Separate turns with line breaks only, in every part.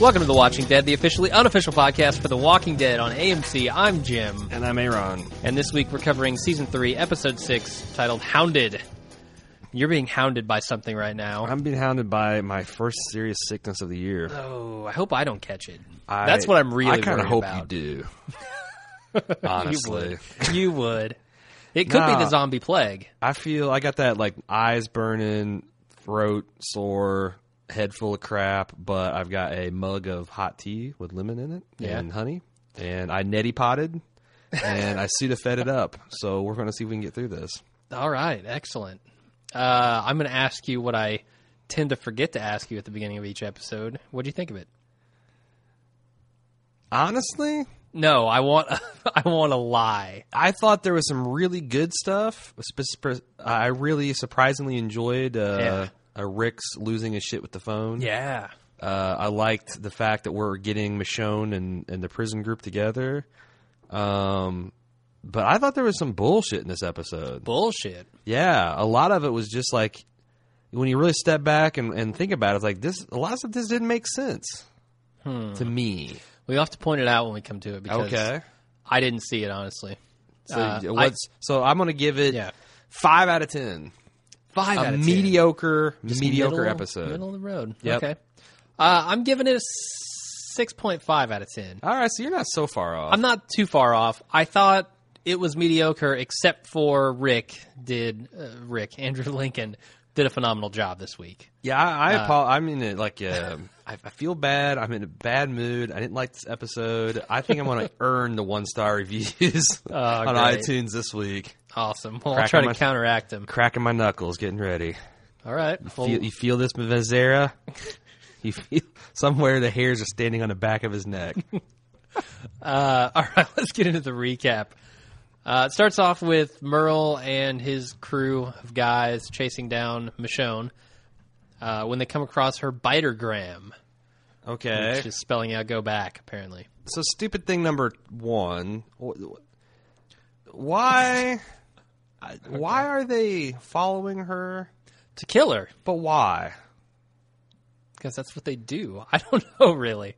Welcome to The Watching Dead, the officially unofficial podcast for The Walking Dead on AMC. I'm Jim,
And I'm Aaron.
and this week we're covering season three, episode six, titled "Hounded." You're being hounded by something right now.
I'm being hounded by my first serious sickness of the year.
oh, I hope I don't catch it.
I,
That's what I'm really
I kind
worried
of hope
about.
you do. Honestly,
you would. You would. It could
Nah.
be the zombie plague.
I feel I got that like eyes burning, throat sore, head full of crap, but I've got a mug of hot tea with lemon in it
Yeah.
and honey, and I neti potted and I Sudafed it up. So we're going to see if we can get through this.
All right, excellent. Uh, I'm going to ask you what I tend to forget to ask you at the beginning of each episode. What do you think of it?
Honestly,
No, I want I want a lie.
I thought there was some really good stuff. Sp- sp- I really surprisingly enjoyed uh, uh, Rick's losing his shit with the phone.
Yeah.
Uh, I liked the fact that we're getting Michonne and, and the prison group together. Um, but I thought there was some bullshit in this episode.
Bullshit.
Yeah, a lot of it was just like when you really step back and, and think about it, it's like this. A lot of stuff this didn't make sense
Hmm.
to me.
We'll have to point it out when we come to it because I didn't see it honestly.
So,
Uh, I-
what's, so I'm going to give it
Yeah.
five out of ten.
Five
a
out of 10.
mediocre,
Just
mediocre
middle-
episode.
Middle of the road.
Yep.
Okay. Uh, I'm giving it a six point five out of ten.
All right, so you're not so far off.
I'm not too far off. I thought it was mediocre, except for Rick did uh, Rick Andrew Lincoln did a phenomenal job this week.
yeah, I, I
Uh,
apo- I'm in it like uh, I, I feel bad. I'm in a bad mood. I didn't like this episode. I think I'm going to earn the one star reviews on
Oh, great.
iTunes this week.
Awesome. Well, I'll
Cracking
try to
my-
counteract him.
Cracking my knuckles, getting ready.
All right. Well,
Feel, you feel this, Vizera? You feel somewhere the hairs are standing on the back of his neck.
Uh, all right, let's get into the recap. Uh, it starts off with Merle and his crew of guys chasing down Michonne uh, when they come across her bitergram,
Okay.
which is spelling out "go back." Apparently,
So stupid thing number one. wh- Why? I- Why are they following her?
to kill her
But why?
because that's what they do. I don't know really.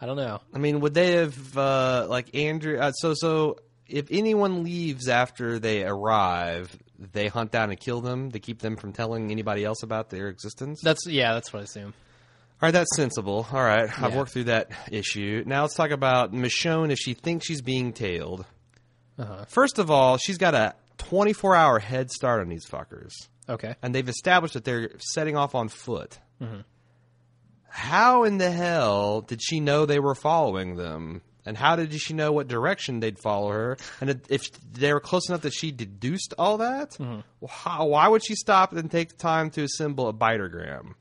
I don't know.
I mean, would they have uh, like Andrew? Uh, so so if anyone leaves after they arrive, they hunt down and kill them to keep them from telling anybody else about their existence.
That's yeah. That's what I assume.
All right, that's sensible. All right, I've
Yeah.
worked through that issue. Now let's talk about Michonne if she thinks she's being tailed.
Uh-huh.
First of all, she's got a 24 hour head start on these fuckers,
Okay.
and they've established that they're setting off on foot.
Mm-hmm.
How in the hell did she know they were following them? And how did she know what direction they'd follow her? And if they were close enough that she deduced all that,
Mm-hmm.
wh- how- why would she stop and take the time to assemble a bitergram?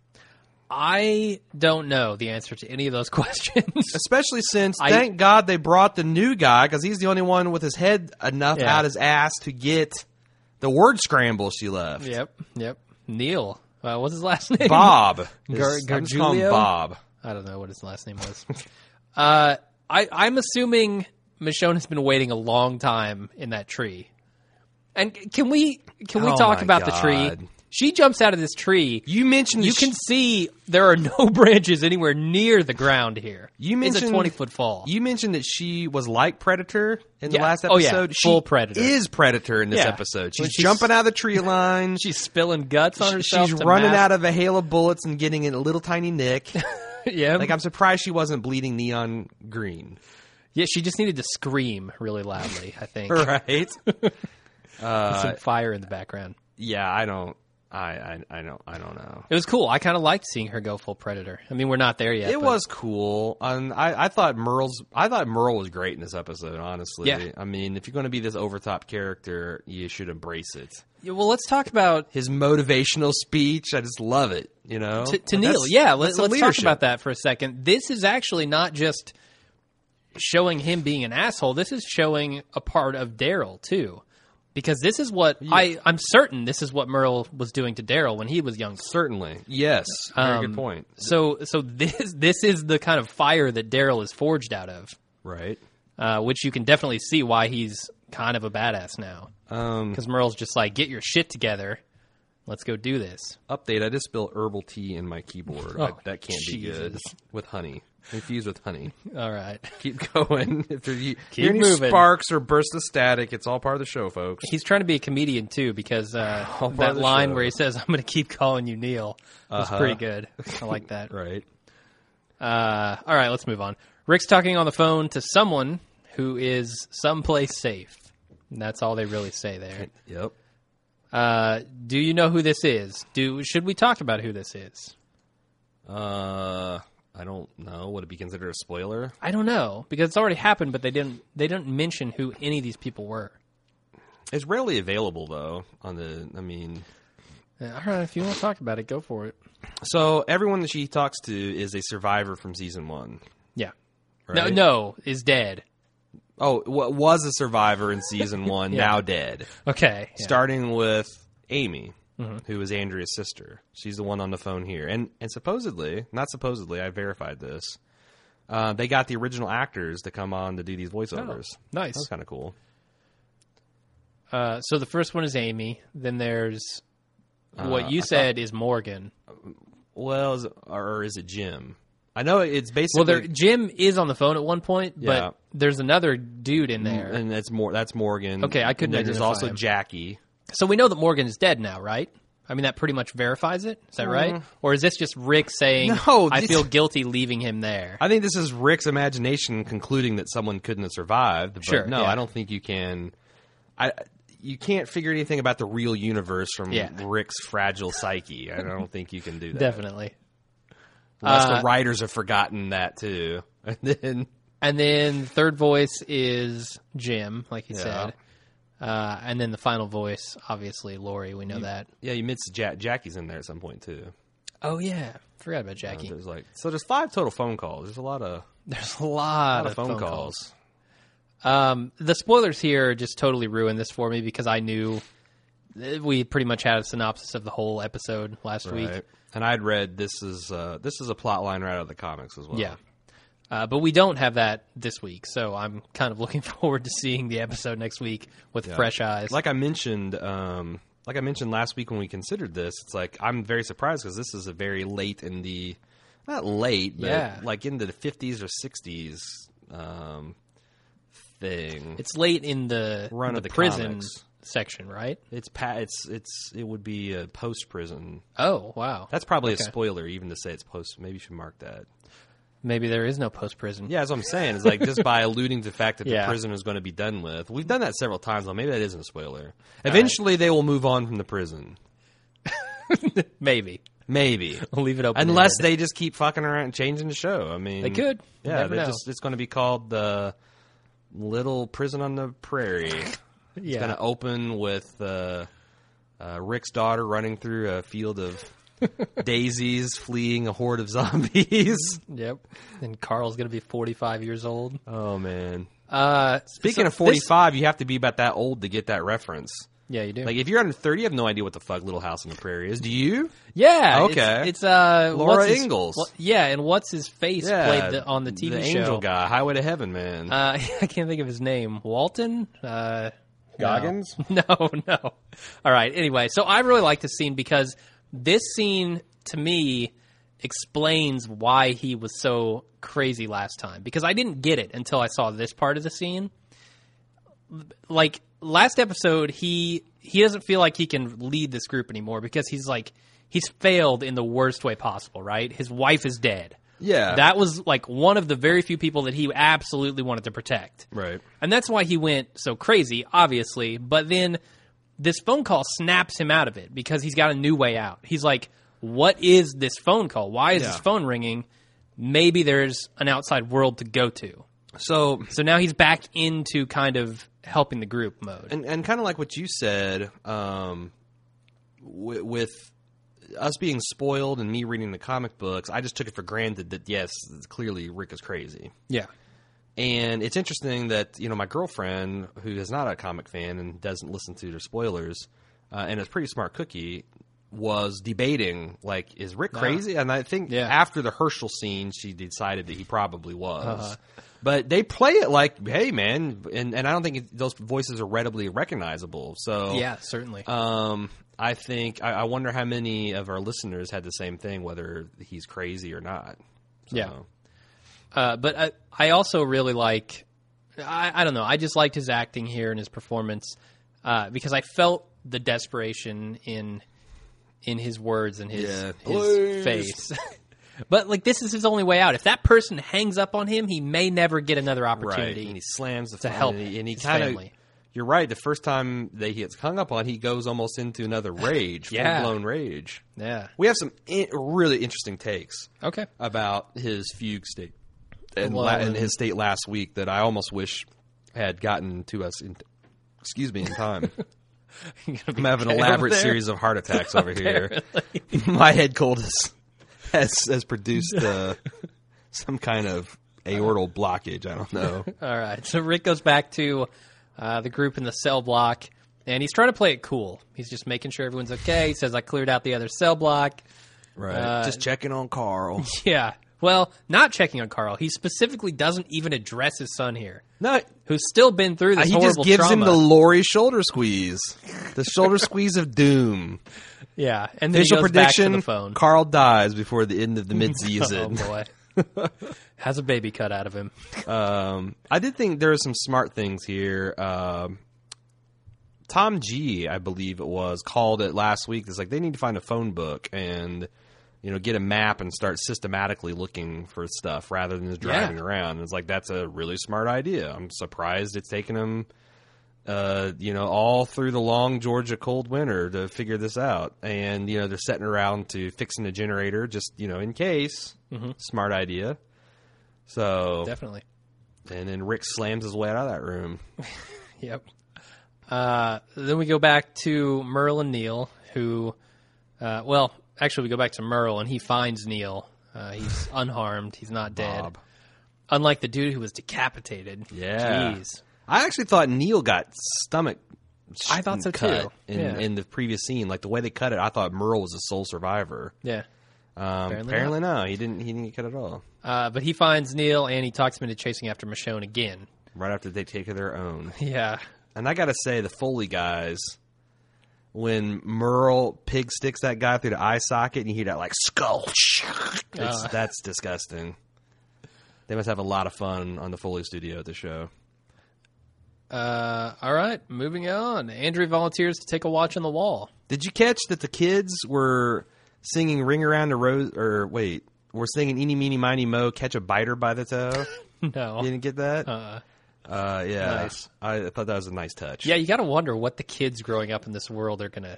I don't know the answer to any of those questions.
Especially since, thank God, they brought the new guy because he's the only one with his head enough
Yeah.
out his ass to get the word scramble she left.
yep. Yep. Neil. Uh, what's his last name?
Bob.
Gar-
Is- I'm just calling
Gargiulio?
Bob.
I don't know what his last name was. uh, I, I'm assuming Michonne has been waiting a long time in that tree. And c- can we can we
Oh
talk
my
about the
God.
tree? She jumps out of this tree.
You mentioned
You
the
can see there are no branches anywhere near the ground here.
You
it's a
mentioned-
twenty foot fall.
You mentioned that she was like Predator in the
Yeah.
last
Oh, yeah.
episode. She
Full Predator.
is Predator in this
Yeah.
episode.
When
She's,
she's-
jumping out of the tree line.
she's spilling guts on herself.
she's
to
running
mask-
out of a hail of bullets and getting in a little tiny nick.
yeah,
like I'm surprised she wasn't bleeding neon green.
yeah. She just needed to scream really loudly. I think
Right?
some fire in the background.
yeah, I don't. I, I I don't I don't know.
It was cool. I kind of liked seeing her go full predator. I mean, we're not there yet.
It
but-
was cool, and I, I thought Merle's. I thought Merle was great in this episode. Honestly,
Yeah.
I mean, if you're going to be this overtop character, you should embrace it.
Yeah, well, let's talk about
His motivational speech, I just love it. You know,
to, to
But
Neil.
that's-
Yeah, let,
that's the
let's talk
leadership.
about that for a second. This is actually not just showing him being an asshole. This is showing a part of Daryl too, because this is what I I'm certain this is what Merle was doing to Daryl when he was young.
Certainly, yes, very
Um,
good point.
So so this this is the kind of fire that Daryl is forged out of,
Right.
uh, which you can definitely see why he's kind of a badass now.
Um,
Because Merle's just like, get your shit together. Let's go do this.
update. I just spilled herbal tea in my keyboard. I, that can't be good
Oh, Jesus.
with honey. Infused with honey.
All right.
Keep going. If there you
Keep
hear any
moving.
sparks or bursts of static, it's all part of the show, folks.
He's trying to be a comedian too because uh,
part of
that
the
line
show.
where he says, "I'm going to keep calling you Neil," was pretty good. I like that.
Uh-huh. Right.
Uh, all right, let's move on. Rick's talking on the phone to someone who is someplace safe. And that's all they really say there.
Yep.
Uh, do you know who this is? Do should we talk about who this is?
Uh, I don't know. Would it be considered a spoiler?
I don't know because it's already happened, but they didn't they didn't mention who any of these people were.
It's rarely available though. On the, I mean,
Yeah, Uh, All right, if you want to talk about it, go for it.
so everyone that she talks to is a survivor from season one.
Yeah.
Right?
No, no, is dead.
Oh, wa- was a survivor in season one,
Yeah.
now dead.
Okay. yeah. Mm-hmm.
Starting with Amy, who is Andrea's sister. She's the one on the phone here, and and supposedly, not supposedly, I verified this. Uh, they got the original actors to come on to do these voiceovers.
Oh, nice.
That's kind of cool.
Uh, so the first one is Amy. Then there's what
Uh,
you said is Morgan.
Well, is, or is it Jim? I know it's basically
Well, there Jim is on the phone at one point,
Yeah. Mm-hmm.
but there's another dude in there.
and that's more that's Morgan.
Okay, I couldn't
And then There's
identify
also
him.
Jackie.
So we know that Morgan's dead now, right? I mean, that pretty much verifies it. Is that right? Or is this just Rick saying,
Mm-hmm. No,
I
this-
feel guilty leaving him there?
I think this is Rick's imagination concluding that someone couldn't have survived. But
Sure,
No,
yeah.
I don't think you can. I you can't figure anything about the real universe from
Yeah.
Rick's fragile psyche. I don't think you can do that.
Definitely.
Unless
Uh,
the writers have forgotten that too. And then
And then the third voice is Jim, like he
Yeah.
said. Uh, and then the final voice, obviously, Lori. We know that.
yeah, you missed ja- Jackie's in there at some point too.
Oh, yeah. Forgot about Jackie.
There's like so there's five total phone calls. There's a lot of
There's a lot,
lot
of phone, calls.
calls.
Um, the spoilers here just totally ruined this for me because I knew we pretty much had a synopsis of the whole episode last week.
Right. And I'd read this is uh, this is a plot line right out of the comics as well.
Yeah. Uh, but we don't have that this week, so I'm kind of looking forward to seeing the episode next week with fresh eyes.
Like I mentioned, um, like I mentioned last week when we considered this, it's like I'm very surprised because this is a very late in the, not late, but
Yeah.
like into the 50s or 60s um, thing.
it's late in the,
Run
the
of the
prison
comics.
section, right?
It's pa- it's it's it would be a post prison.
Oh, wow.
That's probably
Okay.
a spoiler, even to say it's post. Maybe you should mark that.
Maybe there is no post prison.
Yeah, that's what I'm saying. It's like just by alluding to the fact that
Yeah.
the prison is going to be done with. We've done that several times, though. Maybe that isn't a spoiler. Eventually, they will move on from the prison.
Maybe.
Maybe.
I'll leave it open.
Unless they just keep fucking around and changing the show. I mean,
They could. You
Yeah,
never
they
know.
just it's going to be called the Little Prison on the Prairie. It's
yeah.
going to open with uh, uh, Rick's daughter running through a field of daisies, fleeing a horde of zombies.
Yep. And Carl's going to be 45 years old.
Oh man!
Uh,
Speaking
so
of
this-
forty-five, you have to be about that old to get that reference.
yeah, you do.
Like if you're under thirty, you have no idea what the fuck Little House on the Prairie is. Do you?
yeah.
okay.
It's, it's uh,
Laura
what's his-
Ingalls.
wha- yeah, and what's his face played the, on the TV show?
angel guy, Highway to Heaven, man.
Uh, I can't think of his name. Walton? Uh, no.
Goggins?
No, no. All right. Anyway, so I really like this scene because this scene to me explains why he was so crazy last time because I didn't get it until I saw this part of the scene. Like last episode, he he doesn't feel like he can lead this group anymore because he's like he's failed in the worst way possible. Right? His wife is dead.
yeah,
That was like one of the very few people that he absolutely wanted to protect.
right.
And that's why he went so crazy, obviously. But then this phone call snaps him out of it because he's got a new way out. He's like, what is this phone call? Why is
Yeah.
this phone ringing? Maybe there's an outside world to go to.
So
So now he's back into kind of helping the group mode.
and and kind of like what you said um with, with us being spoiled and me reading the comic books i just took it for granted that yes clearly rick is crazy
Yeah.
and it's interesting that you know my girlfriend who is not a comic fan and doesn't listen to their spoilers uh, and is a pretty smart cookie was debating like is rick crazy and i think
Yeah.
after the herschel scene she decided that he probably was
Uh-huh.
but they play it like hey man and, and i don't think it, those voices are readily recognizable so
Yeah, certainly.
um, i think I, I wonder how many of our listeners had the same thing whether he's crazy or not So,
Yeah. Uh, but I, I also really like, I, I don't know, I just liked his acting here and his performance uh, because I felt the desperation in in his words and his,
Yeah.
his
Please.
face. but like this is his only way out. If that person hangs up on him, he may never get another
right?
opportunity.
And he slams the phone
help
and he, and he
his
kind of.
family.
You're right. The first time that he gets hung up on, he goes almost into another rage,
Yeah.
full blown rage.
Yeah.
We have some in- really interesting takes
Okay.
about his fugue state and,
Well, um,
la- and
and-
his state last week that I almost wish had gotten to us in. Excuse me, in time. I'm having an
okay
elaborate
over there?
series of heart attacks over here. My head cold has has, has produced uh, some kind of aortal blockage. I don't know.
All right. So Rick goes back to uh, the group in the cell block, and he's trying to play it cool. He's just making sure everyone's okay. He says, "I cleared out the other cell block."
Right.
Uh,
Just checking on Carl.
Yeah. Well, not checking on Carl. He specifically doesn't even address his son here,
no,
who's still been through this
Uh, he
horrible
just gives
trauma.
him the Lori shoulder squeeze, the shoulder squeeze of doom.
yeah, and then he
Official
goes
prediction:
back to the phone.
Carl dies before the end of the
oh
midseason.
boy, has a baby cut out of him.
um, I did think there are some smart things here. Um, Tom G, I believe it was, called it last week. It's like they need to find a phone book and you know get a map and start systematically looking for stuff rather than just
Yeah.
driving around. And it's like that's a really smart idea. I'm surprised it's taken them. Uh, you know, all through the long Georgia cold winter to figure this out, and you know they're setting around to fixing the generator just you know in case. Smart idea. So
Definitely.
and then Rick slams his way out of that room.
Yep. Uh, then we go back to Merle and Neil, who, uh, well, actually, we go back to Merle and he finds Neil. Uh, he's unharmed. He's not dead.
Bob.
Unlike the dude who was decapitated.
Yeah.
Jeez.
I actually thought Neil got stomach.
I thought so,
cut
too.
In,
Yeah.
in the previous scene, like the way they cut it, I thought Merle was the sole survivor.
Yeah.
Um,
Apparently
apparently, no, he didn't. He didn't get cut at all.
Uh, but he finds Neil and he talks him into chasing after Michonne again.
Right after they take their own,
Yeah.
and I gotta say, the Foley guys, when Merle pig sticks that guy through the eye socket, and you hear that like skull,
Uh.
it's, that's disgusting. They must have a lot of fun on the Foley studio at the show.
Uh, all right. Moving on. Andrew volunteers to take a watch on the wall.
Did you catch that the kids were singing "Ring Around the Rose"? Or wait, were singing "Eeny Meeny Miny Mo"? Catch a biter by the toe.
No.
you didn't get that?
Uh,
Uh, yeah,
Nice.
I thought that was a nice touch.
yeah, you got to wonder what the kids growing up in this world are going to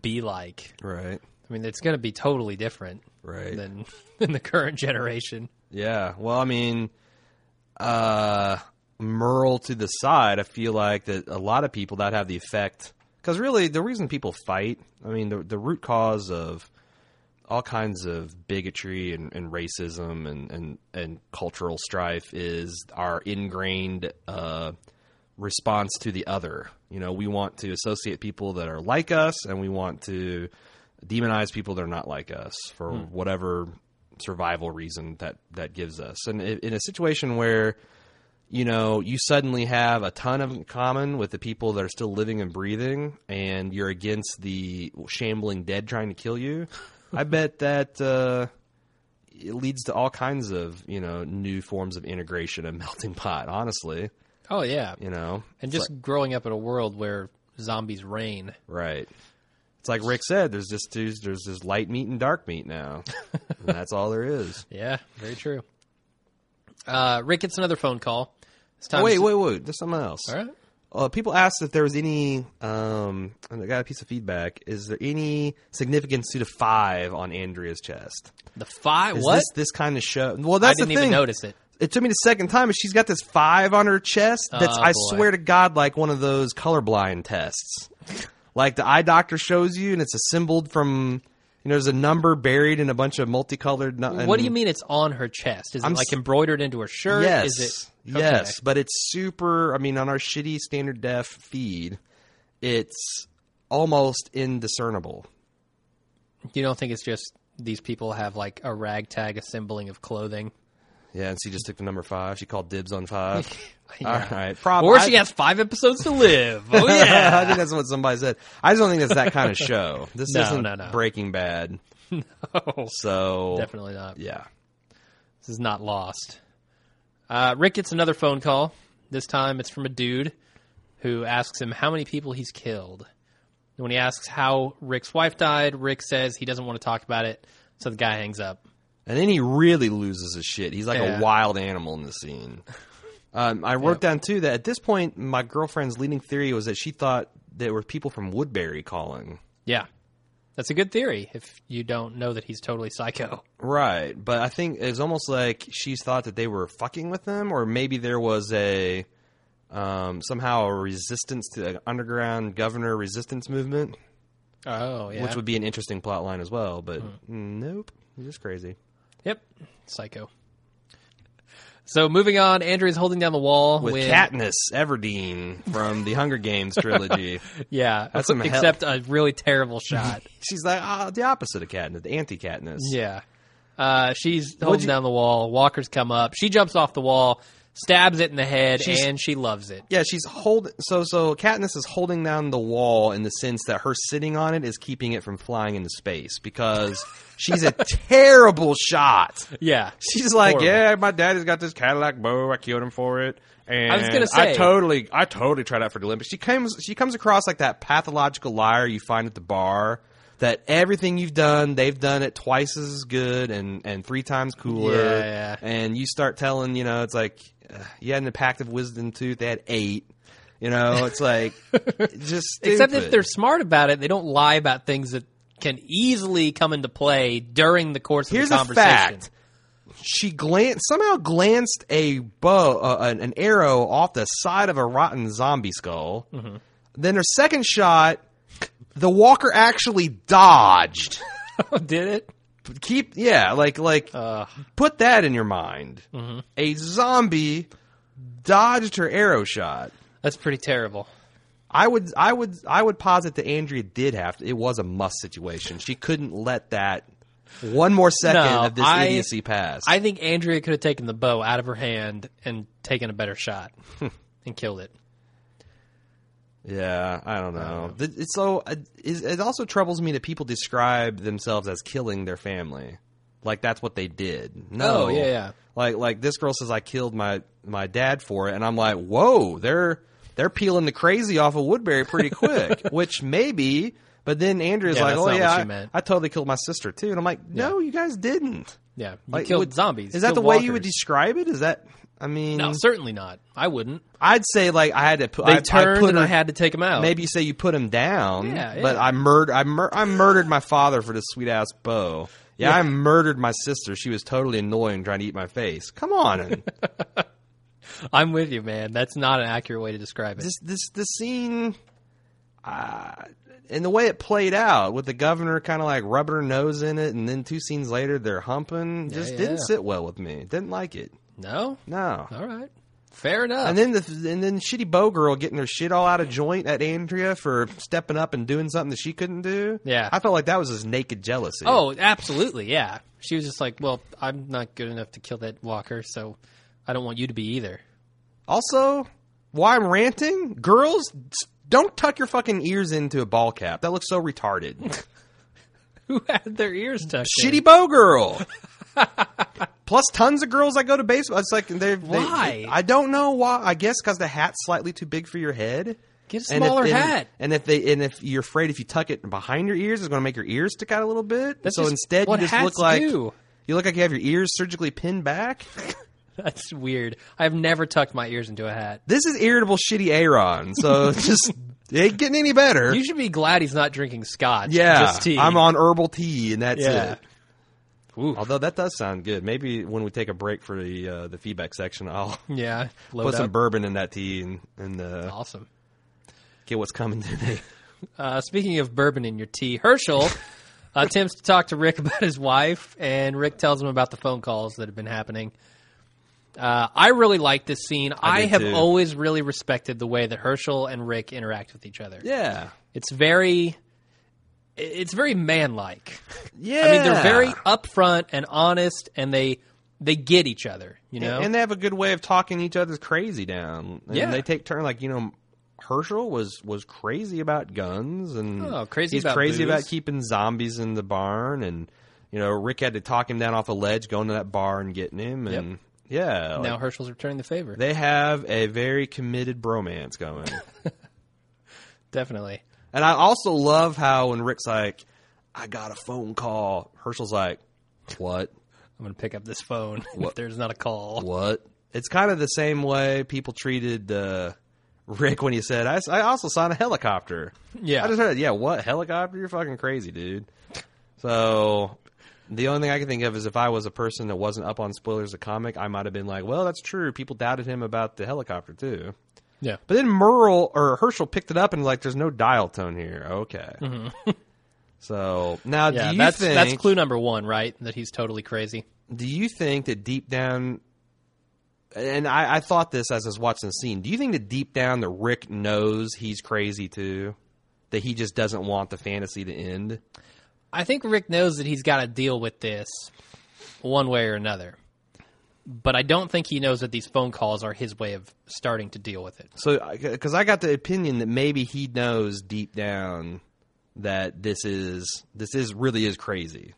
be like.
Right.
I mean, it's going to be totally different
Right.
than than the current generation.
Yeah. Well, I mean, uh, Merle to the side, I feel like that a lot of people that have the effect because really the reason people fight, I mean, the the root cause of all kinds of bigotry and, and racism and, and, and cultural strife is our ingrained uh, response to the other. You know, we want to associate people that are like us and we want to demonize people that are not like us for whatever survival reason that, that gives us. And i- in a situation where, you know, you suddenly have a ton of in common with the people that are still living and breathing, and you're against the shambling dead trying to kill you. I bet that uh, it leads to all kinds of you know new forms of integration and melting pot. Honestly,
Oh yeah,
you know,
and just growing up in a world where zombies reign.
right? It's like Rick said. There's just there's there's just light meat and dark meat now. and that's all there is.
Yeah, very true. Uh, Rick gets another phone call. This time,
Oh, wait, wait, wait. There's something else.
All right.
Uh, people asked if there was any, um, and I got a piece of feedback. Is there any significance to the five on Andrea's chest?
The five.
Is
What?
This, this kind of show. Well,
I
that's
didn't
the thing.
even notice it.
It took me the second time, and she's got this five on her chest. That's
Oh,
I
boy.
swear to God, like one of those colorblind tests. like the eye doctor shows you, and it's assembled from. You know, there's a number buried in a bunch of multicolored. nu- and-
What do you mean it's on her chest? Is it
I'm
like
s-
embroidered into her shirt? Is
Yes.
it? okay.
Yes, but it's super. I mean, on our shitty standard def feed, it's almost indiscernible.
You don't think it's just these people have like a ragtag assembling of clothing?
Yeah, and she just took the number five. She called dibs on five.
Yeah.
All right, probably.
Or she has five episodes to live. Oh yeah.
I think that's what somebody said. I just don't think it's that kind of show. This
No,
isn't
no, no.
Breaking Bad.
No,
So
definitely not.
yeah,
This is not lost. Uh, Rick gets another phone call. This time it's from a dude who asks him how many people he's killed. And when he asks how Rick's wife died, Rick says he doesn't want to talk about it, so the guy hangs up.
And then he really loses his shit. He's like
Yeah.
a wild animal in the scene. Um, I wrote down too that at this point, my girlfriend's leading theory was that she thought there were people from Woodbury calling.
Yeah. That's a good theory if you don't know that he's totally psycho.
Right, but I think it's almost like she's thought that they were fucking with them, or maybe there was a um, somehow a resistance to an underground governor resistance movement,
Oh, yeah. Hmm.
which would be an interesting plot line as well. But nope, he's just crazy.
Yep. Psycho. So moving on, Andrew's holding down the wall
With Katniss Everdeen from the Hunger Games trilogy,
Yeah.
That's some hell-
except a really terrible shot.
she's like ah, the opposite of Katniss, the anti-Katniss.
yeah. Uh, she's holding
you-
down the wall. Walkers come up. She jumps off the wall, stabs it in the head,
She's-
and she loves it.
Yeah, she's hold so so Katniss is holding down the wall in the sense that her sitting on it is keeping it from flying into space because she's a terrible shot.
Yeah.
She's like,
Horrible.
"Yeah, my daddy's got this Cadillac bow. I killed him for it." And
was gonna
I
say-
totally I totally tried out for the Olympics. She comes she comes across like that pathological liar you find at the bar that everything you've done, they've done it twice as good and and three times cooler.
Yeah, yeah.
And you start telling, you know, it's like uh, you had an impact of wisdom tooth, they had 8. You know, it's like just stupid.
Except if they're smart about it, they don't lie about things that can easily come into play during the course of
Here's
the
a
conversation.
fact. She glanced somehow glanced a bow uh, an, an arrow off the side of a rotten zombie skull.
Mm-hmm.
Then her second shot, the walker actually dodged.
Oh, Did it?
Keep yeah, like like
Uh,
put that in your mind.
Mm-hmm.
A zombie dodged her arrow shot.
that's pretty terrible.
I would I would I would posit that Andrea did have to. It was a must situation. She couldn't let that one more second
No,
of this
I-
idiocy pass.
I think Andrea could have taken the bow out of her hand and taken a better shot and killed it.
Yeah, I don't know. Th- It's so uh, is- it also troubles me that people describe themselves as killing their family, like that's what they did. No,
Oh, yeah, yeah.
Like like this girl says, I killed my my dad for it, and I'm like, whoa, they're they're peeling the crazy off of Woodbury pretty quick, which maybe. But then Andrea's
Yeah,
like,
that's
oh
not what
yeah,
she
I,
meant."
I totally killed my sister too, and I'm like, no, you guys didn't.
Yeah, you
Like,
killed
would-
zombies.
Is that
killed
the way you would
walkers.
describe it? Is that? I mean,
No, certainly not. I wouldn't.
I'd say like I had to put.
They
I,
turned
I put
and I
her,
had to take them out.
Maybe you say you put him down.
Oh. Yeah,
But
yeah.
I murdered. I, mur- I murdered my father for this sweet ass bow. Yeah, I murdered my sister. She was totally annoying, trying to eat my face. Come on,
I'm with you, man. That's not an accurate way to describe it.
this this this scene, uh, and the way it played out with the governor kind of like rubbing her nose in it, and then two scenes later they're humping. Just
yeah,
didn't
yeah. Uh,
sit well with me. Didn't like it.
no?
No.
All right. Fair enough.
And then the and then shitty bow girl getting her shit all out of joint at Andrea for stepping up and doing something that she couldn't do.
Yeah.
I felt like that was just naked jealousy.
oh, absolutely. Yeah. She was just like, well, I'm not good enough to kill that walker, so I don't want you to be either.
Also, why I'm ranting, girls, s- don't tuck your fucking ears into a ball cap. That looks so retarded.
Who had their ears touched? in?
Shitty bow girl. Plus, tons of girls that go to baseball. It's like they.
Why?
I don't know why. I guess because the hat's slightly too big for your head.
Get a
And if-
smaller
and-
hat.
And if they and if you're afraid if you tuck it behind your ears, it's going to make your ears stick out a little bit.
That's
so
just
instead,
what
you just
hats
look like
do.
you look like you have your ears surgically pinned back.
That's weird. I've never tucked my ears into a hat.
This is irritable, shitty Aaron. So just it ain't getting any better.
You should be glad he's not drinking scotch.
Yeah,
Just tea.
I'm on herbal tea, and that's
Yeah.
it. Although that does sound good. Maybe when we take a break for the uh, the feedback section, I'll
Yeah. Load
put some
up.
bourbon in that tea and and uh,
Awesome.
get what's coming today.
Uh, speaking of bourbon in your tea, Herschel attempts to talk to Rick about his wife, and Rick tells him about the phone calls that have been happening. Uh, I really like this scene. I,
did
have
too.
always really respected the way that Herschel and Rick interact with each other.
Yeah,
It's very, it's very manlike.
yeah.
I mean, they're very upfront and honest, and they they get each other. You know,
and they have a good way of talking each other's crazy down. And
Yeah.
they take turn like you know. Herschel was was crazy about guns and
Oh, crazy
he's
about
crazy
booze.
about keeping zombies in the barn and you know Rick had to talk him down off a ledge going to that bar and getting him and Yeah. like,
now Herschel's returning the favor.
they have a very committed bromance going.
Definitely.
and I also love how when Rick's like, I got a phone call, Herschel's like, What?
I'm going to pick up this phone if there's not a call.
What? It's kind of the same way people treated uh, Rick when he said, I, I also saw a helicopter.
Yeah.
I just heard, yeah, what? Helicopter? You're fucking crazy, dude. So the only thing I can think of is if I was a person that wasn't up on spoilers of comic, I might have been like, well, that's true. People doubted him about the helicopter, too.
Yeah.
But then Merle or Herschel picked it up and was like, there's no dial tone here. Okay. so now,
Mm-hmm. Yeah,
do you
that's
think
that's clue number 1, right? That he's totally crazy.
do you think that deep down and I, I thought this as I was watching the scene, do you think that deep down that Rick knows he's crazy too? That he just doesn't want the fantasy to end?
I think Rick knows that he's got to deal with this one way or another. But I don't think he knows that these phone calls are his way of starting to deal with it.
So, because I got the opinion that maybe he knows deep down that this is this is really is crazy.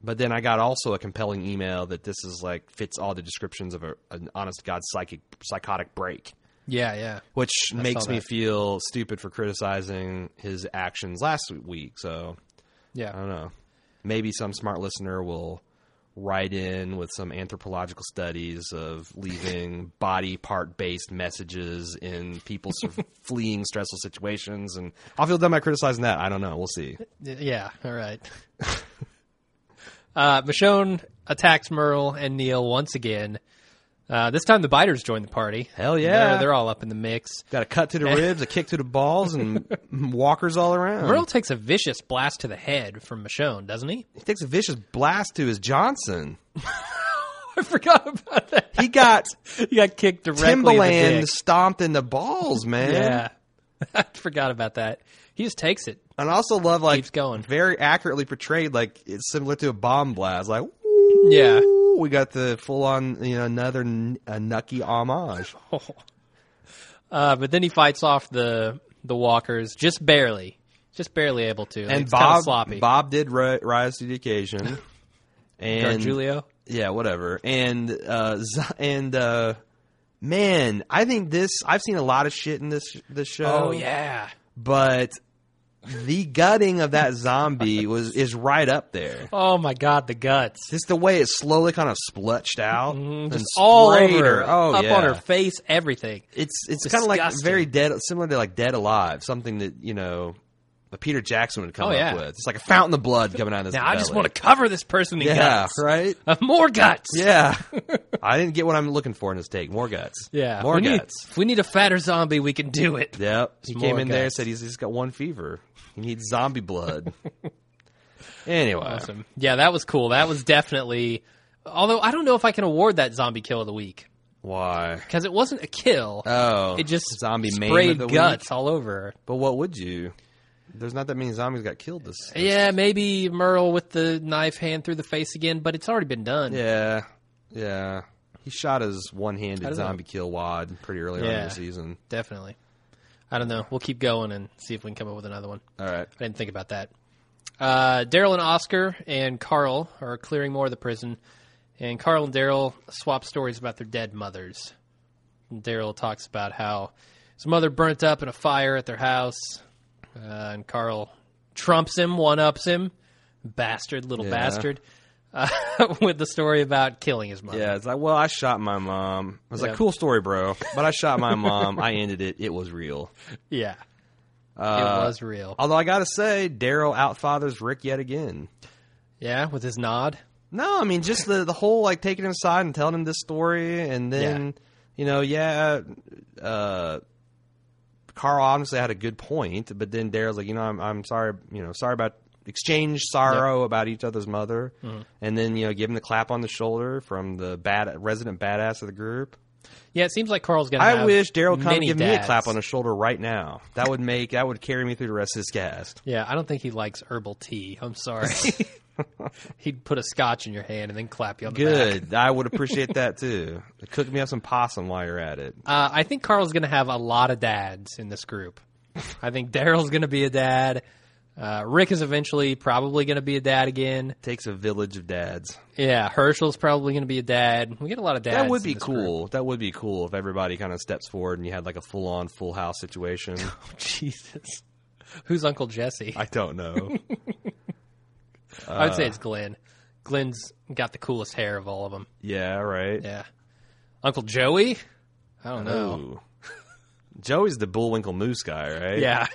But then I got also a compelling email that this is like fits all the descriptions of a, an honest to god psychic psychotic break.
Yeah, yeah.
which makes me
that.
feel stupid for criticizing his actions last week. So
Yeah.
I don't know. Maybe some smart listener will write in with some anthropological studies of leaving body part based messages in people sort of fleeing stressful situations, and I'll feel dumb by criticizing that. I don't know. We'll see.
Yeah, all right. uh, Michonne attacks Merle and Neil once again. Uh, this time the biters join the party.
Hell yeah.
They're, they're all up in the mix.
Got a cut to the ribs, a kick to the balls, and walkers all around.
Merle takes a vicious blast to the head from Michonne, doesn't he?
He takes a vicious blast to his Johnson.
I forgot about that.
He got
He got kicked directly in the
Timbaland
dick.
stomped in the balls, man.
Yeah. I forgot about that. He just takes it.
And I also love like
Keeps going.
very accurately portrayed, like it's similar to a bomb blast. Like
Yeah.
"Ooh," we got the full on you know another n- a nucky homage.
Uh, but then he fights off the the walkers just barely. Just barely able to. Like,
And
it's kinda
Bob
sloppy.
Bob did ri- rise to the occasion. and
Gargiulio.
yeah, whatever. And uh Z- and uh man, I think this I've seen a lot of shit in this this show.
Oh yeah.
but the gutting of that zombie was is right up there.
Oh my god, the guts. Mm,
Just the way it slowly kind of splutched out, and
Mm-hmm, Just all
sprayed
over her,
Oh
up
yeah,
on her face, everything.
it's it's kind of like
Disgusting.
very dead, similar to like Dead Alive, something that you know, that Peter Jackson would come
Oh,
up
yeah.
with. It's like a fountain of blood coming out of this.
Now I just
belly.
want to cover this person in
yeah,
guts.
right,
Uh, more guts.
yeah. I didn't get what I'm looking for in his take. More guts,
Yeah.
more
we need-
guts.
if we need a fatter zombie, we can do it.
Yep, he
Some
came
more
in there and
guts.
said he's, he's got one fever. He needs zombie blood. anyway,
Awesome. Yeah, that was cool. That was definitely. Although I don't know if I can award that zombie kill of the week
why?
because it wasn't a kill.
Oh,
it just
zombie maim of
sprayed
the week?
guts all over. her.
But what would you? There's not that many zombies got killed this.
Yeah, maybe Merle with the knife hand through the face again, but it's already been done.
Yeah, yeah. He shot his
I
one-handed
don't know.
zombie kill wad pretty early on in
Yeah.
the season.
Definitely. I don't know. We'll keep going and see if we can come up with another one.
All right.
I didn't think about that. Uh, Daryl and Oscar and Carl are clearing more of the prison, and Carl and Daryl swap stories about their dead mothers. Daryl talks about how his mother burnt up in a fire at their house, uh, and Carl trumps him, one ups him, bastard, little
Yeah.
bastard, uh, with the story about killing his mother.
Yeah, it's like, well, I shot my mom. I was
Yeah.
like, cool story, bro. But I shot my mom. I ended it. It was real.
Yeah,
Uh,
it was real.
Although I gotta say, Daryl outfathers Rick yet again.
Yeah, with his nod.
No, I mean just the the whole like taking him aside and telling him this story, and then you know, yeah, uh, Carl obviously had a good point, but then Daryl's like, you know, I'm I'm sorry, you know, sorry about exchange sorrow about each other's mother, and then you know, give him the clap on the shoulder from the bad resident badass of the group.
Yeah, it seems like Carl's gonna.
I
have
wish Daryl would come
many
give me a
dads.
clap on the shoulder right now. That would make that would carry me through the rest of this cast.
Yeah, I don't think he likes herbal tea. I'm sorry. He'd put a scotch in your hand and then clap you on the back.
Good, I would appreciate that too. Cook me up some possum while you're at it.
Uh, I think Carl's going to have a lot of dads in this group. I think Daryl's going to be a dad. Uh, Rick is eventually probably going to be a dad again.
Takes a village of dads.
Yeah, Herschel's probably going to be a dad. We get a lot of dads.
that would
in
be
this
cool. That would be cool if everybody kind of steps forward and you had like a full on Full House situation.
group. Jesus, who's Uncle Jesse?
I don't know.
I would say it's Glenn. Glenn's got the coolest hair of all of them.
yeah, right.
Yeah, Uncle Joey. I don't know.
Ooh. Joey's the Bullwinkle Moose guy,
Oh.
right?
Yeah,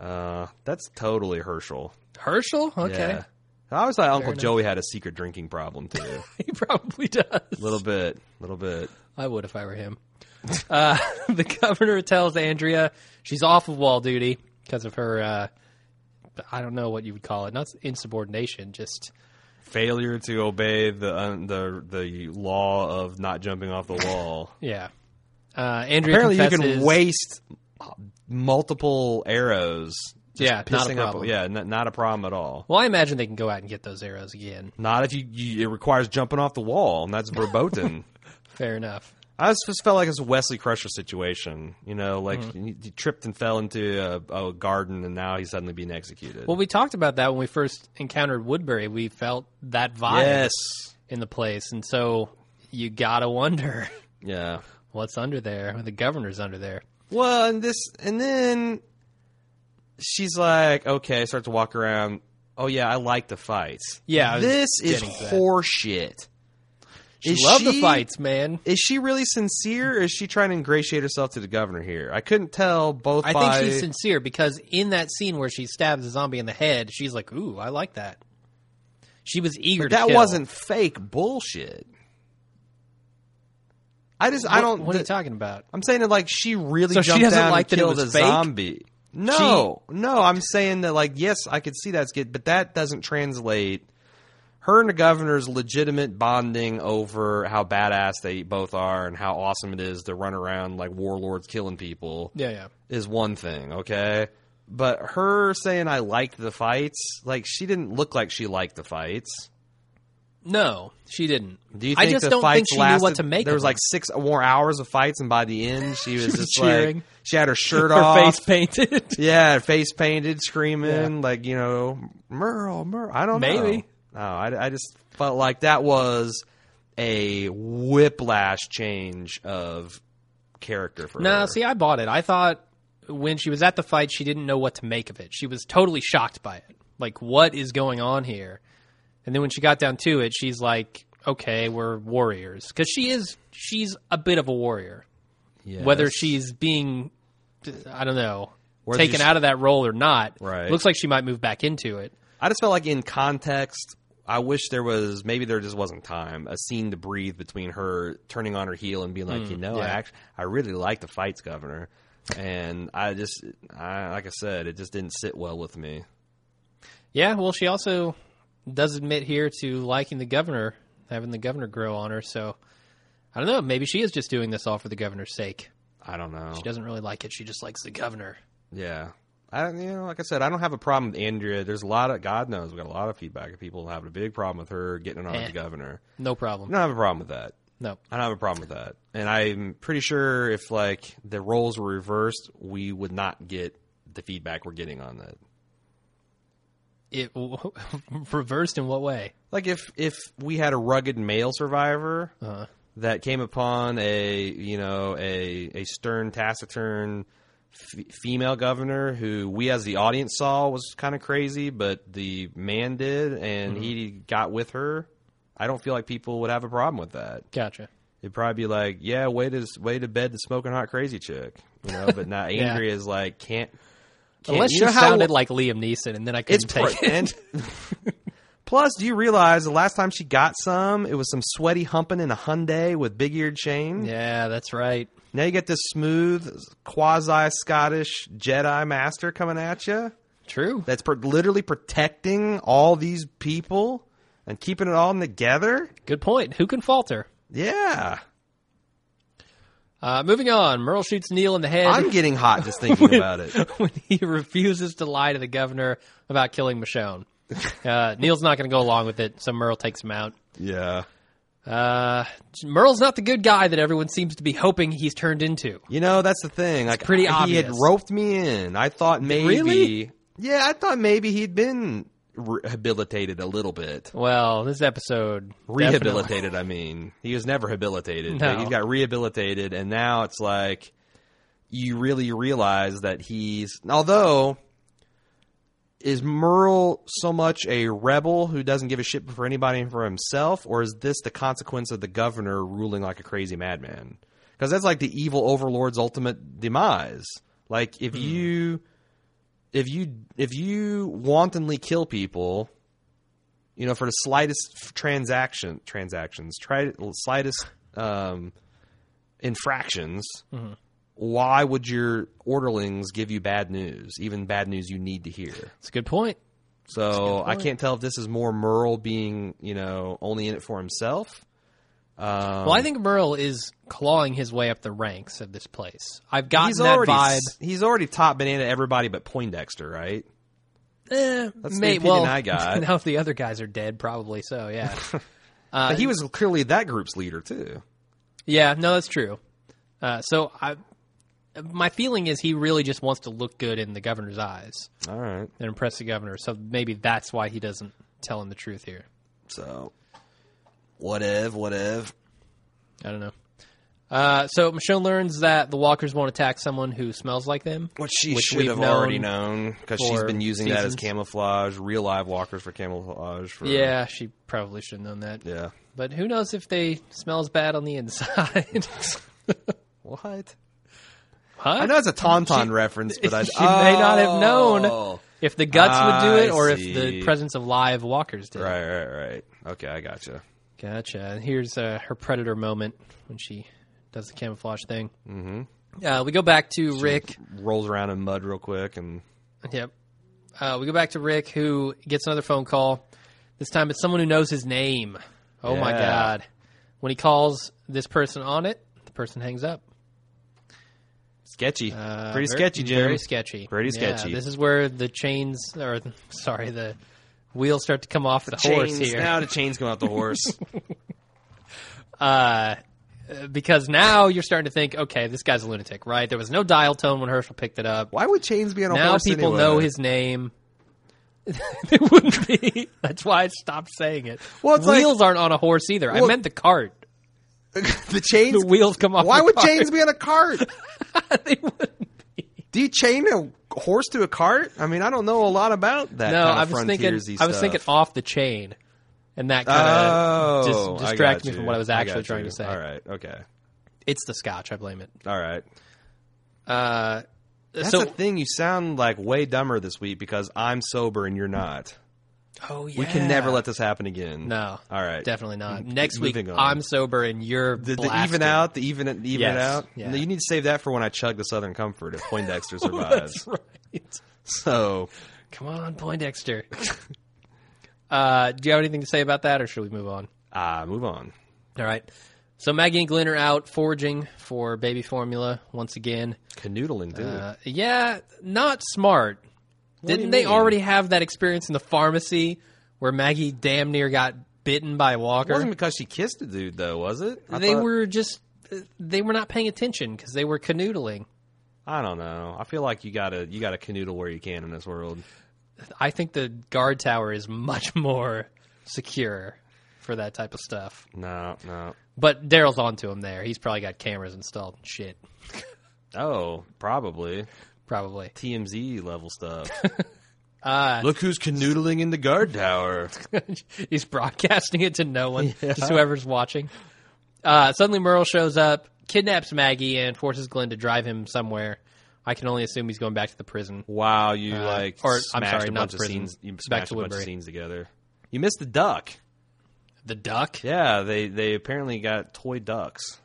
Uh, that's totally Herschel.
Herschel. Okay,
Yeah. I always thought Uncle
enough.
Joey had a secret drinking problem too. A
he probably does.
little bit, little bit.
I would if I were him. Uh, the governor tells Andrea she's off of wall duty because of her. Uh, I don't know what you would call it. Not insubordination, just
Failure to obey the un the the law of not jumping off the wall.
yeah. Uh, Andrea
Apparently, you
confesses-
can waste uh, multiple arrows. Just
Yeah, not a
pissing up.
problem.
Yeah, n- not a problem at all.
Well, I imagine they can go out and get those arrows again.
Not if you, you it requires jumping off the wall, and that's verboten.
Fair enough.
I just just felt like it's a Wesley Crusher situation. You know, like
Mm-hmm.
he, he tripped and fell into a, a garden, and now he's suddenly being executed.
Well, we talked about that when we first encountered Woodbury. We felt that vibe
yes,
in the place, and so you gotta wonder
yeah.
what's under there. The governor's under there.
Well, and this, and then she's like, okay, starts to walk around. Oh yeah, I like the fights.
Yeah, I was
this is
getting to that.
horseshit.
She
Is
loved the
she-
fights, man.
Is she really sincere? Or is she trying to ingratiate herself to the governor here? I couldn't tell. Both
I
by
think she's sincere because in that scene where she stabs a zombie in the head, she's like, "Ooh, I like that." She was eager. to
that
kill.
wasn't fake bullshit. I just I
What-
don't.
What are you talking about?
I'm saying that like she really
So she
jumped
doesn't
down
like that
and
it
killed
was
a
fake?
zombie. No, no. I'm saying that like yes, I could see that's good, but that doesn't translate. Her and the governor's legitimate bonding over how badass they both are and how awesome it is to run around like warlords killing people
Yeah, yeah.
is one thing, okay? But her saying I liked the fights, like she didn't look like she liked the fights.
No, she didn't.
Do you
I
think
just
the
don't
fights
think she
lasted,
knew what to make.
There
of
was like six more hours of fights, and by the end, she was
was
just
cheering.
like she had her shirt
her
off,
face painted.
yeah, face painted, screaming like you know, Merle, Merle. I don't
Maybe.
know. No, I, I just felt like that was a whiplash change of character for
no,
her.
see, I bought it. I thought when she was at the fight, she didn't know what to make of it. She was totally shocked by it. Like, what is going on here? And then when she got down to it, she's like, "Okay, we're warriors," because she is. She's a bit of a warrior.
Yes.
whether she's being I don't know
Whether
taken
she's-
out of that role or not.
Right.
Looks like she might move back into it.
I just felt like in context, I wish there was maybe there just wasn't time a scene to breathe between her turning on her heel and being like, you know, I
Mm, yeah.
act I really like the fights, Governor, and I just I, like I said, it just didn't sit well with me.
Yeah, well she also does admit here to liking the governor, having the governor grow on her, so I don't know, maybe she is just doing this all for the governor's sake.
I don't know.
She doesn't really like it, she just likes the governor.
Yeah. I, you know, like I said, I don't have a problem with Andrea. There's a lot of God knows we got a lot of feedback of people having a big problem with her getting it on
Eh.
with the governor.
No
I
problem.
don't have a problem with that.
No.
I don't have a problem with that. And I'm pretty sure if like the roles were reversed, we would not get the feedback we're getting on that.
It reversed in what way?
Like if if we had a rugged male survivor that came upon a you know a a stern taciturn f- female governor who we as the audience saw was kind of crazy, but the man did, and he got with her. I don't feel like people would have a problem with that.
Gotcha.
It'd probably be like, yeah, way to way to bed the smoking hot crazy chick, you know. But now
Yeah.
Andrea is like, can't. can't
Unless
you
she
know how-
sounded like Liam Neeson and then I
it's
couldn't take
pre-
it.
and- plus, do you realize the last time she got some, it was some sweaty humping in a Hyundai with big eared chain.
Yeah, that's right.
Now you get this smooth quasi Scottish Jedi master coming at you.
True.
That's per- literally protecting all these people and keeping it all together.
Good point. Who can falter?
Yeah,
Uh, moving on, Merle shoots Neil in the head
I'm getting hot just thinking about it.
when he refuses to lie to the governor about killing Michonne. Uh, Neil's not going to go along with it, so Merle takes him out.
Yeah.
Uh, Merle's not the good guy that everyone seems to be hoping he's turned into.
You know, that's the thing. Like,
pretty
he
obvious.
had roped me in. I thought maybe
Really?
Yeah, I thought maybe he'd been rehabilitated a little bit.
Well, this episode definitely-
Rehabilitated, I mean. He was never habilitated.
No.
but He got rehabilitated, and now it's like you really realize that he's. Although, is Merle so much a rebel who doesn't give a shit for anybody and for himself, or is this the consequence of the governor ruling like a crazy madman? Because that's like the evil overlord's ultimate demise. Like, if
Hmm.
you. If you if you wantonly kill people, you know, for the slightest transaction transactions, try slightest um, infractions.
Mm-hmm.
Why would your orderlings give you bad news, even bad news you need to hear?
It's a good point.
So I
point.
can't tell if this is more Merle being, you know, only in it for himself. Um,
Well, I think Merle is clawing his way up the ranks of this place. I've gotten
he's
that
already
vibe.
he's already top banana everybody but Poindexter, right?
Eh,
That's the
may-
opinion
well,
I got.
now if the other guys are dead, probably so. Yeah, Uh,
but he was clearly that group's leader too.
yeah. No, that's true. Uh, so I, my feeling is he really just wants to look good in the governor's eyes
All right,
and impress the governor. So maybe that's why he doesn't tell him the truth here.
so whatever, whatever.
I don't know. Uh, so Michonne learns that the walkers won't attack someone who smells like them.
What she
which
should
we've
have
known
already known because she's
for
been using that as
seasons.
camouflage, real live walkers for camouflage. For,
Yeah, she probably should have known that.
yeah.
But who knows if they smells bad on the inside?
What?
huh?
I know it's a tauntaun reference, but I
she may not have known.
Oh.
if the guts would do it,
I
or
see.
if the presence of live walkers did.
Right, right, right. Okay, I gotcha.
Gotcha. And here's uh, her predator moment when she does the camouflage thing. Mm-hmm. Uh, we go back to Rick.
Rolls around in mud real quick, and
Yep. Uh, we go back to Rick, who gets another phone call. This time it's someone who knows his name. Oh my
Yeah.
god! When he calls this person on it, the person hangs up.
sketchy,
Uh,
pretty
very-
sketchy, Jerry.
Very sketchy.
Pretty
Yeah,
sketchy.
This is where the chains, or sorry, the wheels start to come off the, horse
Chains.
here.
Now the chains come out the horse.
uh, because now you're starting to think, okay, this guy's a lunatic, right? There was no dial tone when Herschel picked it up.
Why would chains be on a
now
horse?
people
anyway?
know his name. they wouldn't be. That's why I stopped saying it.
Well, it's like-
wheels aren't on a horse either. I
Well-
meant the cart.
the chains.
The wheels come off.
Why
the
would
cart.
chains be on a cart?
They wouldn't.
Do you chain a horse to a cart? I mean, I don't know a lot about that.
No,
kind of
I was thinking.
frontiersy
I was
stuff.
thinking uh, off the chain, and that kind of
Oh, I
distracted
got
me from
you.
what I was
got
actually trying
you.
to say.
All right, okay,
It's the Scotch. I blame it.
all right.
Uh,
That's
so,
the thing. You sound like way dumber this week because I'm sober and you're not.
oh yeah,
We can never let this happen again.
No.
All right.
Definitely not. Next week,
moving on.
I'm sober and you're
The, the
blasted.
even out, the even even
Yes.
it out.
Yeah.
You need to save that for when I chug the Southern Comfort if Poindexter survives.
That's right.
So
Come on, Poindexter. uh, do you have anything to say about that, or should we move on?
uh, move on.
All right. So Maggie and Glenn are out foraging for baby formula once again.
Canoodling, dude.
Uh, yeah, not smart.
do
Didn't
you
they
mean?
already have that experience in the pharmacy where Maggie damn near got bitten by a
it
walker?
wasn't because she kissed the dude though, was it? I
they
thought-
were just they were not paying attention because they were canoodling.
I don't know. I feel like you gotta you gotta canoodle where you can in this world.
I think the guard tower is much more secure for that type of stuff.
No, no.
But Daryl's onto him there. He's probably got cameras installed and shit.
Oh, probably.
Probably.
TMZ level stuff.
Uh,
Look who's canoodling in the guard tower.
he's broadcasting it to no one, just whoever's watching. Uh, suddenly, Merle shows up, kidnaps Maggie, and forces Glenn to drive him somewhere. I can only assume he's going back to the prison.
Wow, you
Uh,
like
or- I'm
smashed
sorry,
a
not
bunch of
prison.
scenes. You
Back
smashed
to
a bunch of
Woodbury.
scenes together. You missed the duck.
The duck?
Yeah, they they apparently got toy ducks.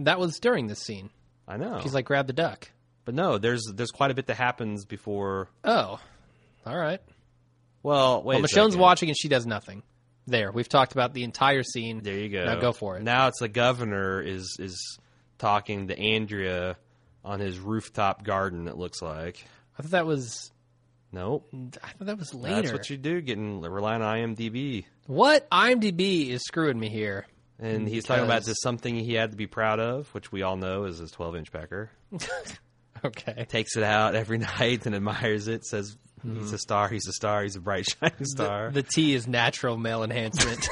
That was during this scene.
I know.
He's like, grab the duck.
but no, there's there's quite a bit that happens before.
Oh, all right.
Well, wait.
Well,
a
Michonne's
second.
watching and she does nothing. There, we've talked about the entire scene.
There you go.
Now go for it.
Now it's the governor is is talking to Andrea on his rooftop garden. It looks like.
I thought that was
Nope.
I thought that was later.
That's what you do. Getting relying on IMDb.
What? IMDb is screwing me here.
And he's talking about
Because-
this something he had to be proud of, which we all know is his 12 inch pecker.
Okay.
takes it out every night and admires it. Says He's a star. He's a star. He's a bright shining star.
Mm-hmm. The T is natural male enhancement.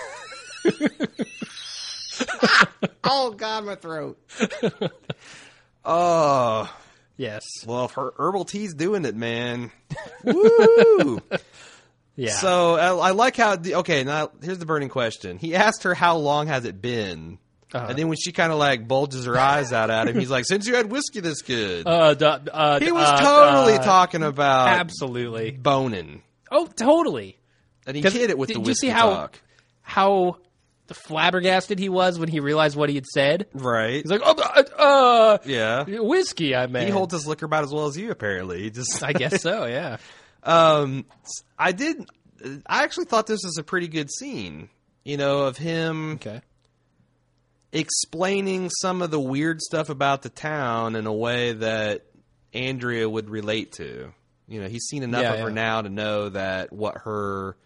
oh God, my throat. oh
yes.
well, if her herbal tea's doing it, man. Woo!
Yeah.
So I, I like how. The, okay, now here's the burning question. He asked her how long has it been,
Uh-huh.
and then when she kind of like bulges her eyes out at him, he's like, "Since you had whiskey this good."
uh, duh, uh,
he was
uh,
totally
uh,
talking about
Absolutely.
boning,
Oh, totally.
and he
'Cause
hit it with
did
the
you see
whiskey
how-
talk.
How flabbergasted he was when he realized what he had said.
Right?
He's like, oh, uh,
yeah.
uh, whiskey. I meant.
He holds his liquor about as well as you, apparently. He just
I guess so. Yeah.
Um, I did. I actually thought this was a pretty good scene. You know, of him
Okay.
explaining some of the weird stuff about the town in a way that Andrea would relate to. You know, he's seen enough
Yeah,
of her
yeah.
now to know that what her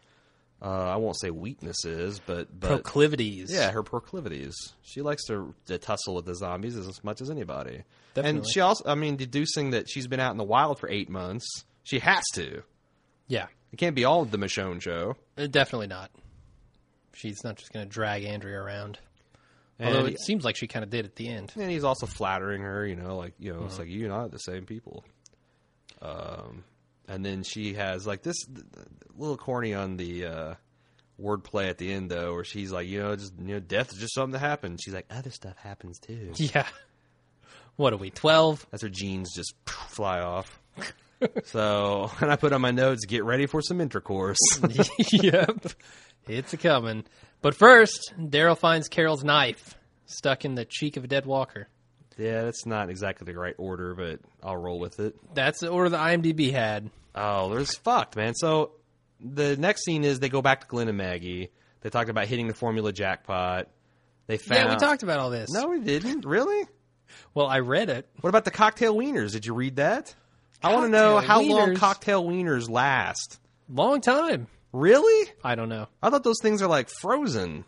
uh, I won't say weakness is, but but
Proclivities.
yeah, her proclivities. She likes to, to tussle with the zombies as much as anybody. And
Definitely.
she also, I mean, deducing that she's been out in the wild for eight months, she has to.
Yeah.
It can't be all the Michonne show.
Uh, Definitely not. She's not just going to drag Andrea around.
And,
Although it seems like she kind of did at the end.
and he's also flattering her, you know, like, you know, it's like, you and I are the same people. Um, and then she has, like, this th- th- little corny on the uh, wordplay at the end, though, where she's like, you know, just, you know, death is just something that happens. She's like, other stuff happens, too.
Yeah. What are we, 12?
That's her jeans just fly off. so, and I put on my notes, get ready for some intercourse.
yep. It's a coming. But first, Daryl finds Carol's knife stuck in the cheek of a dead walker.
yeah, that's not exactly the right order, but I'll roll with it.
That's the order the IMDb had.
Oh, there's fucked, man. So the next scene is they go back to Glenn and Maggie. They talked about hitting the formula jackpot. They found.
Yeah, we talked about all this.
No, we didn't. Really?
Well, I read it.
What about the cocktail wieners? Did you read that? I want to know
Cocktail
how long
wieners?
cocktail wieners last.
Long time.
Really?
I don't know.
I thought those things are like frozen.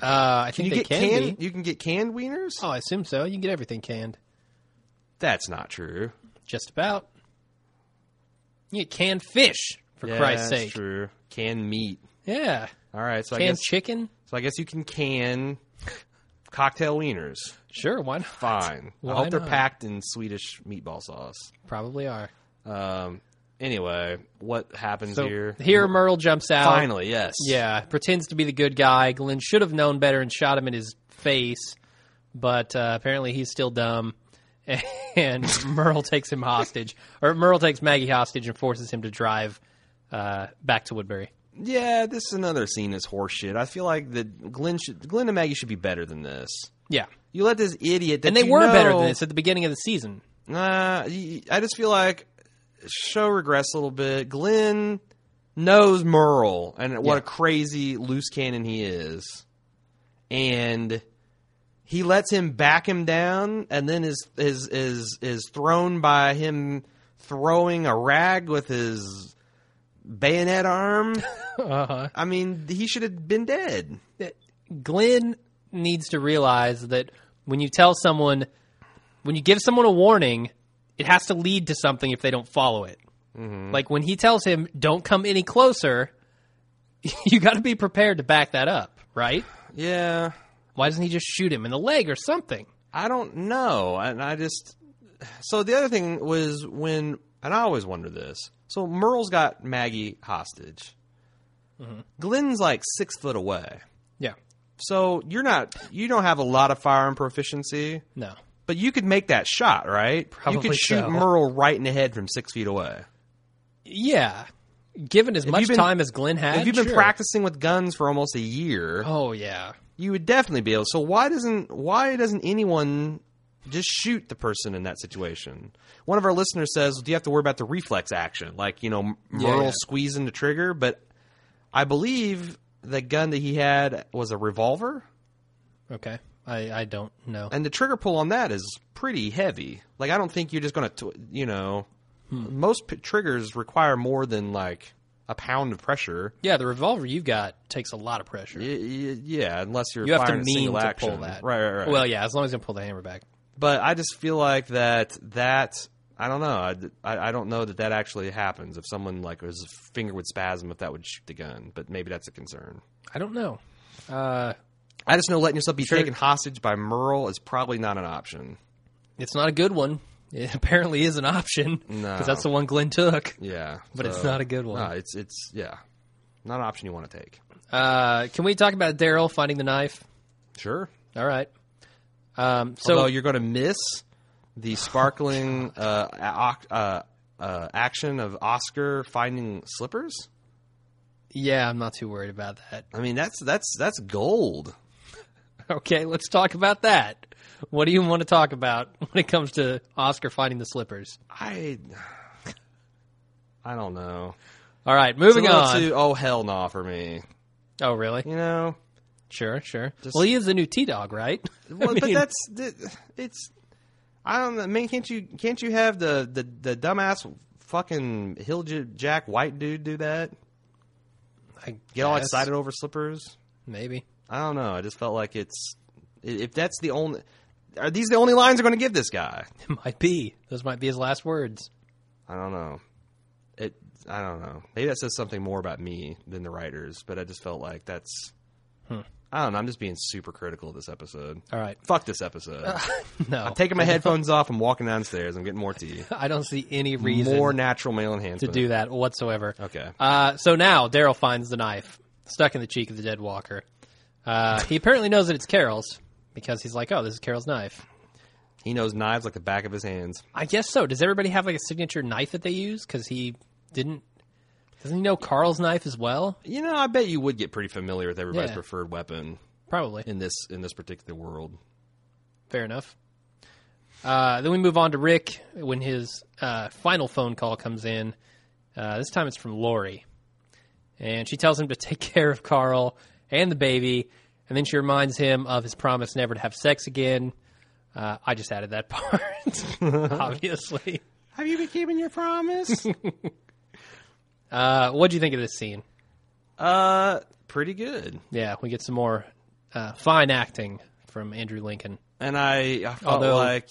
Uh, I
Can
think
you
they
get
can
canned?
be.
You can get canned wieners.
Oh, I assume so. You can get everything canned.
That's not true.
Just about. You get canned fish, for
yeah,
Christ's
that's
sake.
true. Canned meat.
Yeah.
All right, so I
Canned
guess
chicken?
so. I guess you can can cocktail wieners.
Sure, why not?
fine.
Why
I hope they're
not?
packed in Swedish meatball sauce.
Probably are.
Um, anyway, what happens
So
here? Oh,
here Merle jumps out.
finally, yes.
Yeah, pretends to be the good guy. Glenn should have known better and shot him in his face, but uh, apparently he's still dumb. And Merle takes him hostage, or Merle takes Maggie hostage and forces him to drive uh, back to Woodbury.
yeah. This is another scene that's horseshit. I feel like that Glenn, should, Glenn and Maggie should be better than this.
Yeah,
You let this idiot. That
and they
you
were
know,
better than this at the beginning of the season.
Nah, Uh, y- I just feel like show regress a little bit. Glenn knows Merle and what a
Yeah.
crazy loose cannon he is, and he lets him back him down, and then is is is is thrown by him throwing a rag with his bayonet arm.
Uh-huh.
I mean, he should have been dead.
Glenn needs to realize that when you tell someone, when you give someone a warning, it has to lead to something if they don't follow it.
Mm-hmm.
Like when he tells him, don't come any closer, you got to be prepared to back that up, right?
Yeah,
Why doesn't he just shoot him in the leg or something?
I don't know. And I just so the other thing was when and I always wonder this. So Merle's got Maggie hostage.
Mm-hmm.
Glenn's like six foot away.
Yeah.
So you're not you don't have a lot of firearm proficiency,
No.
but you could make that shot, right? you
Probably
could shoot
so.
Merle right in the head from six feet away.
Yeah. Given as much
you've been-
time as Glenn had,
if you've been
sure.
practicing with guns for almost a year,
Oh, yeah.
you would definitely be able. So why doesn't why doesn't anyone just shoot the person in that situation? One of our listeners says, "Do you have to worry about the reflex action, like you know M-
Yeah,
Merle
yeah.
squeezing the trigger?" But I believe the gun that he had was a revolver,
Okay. I, I don't know.
and the trigger pull on that is pretty heavy. Like I don't think you're just going to, you know,
Hmm.
most p- triggers require more than like a pound of pressure.
Yeah, the revolver you've got takes a lot of pressure.
Y- y- yeah, unless you're
You have to
firing a
mean
single
to
action.
pull that.
Right, right, right.
Well, yeah, as long as you pull the hammer back.
but I just feel like that that I don't know. I, I, I don't know that that actually happens. If someone like his finger would spasm, if that would shoot the gun, but maybe that's a concern.
I don't know. Uh,
I just know letting yourself be
Sure.
taken hostage by Merle is probably not an option.
it's not a good one. It apparently is an option because
No.
that's the one Glenn took.
Yeah,
But it's
so-
not a good one.
No, it's it's yeah, not an option you want to take.
Uh, can we talk about Daryl finding the knife?
Sure.
All right. Um, so
Although you're going to miss the sparkling uh, ac- uh, uh, action of Oscar finding slippers.
yeah, I'm not too worried about that.
I mean, that's that's that's gold.
Okay, let's talk about that. What do you want to talk about when it comes to Oscar finding the slippers?
I I don't know.
All right,
It's a
moving
little
on.
too- oh hell no for me.
oh, really?
You know.
Sure, sure.
Just-
well, he is the new T Dog, right? I
Well, but
mean,
that's th- it's. I don't know. Man, can't you can't you have the the, the dumbass fucking hill j- jack white dude do that?
I
Get all
guess.
excited over slippers.
Maybe.
I don't know. I just felt like it's i- if that's the only are these the only lines they're going to give this guy?
It might be. Those might be his last words.
I don't know. It I don't know. Maybe that says something more about me than the writers, but I just felt like that's I don't know. I'm just being super critical of this episode.
All right.
Fuck this episode.
No.
I'm taking my headphones off. I'm walking downstairs. I'm getting more tea.
I don't see any reason
More natural male
to
enhancement.
do that whatsoever.
Okay.
Uh, so now Daryl finds the knife stuck in the cheek of the dead walker. Uh, he apparently knows that it's Carol's because he's like, "Oh, this is Carol's knife."
He knows knives like the back of his hands.
I guess so. Does everybody have like a signature knife that they use? Because he didn't. Doesn't he know Carl's knife as well?
You know, I bet you would get pretty familiar with everybody's
Yeah.
preferred weapon
Probably.
in this in this particular world.
Fair enough. Uh, then we move on to Rick when his uh, final phone call comes in. Uh, this time it's from Lori. And she tells him to take care of Carl and the baby. And then she reminds him of his promise never to have sex again. Uh, I just added that part, obviously.
Have you been keeping your promise?
Uh, what do you think of this scene?
uh, pretty good.
Yeah, we get some more uh, fine acting from Andrew Lincoln.
And I, I felt
Although-
like,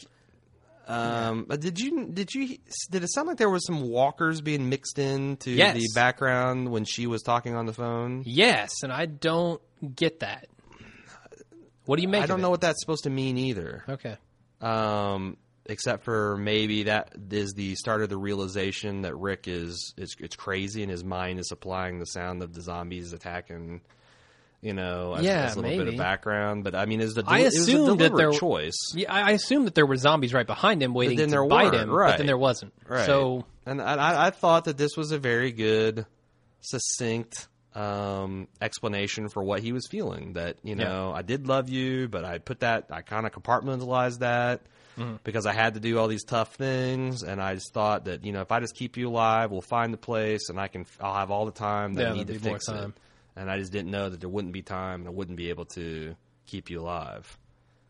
um, but did you did you did it sound like there was some walkers being mixed into
Yes.
the background when she was talking on the phone?
Yes, and I don't get that. What do you make?
I don't
of
know what that's supposed to mean either.
It? Okay.
um, except for maybe that is the start of the realization that Rick is is it's crazy and his mind is supplying the sound of the zombies attacking. You know, as,
Yeah,
as a little bit
maybe.
of background, but I mean, is the
I
it was a
assumed that
deliberate
there-
choice,
Yeah, I I assumed that there were zombies right behind him waiting
then
to
there
bite
weren't,
him, but
right.
then there wasn't.
right?
So
and I- I, I thought that this was a very good, succinct um, explanation for what he was feeling. That you
Yeah.
know, I did love you, but I put that I kind of compartmentalized that
Mm-hmm.
because I had to do all these tough things, and I just thought that you know, if I just keep you alive, we'll find the place, and I can I'll have all the time that
Yeah,
I need to
there'll be more
fix
time.
it. And I just didn't know that there wouldn't be time, and I wouldn't be able to keep you alive.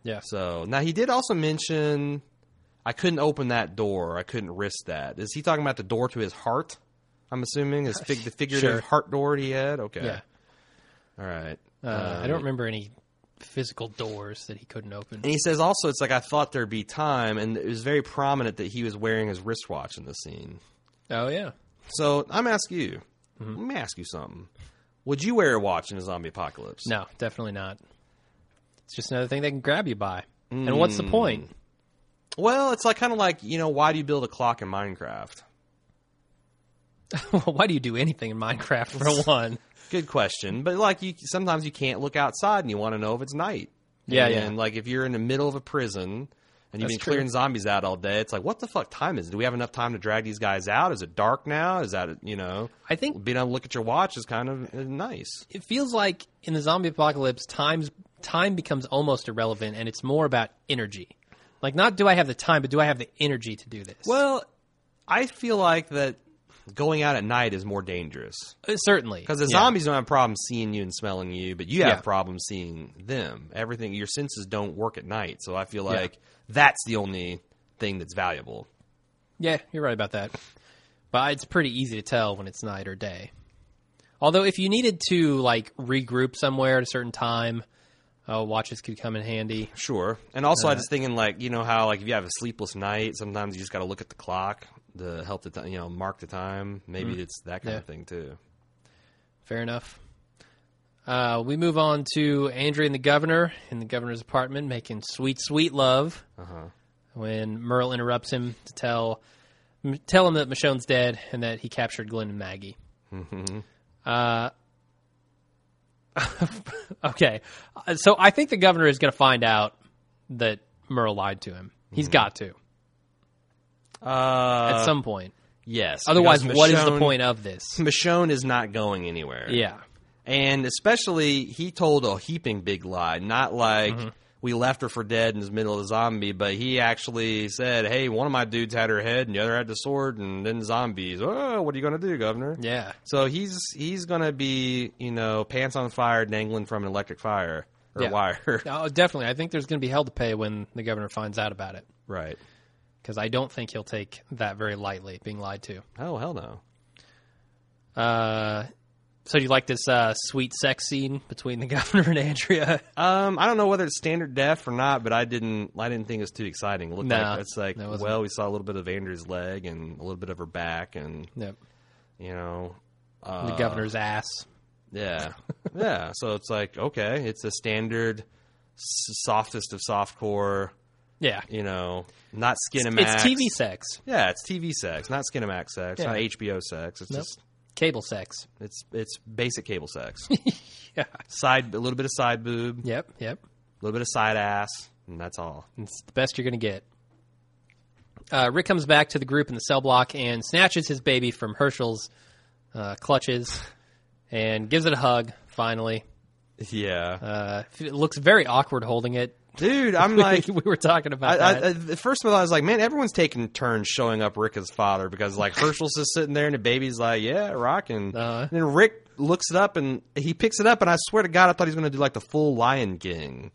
yeah,
So now he did also mention I couldn't open that door. I couldn't risk that. Is he talking about the door to his heart? I'm assuming his fig- the figurative
Sure.
heart door he had. Okay.
yeah.
All right.
Uh, I don't remember any physical doors that he couldn't open.
And he says also it's like I thought there'd be time, and it was very prominent that he was wearing his wristwatch in the scene.
Oh yeah,
So I'm asking you.
Mm-hmm.
Let me ask you something. Would you wear a watch in a zombie apocalypse?
no, definitely not. It's just another thing they can grab you by. And what's
Hmm.
the point?
Well, it's like kind of like you know why do you build a clock in Minecraft?
Why do you do anything in Minecraft for one?
Good question, but like you, sometimes you can't look outside and you want to know if it's night.
Yeah,
and,
yeah.
like if you're in the middle of a prison and you've
That's
been clearing zombies out all day, it's like, what the fuck time is? it? Do we have enough time to drag these guys out? Is it dark now? Is that you know?
I think
Being able to look at your watch is kind of uh, nice.
it feels like in the zombie apocalypse, times time becomes almost irrelevant, and it's more about energy. Like, not do I have the time, but do I have the energy to do this?
Well, I feel like that going out at night is more dangerous
Uh, certainly,
because the
Yeah.
zombies don't have problems seeing you and smelling you, but you have
Yeah.
problems seeing them. Everything your senses don't work at night, so I feel
Yeah.
like that's the only thing that's valuable.
Yeah, you're right about that. But it's pretty easy to tell when it's night or day. Although if you needed to like regroup somewhere at a certain time, Oh, watches could come in handy.
Sure. And also,
Uh-huh.
I was thinking, like, you know how, like, if you have a sleepless night, sometimes you just got to look at the clock to help the, ti you know, mark the time. Maybe it's that kind
Mm-hmm. Yeah.
of thing, too.
Fair enough. Uh, we move on to Andrea and the governor in the governor's apartment making sweet, sweet love.
Uh-huh.
When Merle interrupts him to tell m- tell him that Michonne's dead and that he captured Glenn and Maggie.
Mm-hmm.
Uh, okay, Uh, so I think the governor is going to find out that Merle lied to him. He's got to
Mm-hmm. Uh,
at some point.
yes.
Otherwise,
because
what is the
Michonne-
point of this?
Michonne is not going anywhere.
Yeah.
And especially, he told a heaping big lie. Not like
Mm-hmm.
we left her for dead in the middle of the zombie, but he actually said, hey, one of my dudes had her head and the other had the sword and then zombies. Oh, what are you going to do, Governor?
Yeah.
So he's he's gonna be you know pants on fire, dangling from an electric fire or
Yeah.
wire,
Oh, definitely. I think there's going to be hell to pay when the governor finds out about it
right?
because I don't think he'll take that very lightly, being lied to.
Oh hell no!
Uh, so do you like this uh, sweet sex scene between the governor and Andrea?
Um, I don't know whether it's standard def or not, but I didn't I didn't think it was too exciting. It looked
No,
like it's like
that wasn't-
well, we saw a little bit of Andrew's leg and a little bit of her back, and
Yep.
you know, uh,
The governor's ass.
yeah, yeah. So it's like okay, it's a standard s- softest of softcore,
Yeah.
you know, not skinemax.
It's TV sex,
Yeah, it's TV sex, not skinemax sex,
Yeah.
not HBO sex. It's
Nope.
just
cable sex.
It's it's basic cable sex.
Yeah.
side a little bit of side boob, a
Yep. Yep.
little bit of side ass, and that's all.
It's the best you're going to get. Uh, Rick comes back to the group in the cell block and snatches his baby from Herschel's uh, clutches and gives it a hug. Finally,
Yeah,
uh, it looks very awkward holding it.
dude, I'm like.
we were talking about
I, I,
that.
I- at first of all, I was like, man, everyone's taking turns showing up Rick as father because like Herschel's just sitting there and the baby's like, yeah, rocking.
Uh-huh.
And then Rick looks it up and he picks it up and I swear to God, I thought he was going to do like the full Lion King.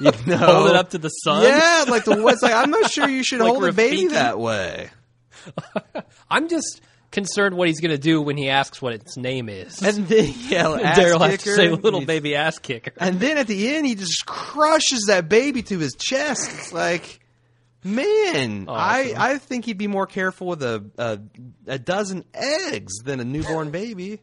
You know?
Hold it up to the sun.
Yeah, like the it's like I'm not sure you should
Like
hold a baby
Rafiki.
that way.
I'm just concerned what he's going to do when he asks what its name is.
And then yeah, ass
Daryl has to
kicker.
say little
He's-
baby ass kicker.
And then at the end, he just crushes that baby to his chest. It's like, man, I, I think he'd be more careful with a, a a dozen eggs than a newborn baby.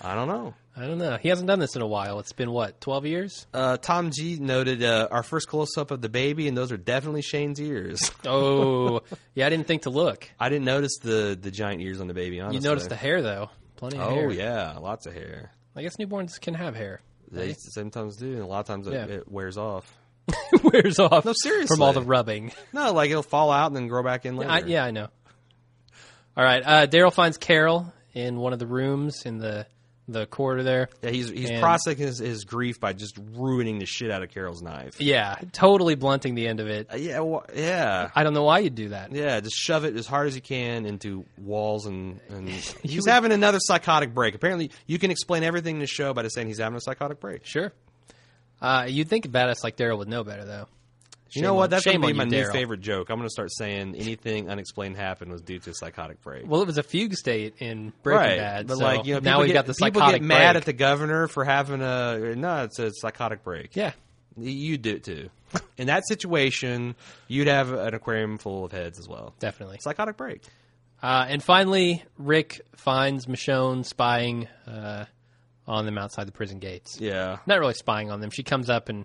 I don't know.
I don't know. He hasn't done this in a while. It's been what, 12 years?
Uh, Tom G noted uh, our first close up of the baby, and those are definitely Shane's ears.
Oh, yeah, I didn't think to look.
I didn't notice the, the giant ears on the baby. Honestly,
You noticed the hair though. Plenty of
Oh
hair.
yeah, lots of hair.
I guess newborns can have hair.
They sometimes do, and a lot of times it-
Yeah.
it wears off.
It wears off.
No, seriously.
From all the rubbing.
No, like it'll fall out and then grow back in later.
I, yeah, I know. All right. Uh, Daryl finds Carol in one of the rooms in the the corridor there.
Yeah, he's he's
And-
processing his, his grief by just ruining the shit out of Carol's knife.
Yeah, totally blunting the end of it.
Uh, Yeah, wha- yeah,
I don't know why you'd do that.
yeah. Just shove it as hard as you can into walls and and he's
would-
having another psychotic break. Apparently, you can explain everything in the show by just saying he's having a psychotic break.
Sure. Uh, you'd think a badass like Daryl would know better, though.
you know
Shame
what?
on-
That's
shame
gonna be
on
my
you,
new
Daryl.
favorite joke. I'm gonna start saying anything unexplained happened was due to a psychotic break.
Well, it was a fugue state in Breaking
right,
Bad.
but
so
like you know,
now
people
we've
get,
got the
people
psychotic
get mad
break.
at the governor for having a no. It's a psychotic break.
yeah.
You do it too. In that situation, you'd have an aquarium full of heads as well.
Definitely.
Psychotic break.
Uh, and finally, Rick finds Michonne spying uh, on them outside the prison gates.
Yeah.
Not really spying on them. She comes up and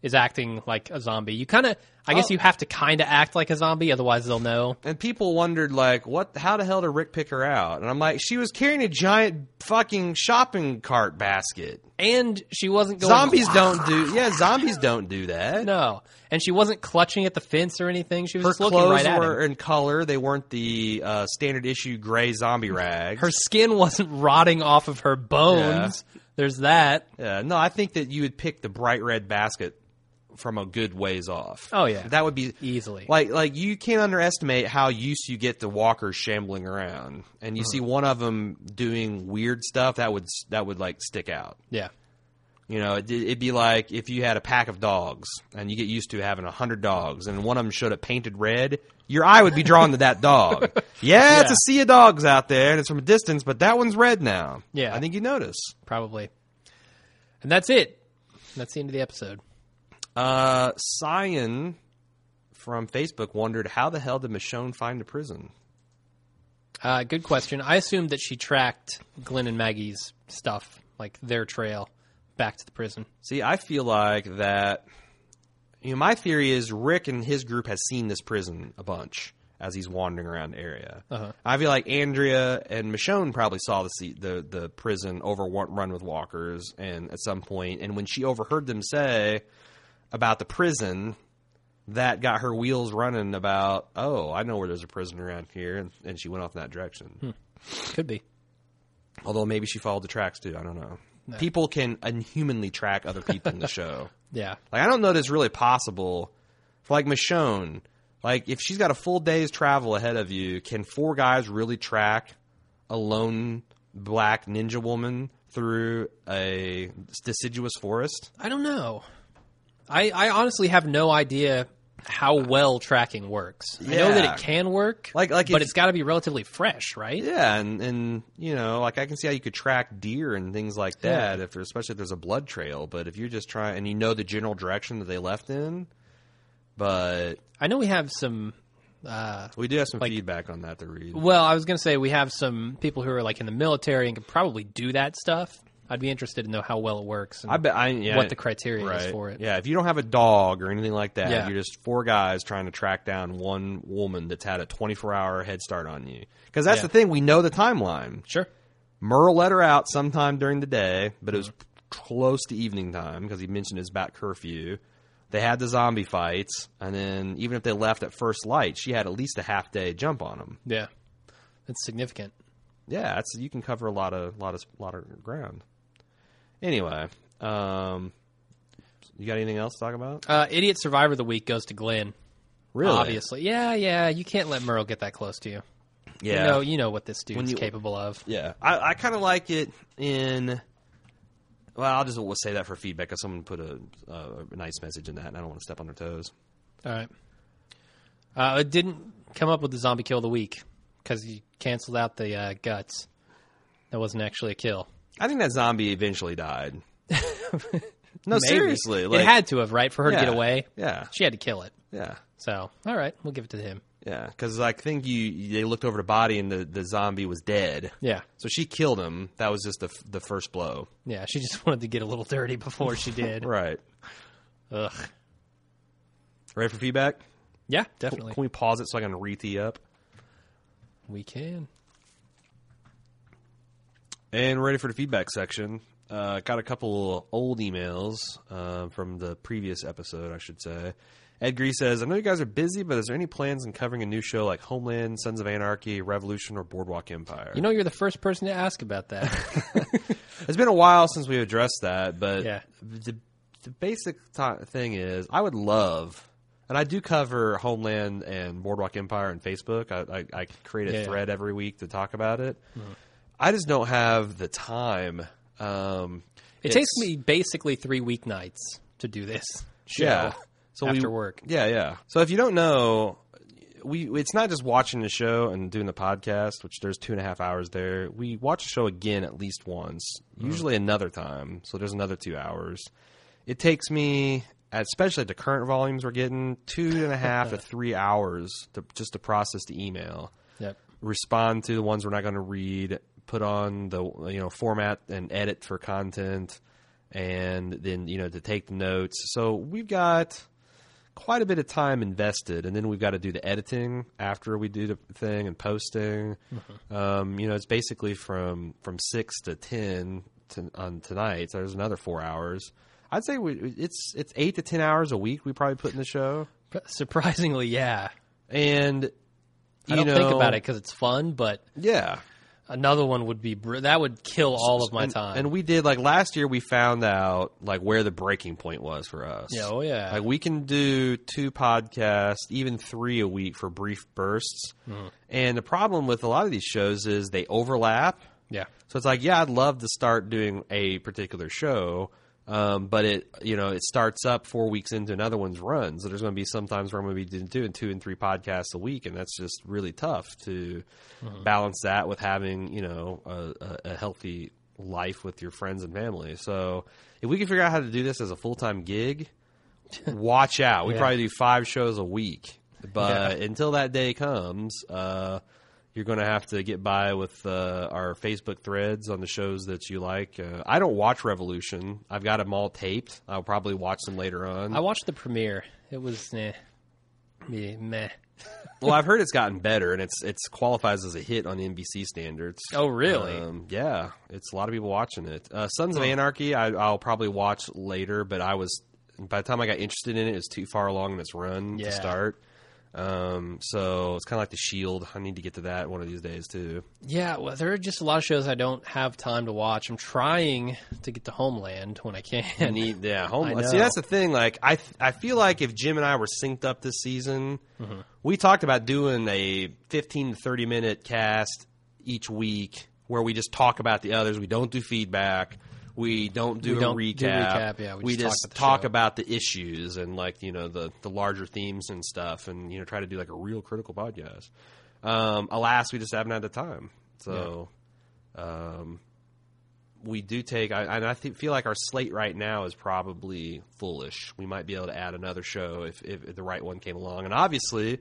is acting like a zombie. You kind of, I
Oh.
guess, you have to kind of act like a zombie, otherwise they'll know.
And people wondered, like, what? How the hell did Rick pick her out? And I'm like, she was carrying a giant fucking shopping cart basket.
And she wasn't going
Zombies don't do. Yeah, zombies don't do that.
Oh No, and she wasn't clutching at the fence or anything. She was
Her
just looking right
clothes
at him.
were in color. They weren't the uh, standard issue gray zombie rags.
her skin wasn't rotting off of her bones. There's that.
Yeah, no, I think that you would pick the bright red basket from a good ways off.
Oh, yeah.
that would be
Easily.
Like like you can't underestimate how used you get to walkers shambling around, and
Hmm.
you see one of them doing weird stuff that would that would like stick out.
Yeah.
You know, it'd, it'd be like if you had a pack of dogs and you get used to having a hundred dogs, and one of them showed up painted red, your eye would be drawn to that dog. Yeah, it's
Yeah.
a sea of dogs out there, and it's from a distance, but that one's red now.
Yeah.
I think you notice.
Probably. And that's it That's the end of the episode.
Uh, Cyan from Facebook wondered how the hell did Michonne find the prison?
Uh, good question. I assumed that she tracked Glenn and Maggie's stuff, like their trail, back to the prison.
See, I feel like that. You know, my theory is Rick and his group has seen this prison a bunch as he's wandering around the area.
Uh-huh.
I feel like Andrea and Michonne probably saw the se- the the prison overrun with walkers, and at some point, and when she overheard them say about the prison, that got her wheels running about. Oh, I know where there's a prison around here, and, and she went off in that direction.
Could be.
Although maybe she followed the tracks too. I don't know. People can inhumanly track other people in the show.
Yeah.
Like I don't know that it's really possible for like Michonne. Like if she's got a full day's travel ahead of you, can four guys really track a lone black ninja woman through a deciduous forest?
I don't know. I, I honestly have no idea how well tracking works. I know
Yeah.
that it can work,
Like- like
but
if-
it's got to be relatively fresh, right?
Yeah, and and you know, like I can see how you could track deer and things like that if there's especially if there's a blood trail, but if you're just trying and you know the general direction that they left in, but
I know we have some. Uh,
we do have some feedback on that to read.
well, I was going to say we have some people who are like in the military and could probably do that stuff. I'd be interested to know how well it works. And
I bet I, yeah,
what the criteria is for it.
Yeah, if you don't have a dog or anything like that,
Yeah.
you're just four guys trying to track down one woman that's had a 24 hour head start on you. Because that's
Yeah.
the thing, we know the timeline.
Sure.
Merle let her out sometime during the day, but it was
Mm-hmm.
close to evening time because he mentioned his back curfew. They had the zombie fights, and then even if they left at first light, she had at least a half day jump on them.
Yeah. That's significant.
yeah, that's you can cover a lot of lot of lot of ground. Anyway, um, you got anything else to talk about?
Uh, Idiot Survivor of the Week goes to Glenn.
Really?
Obviously. Yeah, yeah. You can't let Merle get that close to you.
Yeah.
You know, you know what this dude's
you-
capable of.
yeah. I, I kind of like it in. Well, I'll just we'll say that for feedback because someone put a, a, a nice message in that, and I don't want to step on their toes.
All right. Uh, it didn't come up with the zombie kill of the week because you canceled out the uh, guts. That wasn't actually a kill.
I think that zombie eventually died. no,
Maybe.
seriously, like,
it had to have, right? For her
yeah,
to get away,
Yeah,
she had to kill it.
yeah.
So, all right, we'll give it to him.
Yeah, because I think you they looked over the body and the, the zombie was dead.
Yeah.
So she killed him. That was just the f- the first blow.
Yeah, she just wanted to get a little dirty before she did.
Right.
Ugh.
Ready for feedback?
Yeah, definitely.
Can we pause it so I can read the up?
We can.
And ready for the feedback section. Uh, got a couple old emails uh, from the previous episode, I should say. Ed Gree says, I know you guys are busy, but is there any plans in covering a new show like Homeland, Sons of Anarchy, Revolution, or Boardwalk Empire?
You know, you're the first person to ask about that.
It's been a while since we addressed that, but
Yeah.
the, the basic to- thing is I would love, and I do cover Homeland and Boardwalk Empire on Facebook. I, I, I create a
Yeah. Mm-hmm.
thread every week to talk about it. I just don't have the time. Um,
It takes me basically three weeknights to do this show
yeah. So we-
after work.
Yeah, yeah. So if you don't know, we it's not just watching the show and doing the podcast, which there's two and a half hours there. We watch the show again at least once,
Mm-hmm.
usually another time. So there's another two hours. It takes me, especially at the current volumes we're getting, two and a half to three hours to, just to process the email
Yep.
respond to the ones we're not going to read, put on the you know format and edit for content, and then you know to take the notes. So we've got quite a bit of time invested, and then we've got to do the editing after we do the thing and posting.
Mm-hmm.
Um, you know, it's basically from from six to ten to, on tonight. So there's another four hours. I'd say we, it's it's eight to ten hours a week we probably put in the show,
Surprisingly, yeah.
and you
I don't
know,
think about it because it's fun, but
Yeah,
another one would be br- that would kill all of my
and,
time.
And we did like last year. We found out like where the breaking point was for us.
Yeah, oh, yeah.
Like we can do two podcasts, even three a week for brief bursts.
Mm-hmm.
And the problem with a lot of these shows is they overlap.
yeah,
So it's like, yeah, I'd love to start doing a particular show, um, but it you know it starts up four weeks into another one's run. So there's going to be sometimes where I'm going to be doing two and three podcasts a week, and that's just really tough to balance that with having you know a, a, a healthy life with your friends and family. So if we can figure out how to do this as a full time gig, watch out. We
Yeah.
probably do five shows a week. But until that day comes, uh, you're going to have to get by with uh, our Facebook threads on the shows that you like. Uh, I don't watch Revolution. I've got them all taped. I'll probably watch them later on.
I watched the premiere. It was eh, meh. meh.
well, I've heard it's gotten better, and it's it's qualifies as a hit on NBC standards.
Oh, really?
Um, yeah, it's a lot of people watching it. Uh, Sons of Anarchy, I, I'll probably watch later, but I was by the time I got interested in it, it was too far along in its run
Yeah.
to start. Um, so it's kind of like The Shield. I need to get to that one of these days too.
Yeah, well, there are just a lot of shows I don't have time to watch. I'm trying to get to Homeland when I can.
Need, yeah,
I
home.
know.
See, that's the thing. Like, I th- I feel like if Jim and I were synced up this season,
Mm-hmm.
we talked about doing a fifteen to thirty minute cast each week where we just talk about the others. We don't do feedback. We don't do
We
a
don't do
recap.
recap, yeah, we
we,
just talk
just
about the
talk
show.
about the issues and like you know the the larger themes and stuff, and you know try to do like a real critical podcast. Um, alas, we just haven't had the time. So we do take, I, and I th- feel like our slate right now is probably foolish. We might be able to add another show if, if, if the right one came along. And obviously,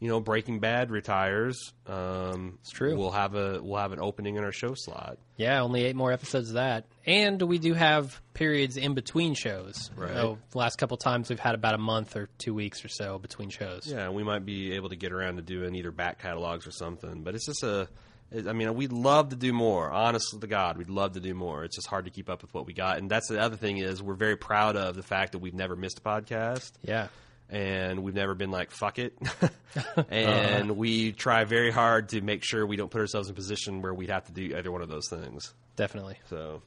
you know, Breaking Bad retires. Um, it's
true.
We'll have a we'll have an opening in our show slot.
Yeah, only eight more episodes of that. And we do have periods in between shows.
Right.
So the last couple times we've had about a month or two weeks or so between shows.
Yeah, we might be able to get around to doing either back catalogs or something. But it's just a, it- I mean, we'd love to do more. Honest to God, we'd love to do more. It's just hard to keep up with what we got. And that's the other thing is we're very proud of the fact that we've never missed a podcast.
Yeah.
and we've never been like fuck it and we try very hard to make sure we don't put ourselves in a position where we'd have to do either one of those things
definitely.
so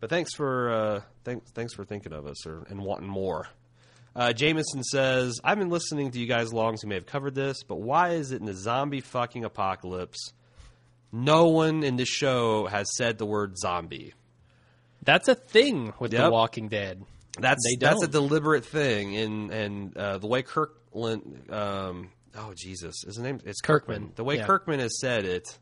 but thanks for uh thanks thanks for thinking of us or, and wanting more uh, Jameson says, I've been listening to you guys long, so you may have covered this, but why is it in the zombie fucking apocalypse? No one in this show has said the word zombie.
That's a thing with The
Yep.
Walking Dead.
That's
They
that's a
don't.
deliberate thing, and and uh, the way Kirkland, um, oh Jesus, his name it's Kirkman.
Kirkman,
The way
yeah.
Kirkman has said it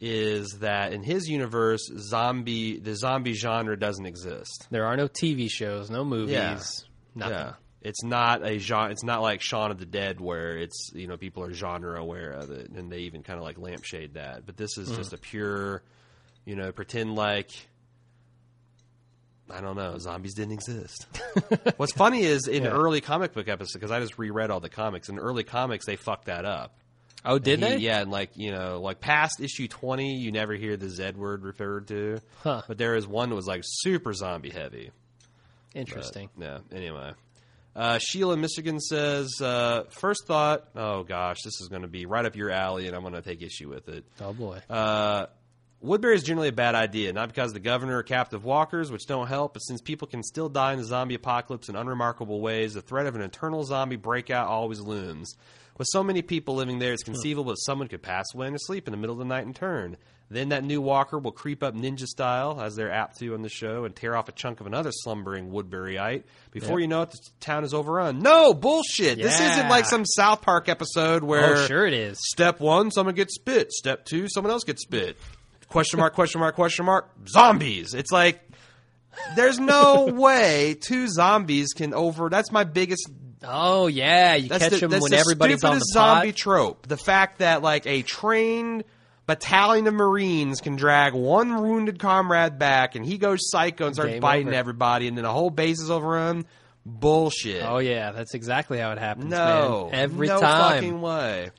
is that in his universe, zombie the zombie genre doesn't exist.
There are no TV shows, no movies, nothing.
Yeah, it's not a genre. It's not like Shaun of the Dead where it's you know people are genre aware of it, and they even kind of like lampshade that. But this is
Mm-hmm.
just a pure, you know, pretend like I don't know, zombies didn't exist. What's funny is in early comic book episodes because I just reread all the comics. In early comics, they fucked that up.
Oh, did
He-
they?
Yeah, and like you know, like past issue twenty, you never hear the Z word referred to.
Huh.
But there is one that was like super zombie heavy.
Interesting.
Yeah. Anyway, uh, Sheila in Michigan says uh, first thought. Oh gosh, this is going to be right up your alley, and I'm going to take issue with it.
Oh boy.
Uh, Woodbury is generally a bad idea, not because the governor or captive walkers, which don't help, but since people can still die in the zombie apocalypse in unremarkable ways, the threat of an eternal zombie breakout always looms. With so many people living there, it's conceivable that someone could pass away in their sleep in the middle of the night and turn. Then that new walker will creep up ninja style, as they're apt to on the show, and tear off a chunk of another slumbering Woodburyite. Before you know it, the town is overrun. No, bullshit! This
Yeah.
isn't like some South Park episode where.
oh, sure it is.
Step one, someone gets spit. Step two, someone else gets spit. Question mark, question mark, question mark. Zombies. It's like there's no way two zombies can over. That's my biggest.
Oh yeah, you
That's
catch
the,
them
that's
when
the
everybody's on the
stupidest
pot.
zombie trope. The fact that like a trained battalion of Marines can drag one wounded comrade back, and he goes psycho and starts
Game
biting
over.
everybody, and then the whole base is overrun. Bullshit.
Oh yeah, that's exactly how it happens.
No,
man. every
no
time.
fucking way.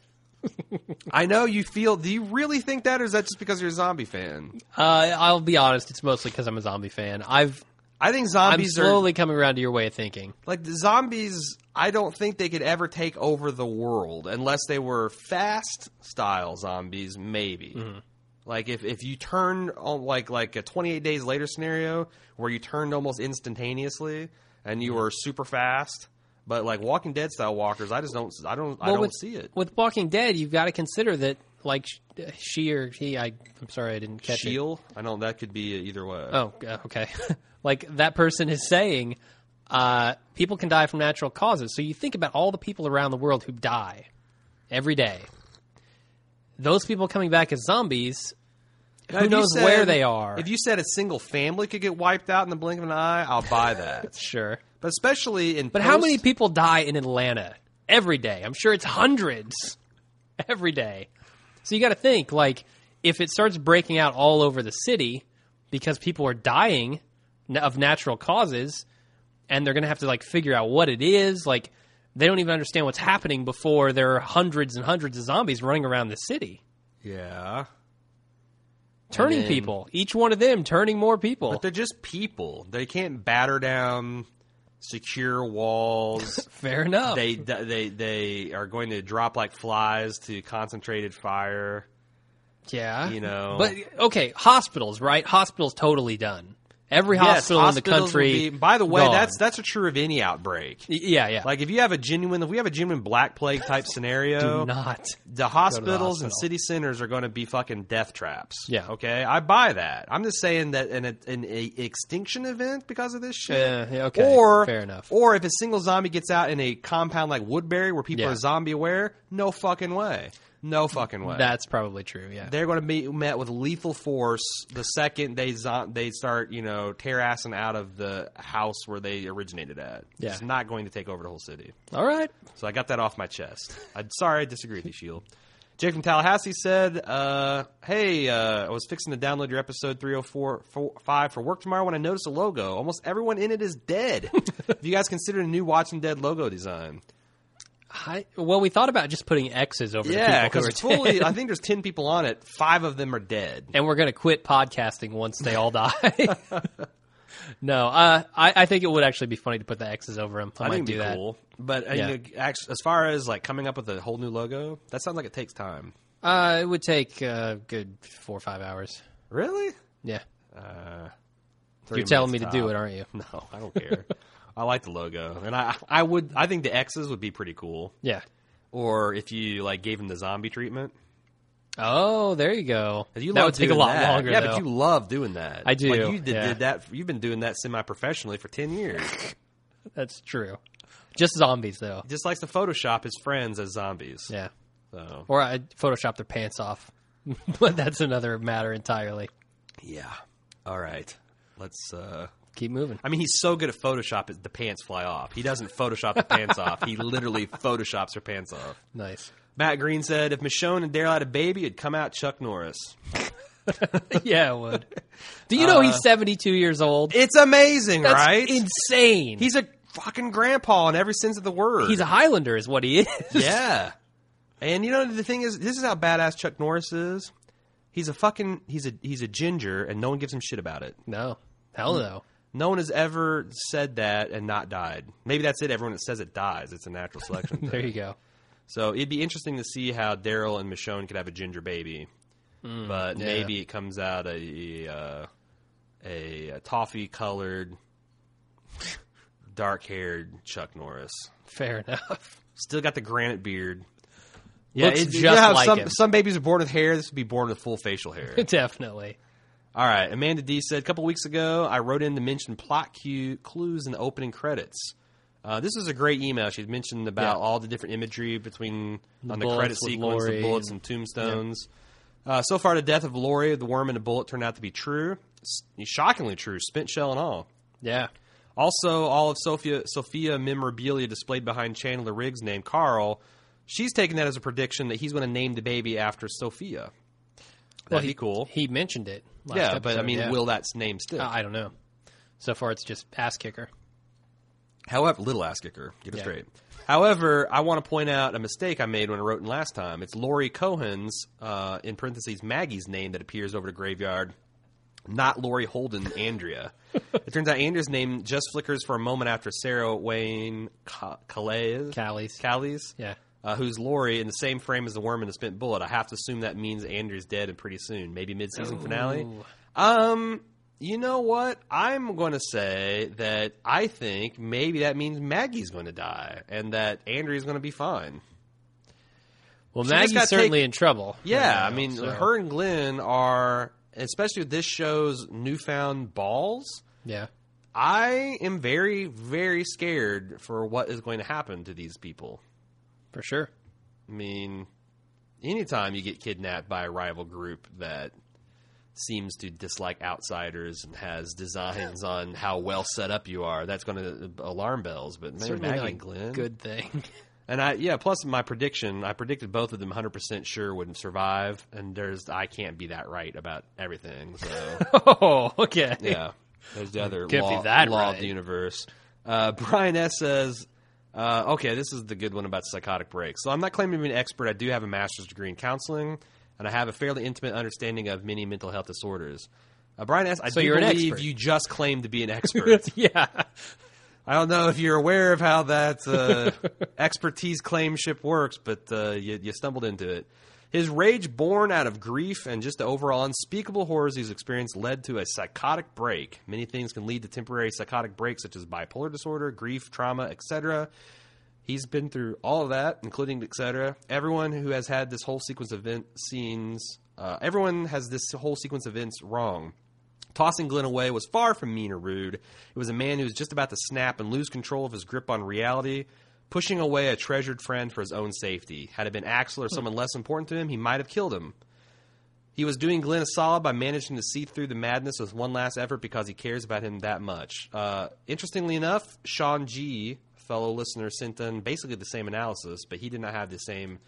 I know you feel. Do you really think that, or is that just because you're a zombie fan?
Uh, I'll be honest, it's mostly because I'm a zombie fan. I've
I think
I'm
zombies
slowly coming around to your way of thinking.
are like the zombies. I don't think they could ever take over the world unless they were fast style zombies. Maybe
Mm-hmm.
like if if you turned on like like a 28 days later scenario where you turned almost instantaneously and
Mm-hmm.
you were super fast. But like Walking Dead style walkers, I just don't. I don't. I
Well,
don't
with,
see it.
With Walking Dead, you've got to consider that, like sh- she or he. I, I'm sorry, I didn't catch it.
Shield. I E don't. That could be either way.
Oh, uh, okay. like that person is saying, uh, people can die from natural causes. So you think about all the people around the world who die every day. Those people coming back as zombies
Now,
Who
if you
knows
said-
where they are?
If you said a single family could get wiped out in the blink of an eye, I'll buy that.
sure.
but especially in
But how many people die in Atlanta every day? I'm sure it's hundreds every day. So you got to think like if it starts breaking out all over the city because people are dying n- of natural causes and they're going to have to like figure out what it is, like they don't even understand what's happening before there are hundreds and hundreds of zombies running around the city,
Yeah,
turning
then-
people. Each one of them turning more people.
but they're just people. They can't batter down secure walls.
Fair enough.
they they they are going to drop like flies to concentrated fire.
Yeah.
You know.
But okay, hospitals, right? Hospitals totally done. Every hospital
yes,
in the
hospitals will
country.
be- by the way,
gone.
that's that's true of any outbreak.
Y- yeah, yeah.
Like if you have a genuine, if we have a genuine black plague type
Do
scenario,
not.
the hospitals
hospital.
and city centers are going to be fucking death traps.
Yeah.
Okay. I buy that. I'm just saying that in a, in a extinction event because of this shit.
Yeah, yeah, okay.
Or
Fair enough.
Or if a single zombie gets out in a compound like Woodbury where people
Yeah.
are zombie aware, no fucking way. No fucking way.
That's probably true. Yeah.
They're going to be met with lethal force the second they zo- they start you know tear assing out of the house where they originated at.
Yeah.
It's not going to take over the whole city.
All right.
So I got that off my chest. I'm sorry I disagree with you, Shield. Jake from Tallahassee said, uh, "Hey, uh, I was fixing to download your episode 3045 for work tomorrow when I noticed a logo. Almost everyone in it is dead. Have you guys considered a new Watching Dead logo design?
I, well, we thought about just putting X's over
yeah,
the people who
because
are
fully,
dead.
I think there's ten people on it. Five of them are dead.
and we're going to quit podcasting once they all die. no, uh, I, I think it would actually be funny to put the X's over them. I,
I
might
think
do
it'd be
that.
cool, but uh, I
Yeah.
mean, act- as far as like coming up with a whole new logo, that sounds like it takes time.
Uh, it would take uh, a good four or five hours.
Really?
Yeah.
Three
You're telling me
minutes
to
top.
do it, aren't you?
No, I don't care. I like the logo, and I I would I think the X's would be pretty cool.
Yeah.
Or if you like gave them the zombie treatment,
Oh, there you go.
'Cause you
that
love
would take a
doing
lot
that.
longer.
Yeah,
though.
but you love doing that.
I do,
Like you did,
yeah.
did that. You've been doing that semi professionally for ten years.
That's true. Just zombies, though.
He just likes to Photoshop his friends as zombies.
Yeah.
So
Or I Photoshop their pants off. but that's another matter entirely.
yeah. All right. Let's. uh
Keep moving.
I mean, he's so good at Photoshop, it- the pants fly off. He doesn't Photoshop the pants off. He literally Photoshops her pants off.
Nice.
Matt Green said, "If Michonne and Daryl had a baby, it'd come out Chuck Norris."
yeah, it would. Do you know he's 72 years old?
Uh, It's amazing,
That's
right?
insane. He's,
he's a fucking grandpa in every sense of the word.
a Highlander, is what he is.
yeah. And you know the thing is, this is how badass Chuck Norris is. He's a fucking he's a he's a ginger, and no one gives him shit about it.
No. Hell no.
No one has ever said that and not died. Maybe that's it. Everyone that says it dies. It's a natural selection. thing.
There you go.
So it'd be interesting to see how Daryl and Michonne could have a ginger baby, but
yeah.
maybe it comes out a uh, a, a toffee colored, dark haired Chuck Norris.
Fair enough.
Still got the granite beard.
Looks
it-
just
you know how
like
some
him.
some babies are born with hair. This would be born with full facial hair.
Definitely.
All right, Amanda D said a couple weeks ago I wrote in to mention plot cue clues in the opening credits. Uh, this is a great email. She mentioned about
Yeah.
all the different imagery between on the
bullets
credit
with
sequence,
Lori
the bullets and tombstones. Uh, so far, the death of Lori, the worm and the bullet turned out to be true, S- shockingly true, spent shell and all.
Yeah.
Also, all of Sophia Sophia memorabilia displayed behind Chandler Riggs' name Carl. She's taking that as a prediction that he's going to name the baby after Sophia. That'd
Well,
be
he,
cool.
He mentioned it. last
Yeah, but I
episode,
mean,
yeah.
will that name stick?
Uh, I don't know. So far, it's just ass kicker.
However, little ass kicker, get it straight. However, I want to point out a mistake I made when I wrote in last time. It's Lori Cohen's, uh, in parentheses, Maggie's name that appears over the graveyard, not Lori Holden, Andrea. it turns out Andrea's name just flickers for a moment after Sarah Wayne Ca- Calais,
Callie's.
Callies,
Yeah.
uh, who's Lori in the same frame as the worm and the spent bullet. I have to assume that means Andrea's dead and pretty soon, maybe mid-season finale.
Ooh.
Um, you know what? I'm going to say that I think maybe that means Maggie's going to die and that Andrea's going to be fine.
Well,
just gotta
Maggie's certainly in trouble.
Yeah,
right
I
now,
mean,
so-
her and Glenn are, especially with this show's newfound balls.
Yeah.
I am very, very scared for what is going to happen to these people.
For sure.
I mean, anytime you get kidnapped by a rival group that seems to dislike outsiders and has designs on how well set up you are, that's going to alarm bells. But maybe
Certainly not a
Maggie Glenn,
good thing.
and I yeah. Plus my prediction, I predicted both of them 100 percent sure wouldn't survive, and there's I can't be that right about everything. So.
oh, okay.
Yeah. There's the other
Can't be
law,
that
law
right.
of the universe. Uh, Brian S. says, uh, okay, this is the good one about psychotic breaks. So I'm not claiming to be an expert. I do have a master's degree in counseling, and I have a fairly intimate understanding of many mental health disorders. Uh, Brian S., I
So
do
you're an
believe
expert.
you just claim to be an expert.
yeah.
I don't know if you're aware of how that uh, expertise claimship works, but uh, you, you stumbled into it. His rage, born out of grief and just the overall unspeakable horrors he's experienced, led to a psychotic break. Many things can lead to temporary psychotic breaks, such as bipolar disorder, grief, trauma, etc. He's been through all of that, including etc. Everyone who has had this whole sequence of event scenes, uh, everyone has this whole sequence of events wrong. Tossing Glenn away was far from mean or rude. It was a man who was just about to snap and lose control of his grip on reality, pushing away a treasured friend for his own safety. Had it been Axel or someone less important to him, he might have killed him. He was doing Glenn a solid by managing to see through the madness with one last effort because he cares about him that much. Uh, interestingly enough, Sean G, fellow listener, sent in basically the same analysis, but he did not have the same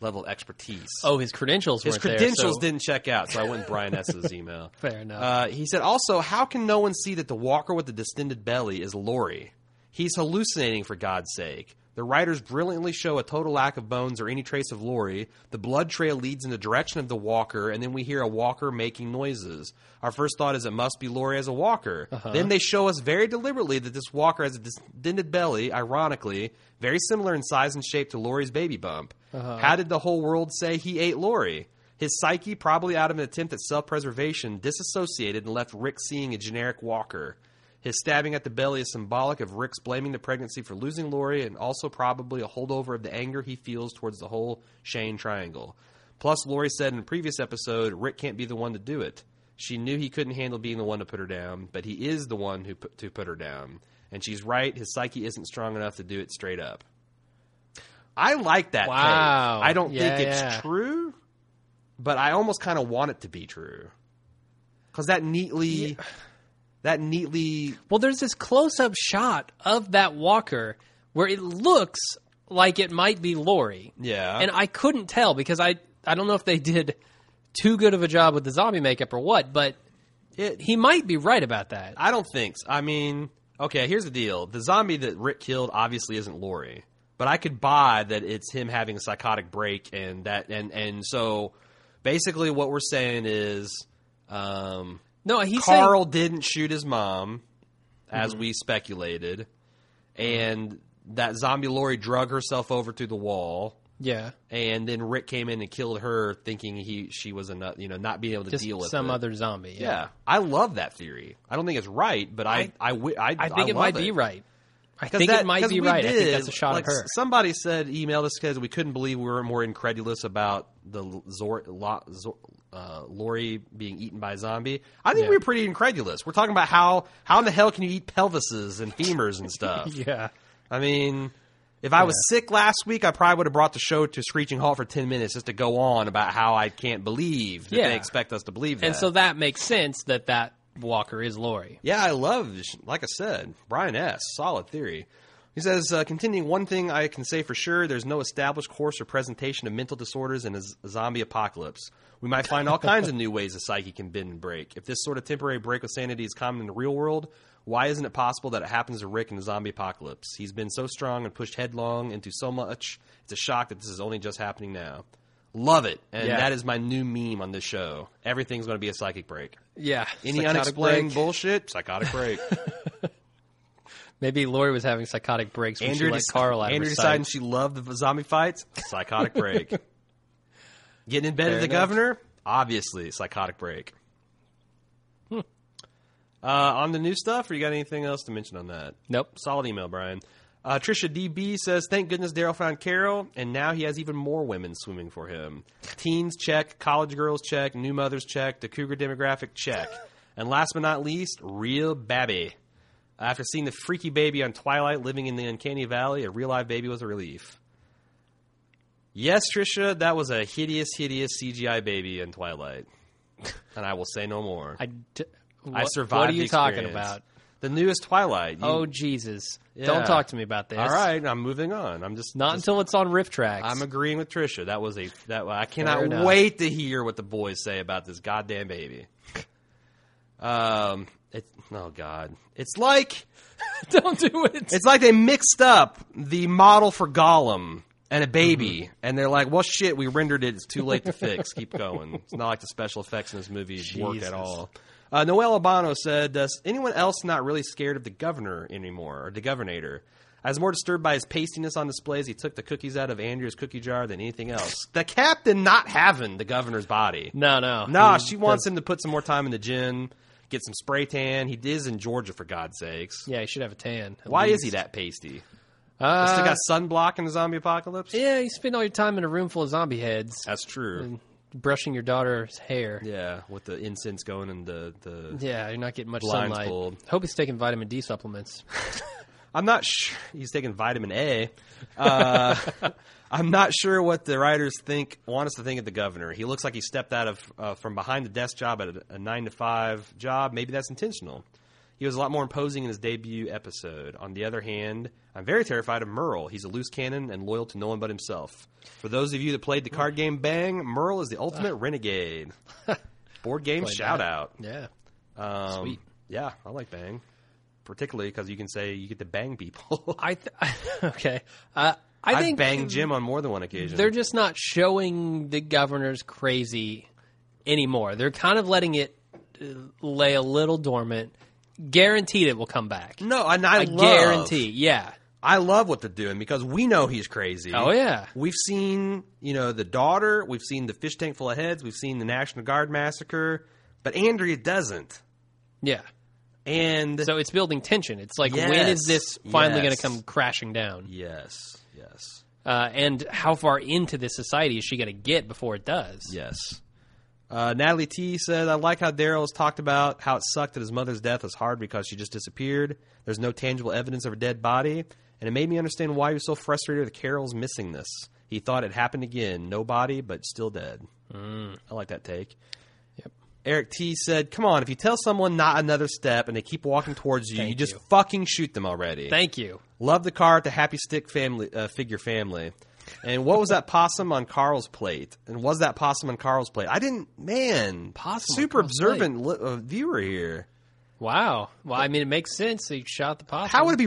level of expertise.
Oh, his credentials
His
weren't there,
credentials
so-
didn't check out, so I went with Brian S.'s email.
Fair enough.
Uh, he said, also, how can no one see that the walker with the distended belly is Lori? He's hallucinating, for God's sake. The writers brilliantly show a total lack of bones or any trace of Lori. The blood trail leads in the direction of the walker, and then we hear a walker making noises. Our first thought is it must be Lori as a walker. Then they show us very deliberately that this walker has a distended belly, ironically, very similar in size and shape to Lori's baby bump. How did the whole world say he ate Lori? His psyche, probably out of an attempt at self preservation, disassociated and left Rick seeing a generic walker. His stabbing at the belly is symbolic of Rick's blaming the pregnancy for losing Lori and also probably a holdover of the anger he feels towards the whole Shane triangle. Plus, Lori said in a previous episode, Rick can't be the one to do it. She knew he couldn't handle being the one to put her down, but he is the one who put, to put her down. And she's right, his psyche isn't strong enough to do it straight up. I like that. take.
Wow.
I don't
Yeah,
think it's
yeah.
true, but I almost kind of want it to be true. Because that neatly, that neatly
Well, there's this close up shot of that walker where it looks like it might be Lori.
Yeah.
And I couldn't tell because I I don't know if they did too good of a job with the zombie makeup or what, but
it,
he might be right about that.
I don't think. So. I mean, okay, here's the deal. The zombie that Rick killed obviously isn't Lori, but I could buy that it's him having a psychotic break and that and and so basically what we're saying is um
No, he's
Carl didn't shoot his mom as we speculated and that zombie Lori drug herself over to the wall.
saying yeah,
And then Rick came in and killed her, thinking he she was enough, you know, not being able to
just
deal with
some
it.
other zombie.
Yeah. I love that theory. I don't think it's right, but I I wi- I,
I think it might
love
be right. I
'Cause
think
that-
it might
'cause
be
we
right. I think
did-
that's a shot
like,
of her.
s- Somebody said emailed us because we couldn't believe we were more incredulous about the L- Zor, Lo, Zor, uh, Lori being eaten by a zombie. I think
Yeah.
we were pretty incredulous. We're talking about how how in the hell can you eat pelvises and femurs and stuff.
Yeah.
I mean, if I was sick last week, I probably would have brought the show to a screeching halt for ten minutes just to go on about how I can't believe that
Yeah.
they expect us to believe that.
And so that makes sense that that walker is Lori.
Yeah, I love, like I said, Brian S. Solid theory. He says, uh, continuing, one thing I can say for sure there's no established course or presentation of mental disorders in a z- zombie apocalypse. We might find all kinds of new ways the psyche can bend and break. If this sort of temporary break of sanity is common in the real world, why isn't it possible that it happens to Rick in the zombie apocalypse? He's been so strong and pushed headlong into so much, it's a shock that this is only just happening now. Love it. And
Yeah.
that is my new meme on this show. Everything's going to be a psychic break.
Yeah.
Any
Psychotic
unexplained
break.
bullshit, psychotic break.
Maybe Lori was having psychotic breaks when she let
dec-
Carl out
Andrew
of her sight.
deciding she loved the zombie fights, psychotic break. Getting in bed with the
enough.
governor, obviously psychotic break. Hmm. Uh, on the new stuff, or you got anything else to mention on that?
Nope.
Solid email, Brian. Uh, Trisha DB says, "Thank goodness Daryl found Carol, and now he has even more women swimming for him. Teens check, college girls check, new mothers check, the cougar demographic check, and last but not least, real baby. After seeing the freaky baby on Twilight living in the uncanny valley, a real live baby was a relief. Yes, Trisha, that was a hideous, hideous CGI baby in Twilight. and I will say no more.
I, d-
I
what-
survived.
What are you
the
talking
experience.
about?
The newest Twilight. You-
Oh Jesus!
Yeah.
Don't talk to me about this.
all right. I'm moving on. I'm just
Not until it's on riff tracks.
I'm agreeing with Trisha. That was a that I
Fair
cannot
enough.
wait to hear what the boys say about this goddamn baby. Um, it, oh god, it's like
Don't do it.
it's like they mixed up the model for Gollum
Mm-hmm.
and a baby, and they're like, "Well, shit, we rendered it. It's too late to fix. Keep going." It's not like the special effects in this movie work
Jesus.
at all. Uh, Noel Albano said, "Does anyone else not really scared of the governor anymore, or the governator?" I was more disturbed by his pastiness on displays. He took the cookies out of Andrea's cookie jar than anything else. The captain not having the governor's body.
no, no, Mm.
Nah,
He
she wants him to put some more time in the gym, get some spray tan. He is in Georgia, for God's sakes.
does- Yeah, he should have a tan. at
Why is
least.
he that pasty?
Uh,
Still got sunblock in the zombie apocalypse.
yeah, you spend all your time in a room full of zombie heads,
That's true.
brushing your daughter's hair. Yeah,
Yeah, with the incense going and the the.
you're not getting much
Blind's
sunlight.
pulled.
Hope he's taking vitamin D supplements.
I'm not sure he's taking vitamin A. Uh, I'm not sure what the writers think want us to think of the governor. He looks like he stepped out of uh, from behind the desk job at a, a nine to five job. Maybe that's intentional. He was a lot more imposing in his debut episode. On the other hand, I'm very terrified of Merle. He's a loose cannon and loyal to no one but himself. For those of you that played the card game Bang, Merle is the ultimate renegade. Board game
that.
shout out.
yeah,
Um,
Sweet.
Yeah, I like Bang, particularly because you can say you get to bang people.
I th- okay. Uh, I
I
think
banged Jim on more than one occasion.
they're just not showing the governor's crazy anymore. They're kind of letting it uh, lay a little dormant. Guaranteed, it will come back.
no, and I,
I
love-
guarantee. Yeah.
I love what they're doing because we know he's crazy.
Oh, yeah.
we've seen you know the daughter, we've seen the fish tank full of heads, we've seen the National Guard massacre, but Andrea doesn't.
Yeah.
And
So it's building tension. It's like, when is
Yes,
this finally
yes.
going to come crashing down?
yes, yes,
Uh, and how far into this society is she going to get before it does?
yes. Uh, Natalie T said, "I like how Daryl has talked about how it sucked that his mother's death was hard because she just disappeared. There's no tangible evidence of her dead body, and it made me understand why he was so frustrated with Carol's missing this. He thought it happened again, no body, but still dead. I like that take. Eric T said, "Come on, if you tell someone not another step and they keep walking towards you, you just
you.
fucking shoot them already."
Thank you.
Love the car at the Happy Stick family uh, figure family. And what was that possum on Carl's plate? And was that possum on Carl's plate? I didn't, man.
Possum on
super
Carl's
observant li- uh, viewer here.
Wow. Well, I mean, it makes sense. He shot the possum.
How would it be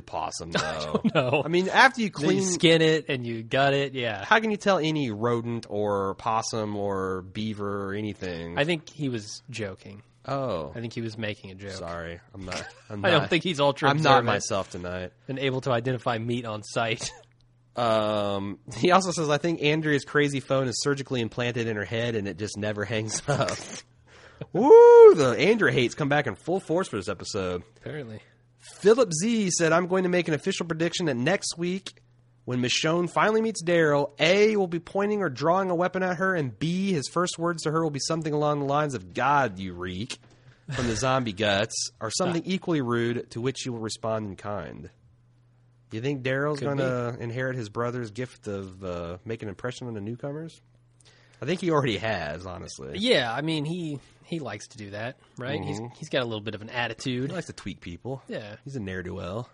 possum though? I
know.
mean, after you
Then
clean,
you skin it and you gut it? Yeah.
how can you tell any rodent or possum or beaver or anything?
I think he was joking.
oh,
I think he was making a joke.
sorry, I'm not. I'm
I
not
don't think he's ultra
I'm not
observant
myself tonight.
and able to identify meat on sight.
Um, he also says, I think Andrea's crazy phone is surgically implanted in her head and it just never hangs up. Woo! The Andrea hates come back in full force for this episode.
Apparently.
Philip Z said, I'm going to make an official prediction that next week, when Michonne finally meets Daryl, A will be pointing or drawing a weapon at her, and B, his first words to her will be something along the lines of, God, you reek, from the zombie guts, or something equally rude to which she will respond in kind. Do you think Daryl's
Could
going to inherit his brother's gift of uh, making an impression on the newcomers? I think he already has, honestly.
Yeah, I mean, he he likes to do that, right?
Mm-hmm.
He's he's got a little bit of an attitude.
He likes to tweak people.
Yeah,
He's a ne'er-do-well.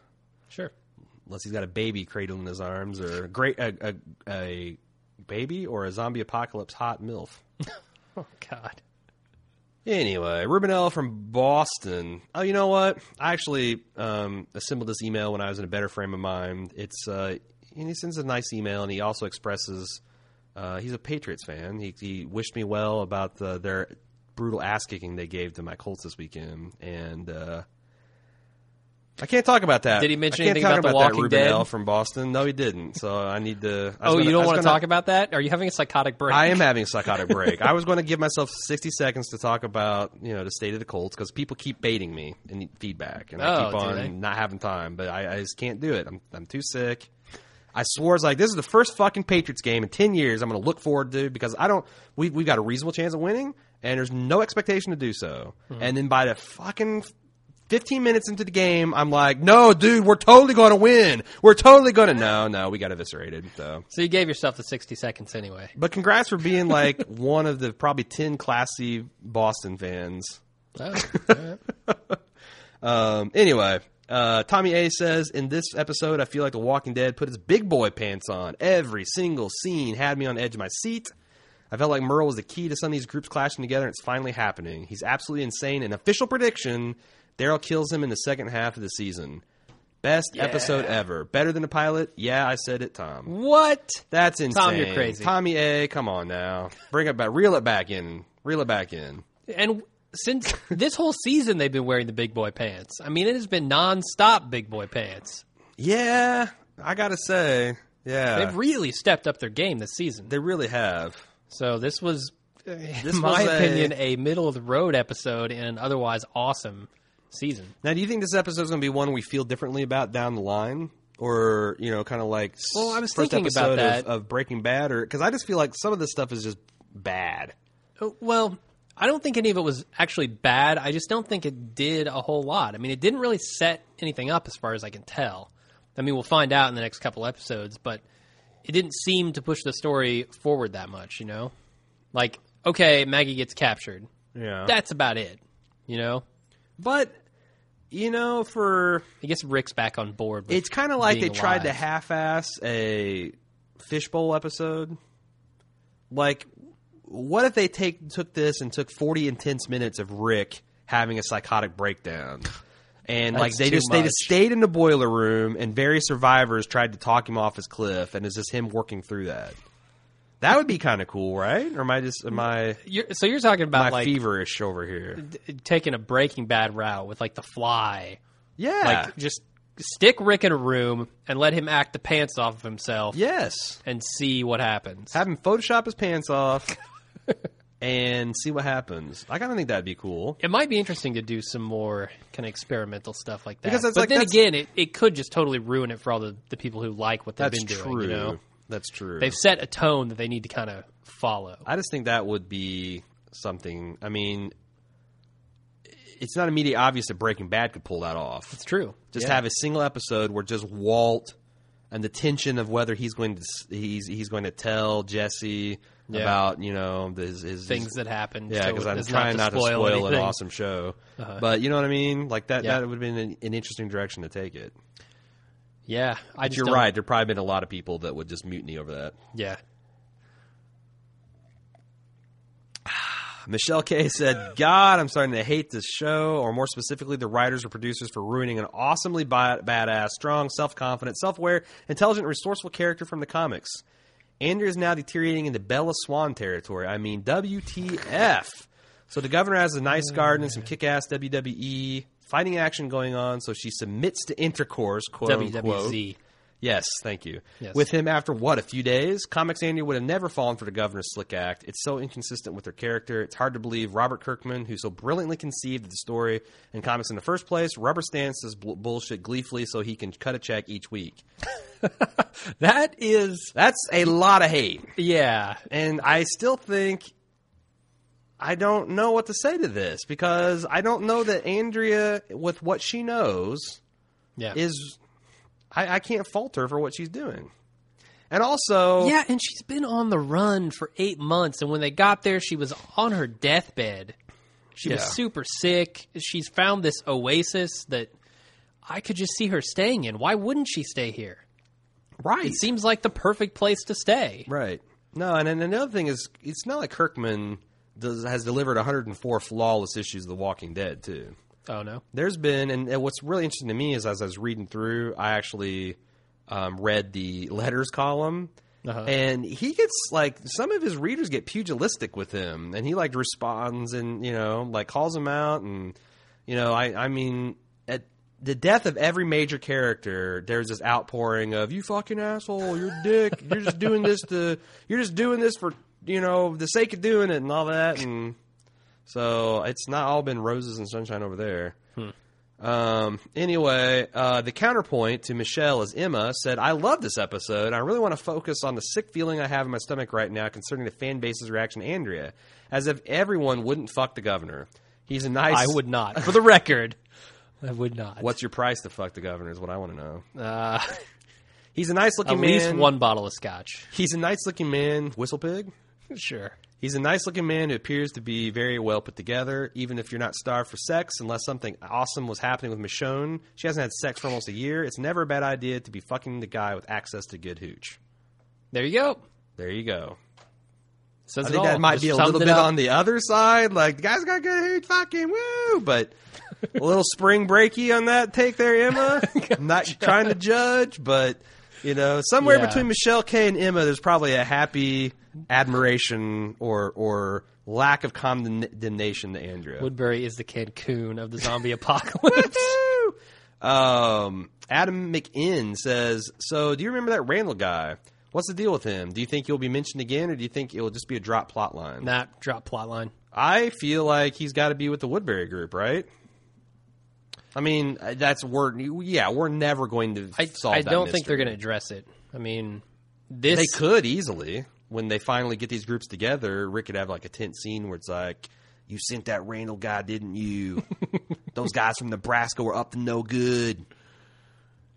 sure.
unless he's got a baby cradled in his arms or a great a, a, a baby or a zombie apocalypse hot milf.
Oh God.
Anyway, Ruben L from Boston. Oh, you know what? I actually um, assembled this email when I was in a better frame of mind. It's uh, and he sends a nice email, and he also expresses uh, he's a Patriots fan. He, he wished me well about the, their brutal ass kicking they gave to my Colts this weekend, and uh, I can't talk about that.
Did he mention
I can't
anything
talk
about The
that
Walking
Ruben
Dead?
L from Boston? No, he didn't. So I need to. I was
Oh,
gonna-
you
I
don't
was
want to
gonna-
talk about that? Are you having a psychotic break?
I am having a psychotic break. I was going to give myself 60 seconds to talk about, you know, the state of the Colts because people keep baiting me in feedback, and I
Oh,
keep
do
on
they?
not having time. But I, I just can't do it. I'm I'm too sick. I swore it's like this is the first fucking Patriots game in 10 years I'm going to look forward to because I don't. We we
Hmm.
got a reasonable chance of winning, and there's no expectation to do so. And then by the fucking 15 minutes into the game, I'm like, no, dude, we're totally going to win. We're totally going to. No, no, we got eviscerated. So.
So you gave yourself the 60 seconds anyway.
But congrats for being like one of the probably 10 classy Boston fans.
Oh, all right.
Um, anyway, uh, Tommy A says in this episode, I feel like The Walking Dead put its big boy pants on. Every single scene had me on the edge of my seat. I felt like Merle was the key to some of these groups clashing together, and it's finally happening. He's absolutely insane. An official prediction: Daryl kills him in the second half of the season. Best episode ever. Better than the pilot. Yeah, I said it, Tom.
What?
That's insane.
Tom, you're crazy.
Tommy A, come on now. Bring it back. Reel it back in. Reel it back in.
And since this whole season, they've been wearing the big boy pants. I mean, it has been nonstop big boy pants.
Yeah, I gotta say, yeah,
They've really stepped up their game this season.
they really have.
So this was, in
This
my
was a-
opinion, a middle of the road episode in an otherwise awesome season.
Now, do you think this episode is going to be one we feel differently about down the line, or you know, kind of like s-
Well, I was
first
thinking about
episode
that.
of, of Breaking Bad, or because I just feel like some of this stuff is just bad.
Uh, Well, I don't think any of it was actually bad. I just don't think it did a whole lot. I mean, it didn't really set anything up as far as I can tell. I mean, we'll find out in the next couple episodes, but it didn't seem to push the story forward that much, you know? Like, okay, Maggie gets captured.
Yeah,
That's about it, you know?
but you know, for
I guess Rick's back on board. With
it's kind of like they
being
tried to
alive.
half-ass a fishbowl episode. Like, what if they take took this and took forty intense minutes of Rick having a psychotic breakdown, and like
That's
they
too
just they just
much.
stayed in the boiler room and various survivors tried to talk him off his cliff, and it's just him working through that. That would be kind of cool, right? Or am I just am I
You're, so you're talking
my
about like
feverish over here?
t- taking a Breaking Bad route with like the fly,
Yeah.
like just stick Rick in a room and let him act the pants off of himself
yes.
and see what happens.
have him Photoshop his pants off and see what happens. I kind of think that'd be cool.
It might be interesting to do some more kind of experimental stuff like that.
Because that's
but
like-
then
that's-
again, it, it could just totally ruin it for all the, the people who like what they've
That's
been
true.
doing. You know,
That's true.
they've set a tone that they need to kind of follow.
I just think that would be something. I mean, it's not immediately obvious that Breaking Bad could pull that off.
It's true.
Just
Yeah.
have a single episode where just Walt and the tension of whether he's going to s- he's he's going to tell Jesse
Yeah.
about you know his, his
things that happen.
Yeah,
so
because
it-
I'm
it's
trying not to spoil, an
anything. Uh-huh.
awesome show. But you know what I mean? Like that,
Yeah.
that would have been an, an interesting direction to take it.
Yeah, I just
You're
don't-
right. There probably been a lot of people that would just mutiny over that.
Yeah,
Michelle K said, "God, I'm starting to hate this show, or more specifically, the writers or producers for ruining an awesomely bi- badass, strong, self-confident, self-aware, intelligent, resourceful character from the comics. Andrew is now deteriorating into Bella Swan territory. I mean, WTF? So the governor has a nice garden and some kick-ass WWE fighting action going on. So she submits to intercourse, quote unquote."
WWZ.
Yes, thank you.
Yes.
With him after what, a few days? Comics Andy would have never fallen for the governor's slick act. It's so inconsistent with her character. It's hard to believe Robert Kirkman, who so brilliantly conceived the story and comics in the first place, rubber stamps this bl- bullshit gleefully so he can cut a check each week.
That is,
That's a lot of hate.
yeah,
And I still think I don't know what to say to this because I don't know that Andrea, with what she knows,
yeah,
is I, I can't fault her for what she's doing. And also,
yeah. And she's been on the run for eight months, and when they got there, she was on her deathbed. She
Yeah.
was super sick. She's found this oasis that I could just see her staying in. Why wouldn't she stay here?
right,
It seems like the perfect place to stay.
right. No, and then another thing is, it's not like Kirkman does, has delivered 104 flawless issues of The Walking Dead, too.
Oh no,
There's been, and, and what's really interesting to me is as I was reading through, I actually um, read the letters column.
Uh-huh.
And he gets like some of his readers get pugilistic with him, and he like responds and you know like calls him out, and you know I I mean at the death of every major character, there's this outpouring of you fucking asshole, you're a dick, you're just doing this to you're just doing this for you know the sake of doing it and all that, and so it's not all been roses and sunshine over there. Um, anyway, uh, the counterpoint to Michelle is Emma said, I love this episode. I really want to focus on the sick feeling I have in my stomach right now concerning the fan base's reaction to Andrea, as if everyone wouldn't fuck the governor. He's a nice.
I would not. For the record, I would not.
What's your price to fuck the governor? Is what I want to know.
Uh,
He's a nice looking
at
man.
least one bottle of scotch.
He's a nice looking man. Whistle pig.
Sure.
He's a nice looking man who appears to be very well put together, even if you're not starved for sex, unless something awesome was happening with Michonne. She hasn't had sex for almost a year. It's never a bad idea to be fucking the guy with access to good hooch.
There you go.
There you go.
Says
I
it
think
all.
that might
Just
be a
sums
little
it
bit
up.
on the other side. Like, the guy's got good hooch, fucking woo! But a little spring breaky on that take there, Emma. I'm not trying to judge, but, you know, somewhere
Yeah.
between Michelle K and Emma, there's probably a happy admiration or, or lack of condemnation to Andrea.
Woodbury is the Cancun of the zombie apocalypse.
Um, Adam McInn says, "So, do you remember that Randall guy? What's the deal with him? Do you think he'll be mentioned again, or do you think it'll just be a drop plot line?
Not drop plot line.
I feel like he's got to be with the Woodbury group, right? I mean, uh, that's we're yeah, we're never going to
I,
solve.
I
that
don't think they're
mystery.
going to address it. I mean, this
They could easily when they finally get these groups together. Rick could have like a tense scene where it's like." You sent that Randall guy, didn't you? Those guys from Nebraska were up to no good.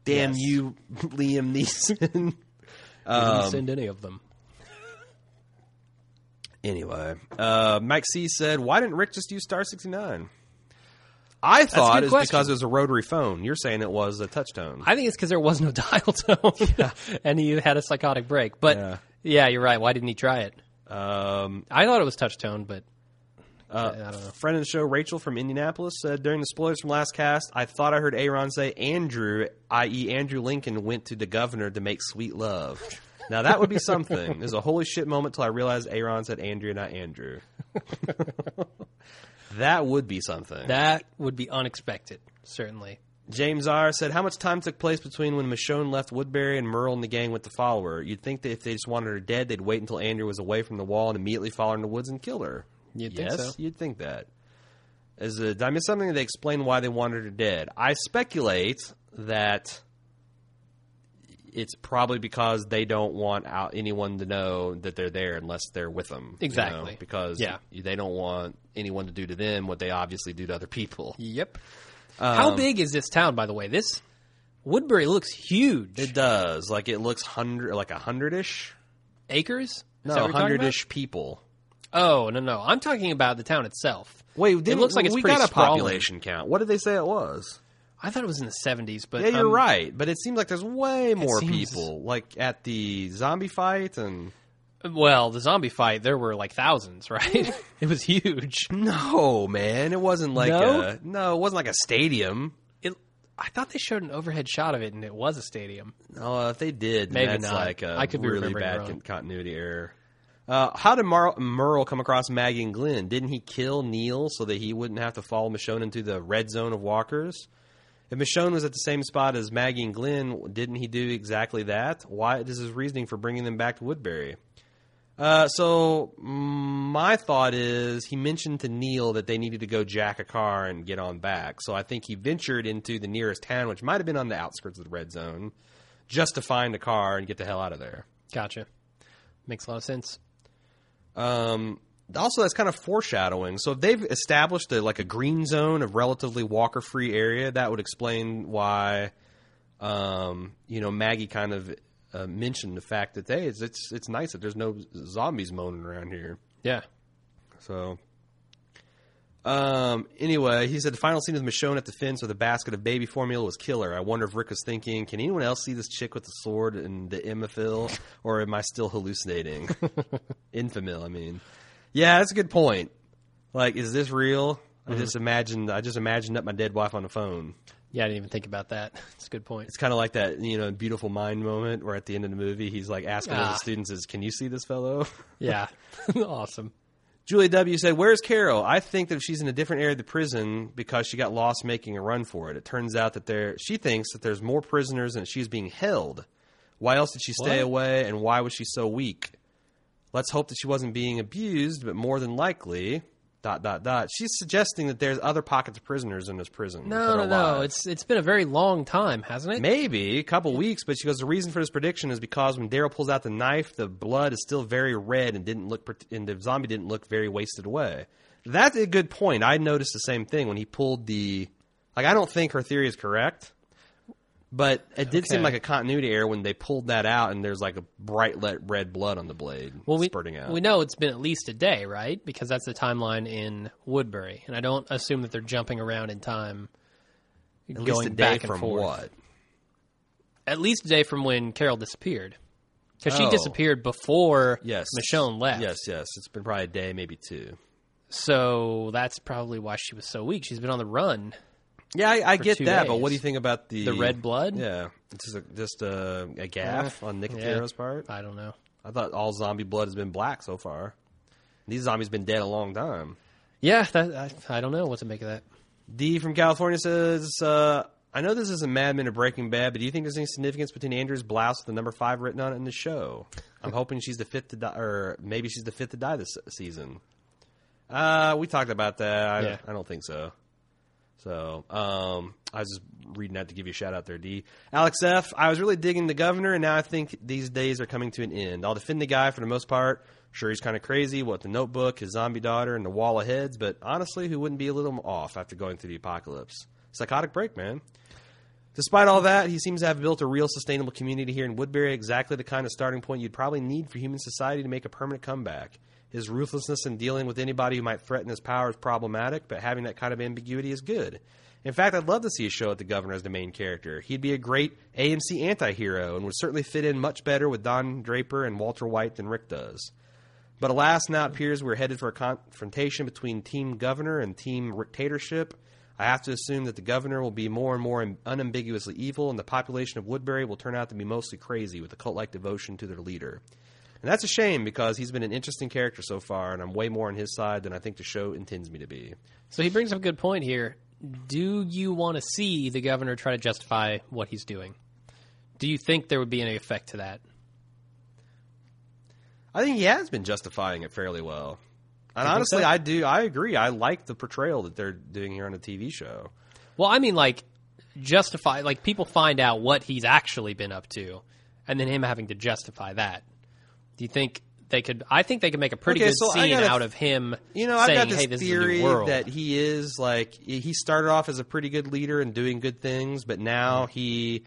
Damn
Yes.
you, Liam Neeson.
we
Um,
didn't send any of them.
anyway, uh, Mike C said, "Why didn't Rick just use Star 69?" I
good
thought it was
question.
because it was a rotary phone. You're saying it was a touchtone.
I think it's because there was no dial tone, and he had a psychotic break. But yeah.
Yeah.
you're right. Why didn't he try it?
Um,
I thought it was touch tone, but I don't know.
friend of the show, Rachel from Indianapolis, said during the spoilers from last cast, I thought I heard Aaron say Andrew, i.e., Andrew Lincoln, went to the governor to make sweet love. Now that would be something. There's a holy shit moment till I realized Aaron said Andrew, not Andrew. that would be something.
That would be unexpected, certainly.
James R said, "How much time took place between when Michonne left Woodbury and Merle and the gang went to follow her? You'd think that if they just wanted her dead, they'd wait until Andrew was away from the wall and immediately follow her in the woods and kill her.
You'd think
yes,
so.
you'd think that. Is a, did I miss something? They explain why they wanted her dead. I speculate that it's probably because they don't want out anyone to know that they're there unless they're with them. you know,
Exactly.
because
Yeah.
they don't want anyone to do to them what they obviously do to other people.
Yep.
Um,
How big is this town, by the way? This Woodbury looks huge.
It does. Like it looks hundred, like a hundred-ish.
Acres? Is that
No,
what you're talking about?
hundred-ish people.
Oh no, no, I'm talking about the town itself.
Wait,
didn't- looks like it's
we
pretty
got a
sprawling.
population count. What did they say it was?
I thought it was in the 70s, but
Yeah, you're
um,
right. But it seems like there's way more
seems-
people, like at the zombie fight and
Well, the zombie fight, there were like thousands, right? it was huge.
no, man, it wasn't like
No?
a no, it wasn't like a stadium.
It, I thought they showed an overhead shot of it, and it was a stadium.
Oh, if they did,
Maybe
maybe that's
not.
like a
I could be
really
remembering
bad
wrong.
con- continuity error. Uh, how did Mar- Merle come across Maggie and Glenn? Didn't he kill Neil so that he wouldn't have to follow Michonne into the red zone of walkers? If Michonne was at the same spot as Maggie and Glenn, didn't he do exactly that? Why is his reasoning for bringing them back to Woodbury? Uh, so mm, my thought is he mentioned to Neil that they needed to go jack a car and get on back. So I think he ventured into the nearest town, which might have been on the outskirts of the red zone, just to find a car and get the hell out of there.
Gotcha. Makes a lot of sense.
Um, also, that's kind of foreshadowing. So if they've established a, like a green zone, a relatively walker-free area, that would explain why, um, you know, Maggie kind of uh, mentioned the fact that hey, it's, it's it's nice that there's no zombies moaning around here.
Yeah.
So, um, anyway, he said the final scene of Michonne at the fence with a basket of baby formula was killer. I wonder if Rick was thinking, can anyone else see this chick with the sword and the Emifil, or am I still hallucinating? Infamil, I mean. Yeah, that's a good point. Like, is this real? I just imagined. I just imagined up my dead wife on the phone.
Yeah, I didn't even think about that. It's a good point.
It's kind of like that, you know, beautiful mind moment where at the end of the movie he's like asking all
Ah.
the students, "Is can you see this fellow?"
Yeah. awesome.
Julia W. said, Where's Carol? I think that she's in a different area of the prison because she got lost making a run for it. It turns out that there she thinks that there's more prisoners and she's being held. Why else did she stay
What?
away and why was she so weak? Let's hope that she wasn't being abused, but more than likely dot dot dot. She's suggesting that there's other pockets of prisoners in this prison. that
No,
are
no, no.
alive.
It's it's been a very long time, hasn't it?
Maybe a couple weeks, but she goes. The reason for this prediction is because when Daryl pulls out the knife, the blood is still very red and didn't look, part- and the zombie didn't look very wasted away. That's a good point. I noticed the same thing when he pulled the Like I don't think her theory is correct, but it did seem
Okay.
like a continuity error when they pulled that out and there's like a bright let red blood on the blade
Well, we,
spurting out.
we know it's been at least a day, right? Because that's the timeline in Woodbury, and I don't assume that they're jumping around in time,
At
going
least a day
back and
from
forth.
what?
At least a day from when Carol disappeared, because she
Oh.
disappeared before
Yes,
Michonne left.
Yes, yes. It's been probably a day, maybe two.
so that's probably why she was so weak. She's been on the run.
Yeah, I, I get
two
that, but
days.
what do you think about the
The red blood?
Yeah, it's just a, just a, a gaff on Nick
yeah.
Fury's part.
I don't know.
I thought all zombie blood has been black so far. These zombies been dead a long time.
Yeah, that, I, I don't know what to make of that.
D from California says, uh, "I know this isn't Mad Men or Breaking Bad, but do you think there's any significance between Andrew's blouse with the number five written on it in the show? I'm hoping she's the fifth to die, or maybe she's the fifth to die this season." Uh, we talked about that. I,
Yeah.
I don't think so. So um, I was just reading that to give you a shout out there, D. Alex F. I was really digging the governor, and now I think these days are coming to an end. I'll defend the guy for the most part. Sure, he's kind of crazy. What the Notebook, his zombie daughter, and the wall of heads. But honestly, who wouldn't be a little off after going through the apocalypse? Psychotic break, man. Despite all that, he seems to have built a real sustainable community here in Woodbury, exactly the kind of starting point you'd probably need for human society to make a permanent comeback. His ruthlessness in dealing with anybody who might threaten his power is problematic, but having that kind of ambiguity is good. In fact, I'd love to see a show with the governor as the main character. He'd be a great AMC anti hero and would certainly fit in much better with Don Draper and Walter White than Rick does. But alas, now it appears we're headed for a confrontation between Team Governor and Team Dictatorship. I have to assume that the governor will be more and more unambiguously evil, and the population of Woodbury will turn out to be mostly crazy with a cult like devotion to their leader. And that's a shame because he's been an interesting character so far, and I'm way more on his side than I think the show intends me to be.
So he brings up a good point here. Do you want to see the governor try to justify what he's doing? Do you think there would be any effect to that?
I think he has been justifying it fairly well. And
think
honestly,
so?
I do. I agree. I like the portrayal that they're doing here on the TV show.
Well, I mean, like justify, like people find out what he's actually been up to, and then him having to justify that. Do you think they could? I think they could make a pretty
Okay,
good
so I
scene
gotta-
out of him.
You know,
saying,
I've got this,
"Hey, this
theory
is a new world."
that he is like he started off as a pretty good leader and doing good things, but now he,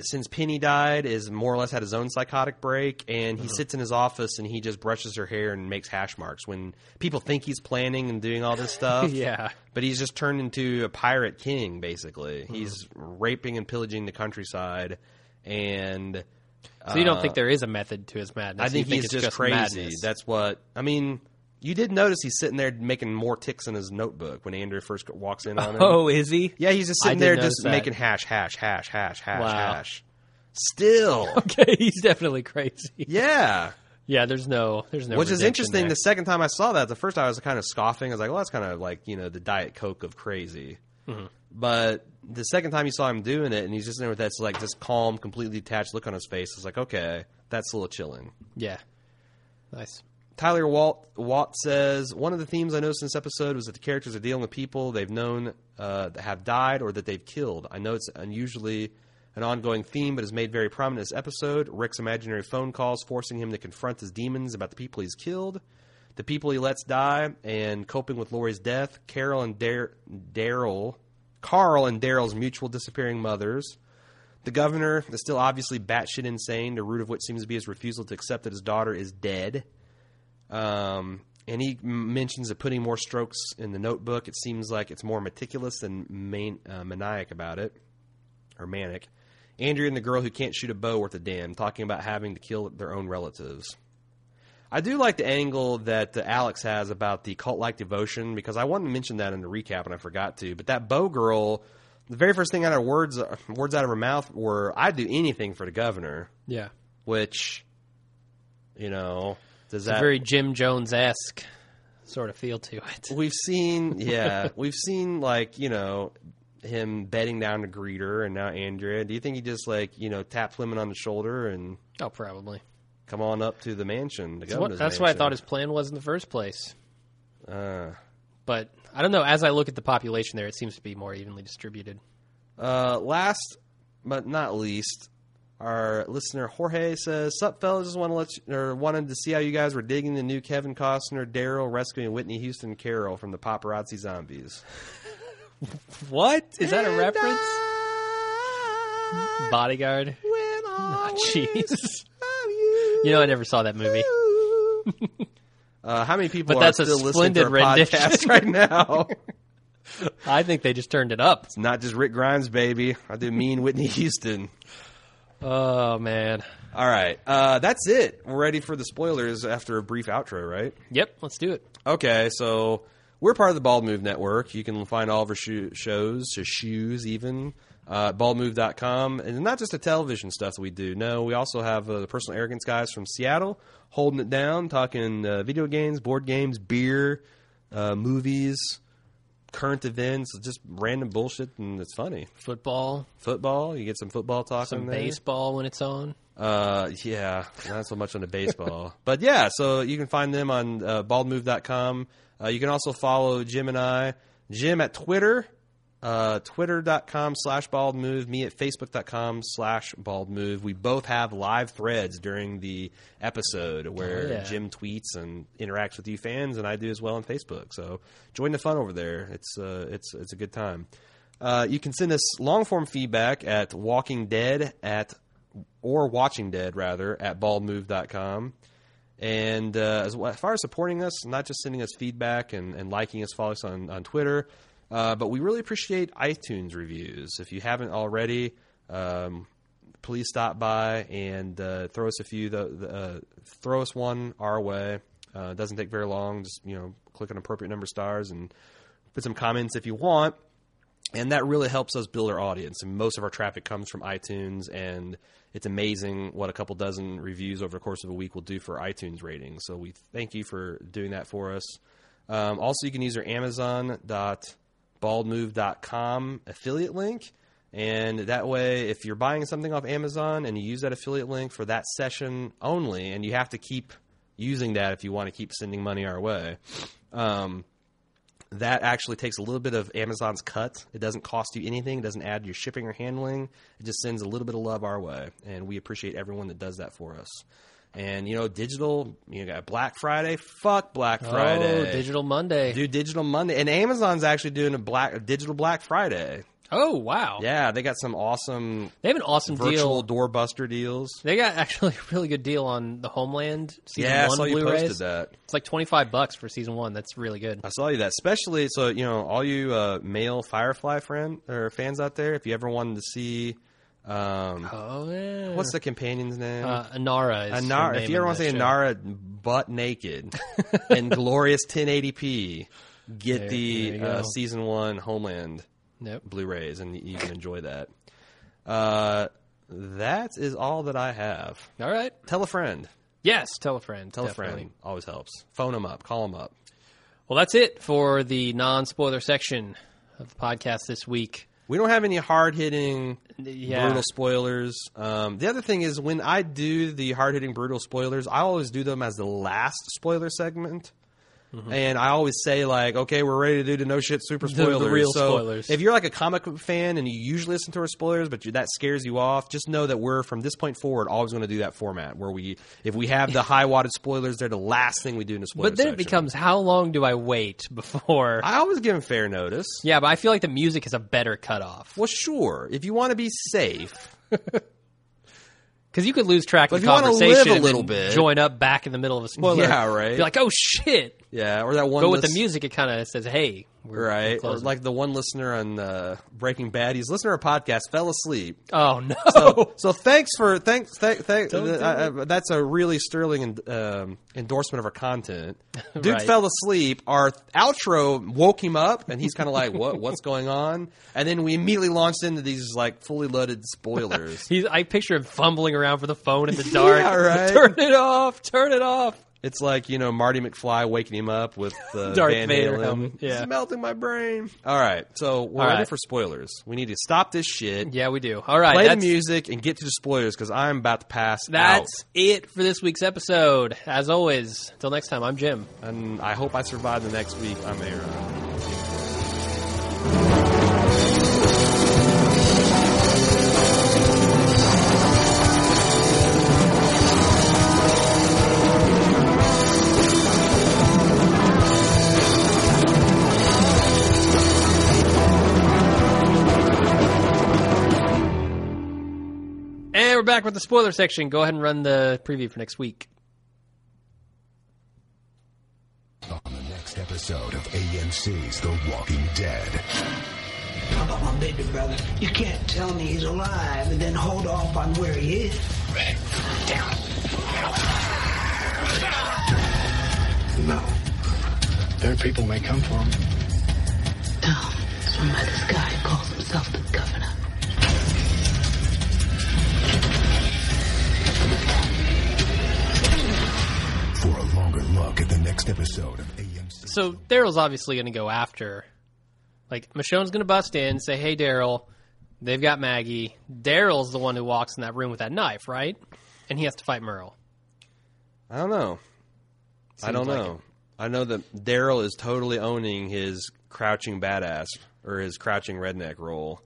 since Penny died, is more or less had his own psychotic break, and
Uh-huh.
he sits in his office and he just brushes her hair and makes hash marks when people think he's planning and doing all this stuff.
yeah,
But he's just turned into a pirate king, basically.
Uh-huh.
He's raping and pillaging the countryside, and
so you don't think there is a method to his madness?
Uh, I think,
you think
he's
it's
just,
just
crazy.
madness.
That's what I mean. You did notice he's sitting there making more ticks in his notebook when Andrew first walks in on him.
oh, is he?
yeah, he's just
I
sitting
did
there
notice
just
that.
making hash, hash, hash, hash, hash,
Wow.
hash. Still,
Okay, he's definitely crazy.
yeah.
Yeah, there's no, there's no.
Which is
redemption
interesting.
there.
The second time I saw that, the first time I was kind of scoffing. I was like, "Well, that's kind of like you know the Diet Coke of crazy."
Mm-hmm.
But the second time you saw him doing it, and he's just in there with that like just calm, completely detached look on his face. It's like, okay, that's a little chilling.
yeah, nice.
Tyler Walt Watt says one of the themes I noticed in this episode was that the characters are dealing with people they've known uh, that have died or that they've killed. I know it's unusually an ongoing theme, but is made very prominent in this episode. Rick's imaginary phone calls forcing him to confront his demons about the people he's killed, the people he lets die, and coping with Lori's death. Carol and Dar- Daryl, Carl and Daryl's mutual disappearing mothers. The governor is still obviously batshit insane, the root of which seems to be his refusal to accept that his daughter is dead. Um, and he m- mentions that putting more strokes in the notebook, it seems like it's more meticulous than man- uh, maniac about it, or manic. Andrea and the girl who can't shoot a bow worth a damn, talking about having to kill their own relatives. I do like the angle that uh, Alex has about the cult like devotion because I wanted to mention that in the recap and I forgot to. But that bow girl, the very first thing out of her words uh, words out of her mouth were, "I'd do anything for the governor,"
Yeah,
which, you know, does
it's
that
a very Jim Jones esque sort of feel to it.
We've seen, yeah, we've seen like you know him betting down to Greeter and now Andrea. Do you think he just like you know tapped Lemon on the shoulder and
Oh, probably.
come on up to the mansion? The
That's what,
governor's
that's what I
mansion?
thought his plan was in the first place.
Uh,
But I don't know. As I look at the population there, it seems to be more evenly distributed.
Uh, last but not least, our listener Jorge says, "Sup, fellas? Just want to let you, or wanted to see how you guys were digging the new Kevin Costner, Daryl rescuing Whitney Houston, Carol from the paparazzi zombies."
What is that a
And
reference?
I
Bodyguard.
will always
Jeez.
love you.
You know, I never saw that movie.
Uh, how many people
But
are
that's a
still listening to our
splendid rendition.
podcast right now?
I think they just turned it up.
It's not just Rick Grimes, baby. I do mean Whitney Houston.
Oh man.
All right, uh, that's it. We're ready for the spoilers after a brief outro, right?
Yep. Let's do it.
Okay, so we're part of the Bald Move Network. You can find all of our sho- shows, or shoes even, uh, at baldmove.com. And not just the television stuff that we do. No, we also have uh, the personal arrogance guys from Seattle holding it down, talking uh, video games, board games, beer, uh, movies, current events, just random bullshit, and it's funny.
Football.
Football, you get some football talk
Some
in there.
baseball when it's on.
Uh, yeah, not so much on the baseball, but yeah. So you can find them on uh, baldmove.com. Uh, you can also follow Jim and I, Jim at Twitter, uh, twitter.com slash baldmove, me at facebook.com slash baldmove. We both have live threads during the episode where
Oh, yeah.
Jim tweets and interacts with you fans, and I do as well on Facebook. So join the fun over there. It's uh, it's it's a good time. Uh, you can send us long form feedback at Walking Dead at or Watching Dead rather at baldmove.com. And uh, as, well- as far as supporting us, not just sending us feedback and, and liking us, follow us on, on Twitter, uh, but we really appreciate iTunes reviews. If you haven't already, um, please stop by and uh, throw us a few, the, the, uh, throw us one our way. Uh, it doesn't take very long. Just you know, click on appropriate number of stars and put some comments if you want and that really helps us build our audience. And most of our traffic comes from iTunes, and it's amazing what a couple dozen reviews over the course of a week will do for iTunes ratings. So we thank you for doing that for us. Um, also, you can use our Amazon.baldmove.com affiliate link. And that way, if you're buying something off Amazon and you use that affiliate link for that session only, and you have to keep using that if you want to keep sending money our way. Um, that actually takes a little bit of Amazon's cut. It doesn't cost you anything. It doesn't add to your shipping or handling. It just sends a little bit of love our way, and we appreciate everyone that does that for us. And you know, digital. You got Black Friday. Fuck Black Friday.
Oh, Digital Monday.
Do digital Monday, and Amazon's actually doing a black a digital Black Friday.
Oh wow.
Yeah, they got some awesome
They have an awesome deal.
virtual doorbuster deals.
They got actually a really good deal on the Homeland season
Yeah, I
one
saw you
Blu-rays.
posted that.
It's like twenty five bucks for season one. That's really good.
I saw you that, especially so you know all you uh, male Firefly friend or fans out there. If you ever wanted to see, um,
Oh yeah.
what's the companion's name?
uh, Anara? Is her
Anara.
name
If you ever
in
want to
that
see
show.
Anara butt naked and glorious 1080p, get
There-
the
there you
uh,
go.
season one Homeland
Nope.
Blu-rays, and you can enjoy that. Uh, that is all that I have.
All right.
Tell a friend.
Yes. Tell a friend.
Tell a
definitely.
friend. Always helps. Phone them up. Call them up.
Well, that's it for the non spoiler section of the podcast this week.
We don't have any hard hitting.
Yeah.
brutal spoilers. Um, the other thing is when I do the hard hitting brutal spoilers, I always do them as the last spoiler segment. And I always say like, okay, we're ready to do the no shit super
Mm-hmm. the
spoilers.
real
so
spoilers.
if you're like a comic book fan and you usually listen to our spoilers, but you, that scares you off, just know that we're from this point forward always going to do that format where we, if we have the high wadded spoilers, they're the last thing we do in the spoiler.
But then it
section.
becomes how long do I wait before.
I always give them fair notice.
yeah, but I feel like the music is a better cutoff.
Well, sure. If you want to be safe,
Because you could lose track of
if
the
you wanna live
conversation
a
and
little
then
bit-
join up back in the middle of a spoiler.
Yeah, right.
Be like, oh shit.
yeah. Or that one.
But with the
list-
music, it kind of says, hey, we're, we're
right? Or
closing.
like the one listener on uh, Breaking Bad, he's listening to our podcast, fell asleep.
oh no.
So, so thanks for thanks thank, thank
Don't do
uh, uh, that's a really sterling um, endorsement of our content. Dude
Right.
fell asleep. Our outro woke him up, and he's kind of like, "What? What's going on?" And then we immediately launched into these like fully loaded spoilers.
He's, I picture him fumbling around for the phone in the dark.
Yeah, right.
Turn it off. Turn it off.
it's like you know Marty McFly waking him up with uh,
Darth
Van
Vader
Halen.
helmet, yeah.
It's melting my brain. All right, so we're
All
ready
right.
for spoilers. We need to stop this shit.
Yeah, we do. All right.
play the
that's-
music and get to the spoilers because I'm about to pass
That's it for this week's episode. As always, until next time, I'm Jim.
out. And I hope I survive the next week. I'm Aaron.
back with the spoiler section. Go ahead and run the preview for next week.
on the next episode of AMC's The Walking Dead.
How about my baby brother? You can't tell me he's alive and then hold off on where he is.
No. Their people may come for him.
down from by this guy who calls himself the governor.
For a longer look at the next episode of AMC.
So Daryl's obviously going to go after. Like Michonne's going to bust in, say, "Hey, Daryl." They've got Maggie. Daryl's the one who walks in that room with that knife, right? And he has to fight Merle.
I don't know. I don't
like
know. I know that Daryl is totally owning his crouching badass or his crouching redneck role.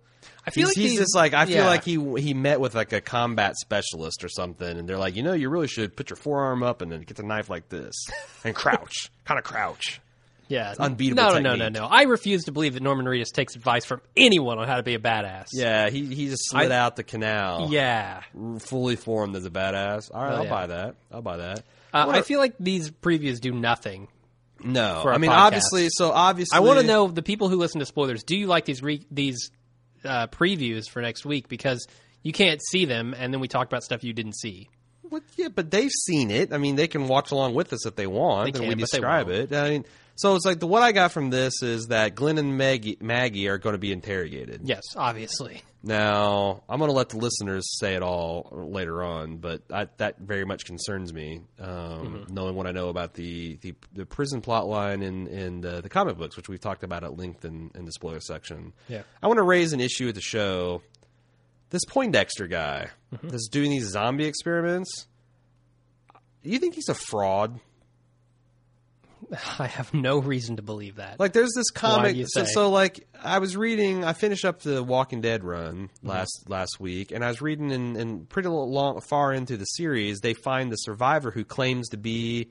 I feel
He's,
like
he's
these-
just like I feel
yeah.
like he he met with like a combat specialist or something, and they're like, you know, you really should put your forearm up and then get the knife like this and crouch, kind of crouch.
Yeah,
unbeatable
No, no, no,
technique.
no, no. I refuse to believe that Norman Reedus takes advice from anyone on how to be a badass.
Yeah, he he just slid out the canal.
yeah. Uh,
fully formed as a badass. All right,
Oh,
I'll
yeah.
buy that. I'll buy that.
Uh,
What
I
are-
feel like these previews do nothing.
no.
for our
I mean,
podcast.
obviously. So obviously,
I want to know the people who listen to spoilers. Do you like these re- these uh, previews for next week? Because you can't see them, and then we talk about stuff you didn't see.
Well, yeah, but they've seen it. I mean, they can watch along with us if they want,
They
and we
can, but they
describe
won't.
it. I mean, so it's like the what I got from this is that Glenn and Maggie, Maggie are going to be interrogated.
Yes, obviously.
Now, I'm going to let the listeners say it all later on, but I, that very much concerns me, um, knowing what I know about the, the, the prison plot line in, in the, the comic books, which we've talked about at length in, in the spoiler section.
Yeah.
I want to raise an issue with the show. This Poindexter guy that's doing these zombie experiments, do you think he's a fraud?
I have no reason to believe that.
Like there's this comic.
do you
so,
say?
so like I was reading. I finished up the Walking Dead run
Mm-hmm.
last last week, and I was reading in, in pretty lo- long far into the series. They find the survivor who claims to be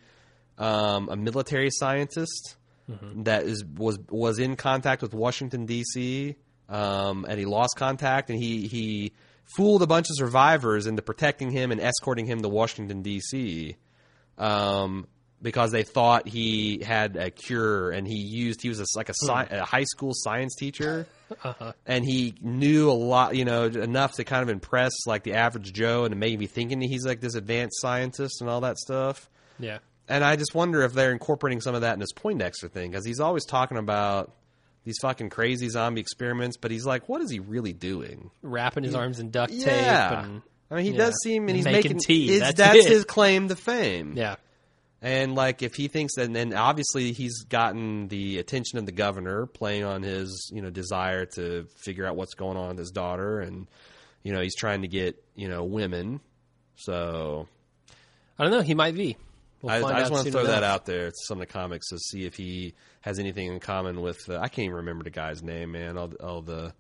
um, a military scientist
Mm-hmm.
that is was was in contact with Washington D.C. Um, and he lost contact, and he he fooled a bunch of survivors into protecting him and escorting him to Washington D.C um, because they thought he had a cure, and he used he was a, like a, sci- a high school science teacher,
Uh-huh.
and he knew a lot, you know, enough to kind of impress like the average Joe, and it made me thinking that he's like this advanced scientist and all that stuff.
yeah,
And I just wonder if they're incorporating some of that in this Poindexter thing because he's always talking about these fucking crazy zombie experiments, but he's like, what is he really doing?
wrapping his arms in duct tape. And,
I mean, he
yeah.
does seem, and he's
Making
making,
tea,
Is,
that's
that's
it.
his claim to fame.
yeah,
And like, if he thinks that, and obviously he's gotten the attention of the governor, playing on his you know desire to figure out what's going on with his daughter, and you know he's trying to get you know women. So
I don't know. He might be. We'll
I,
find
I just
out
want to
soon
throw that
enough.
out there to some of the comics to see if he has anything in common with. Uh, I can't even remember the guy's name, man. All, the- all the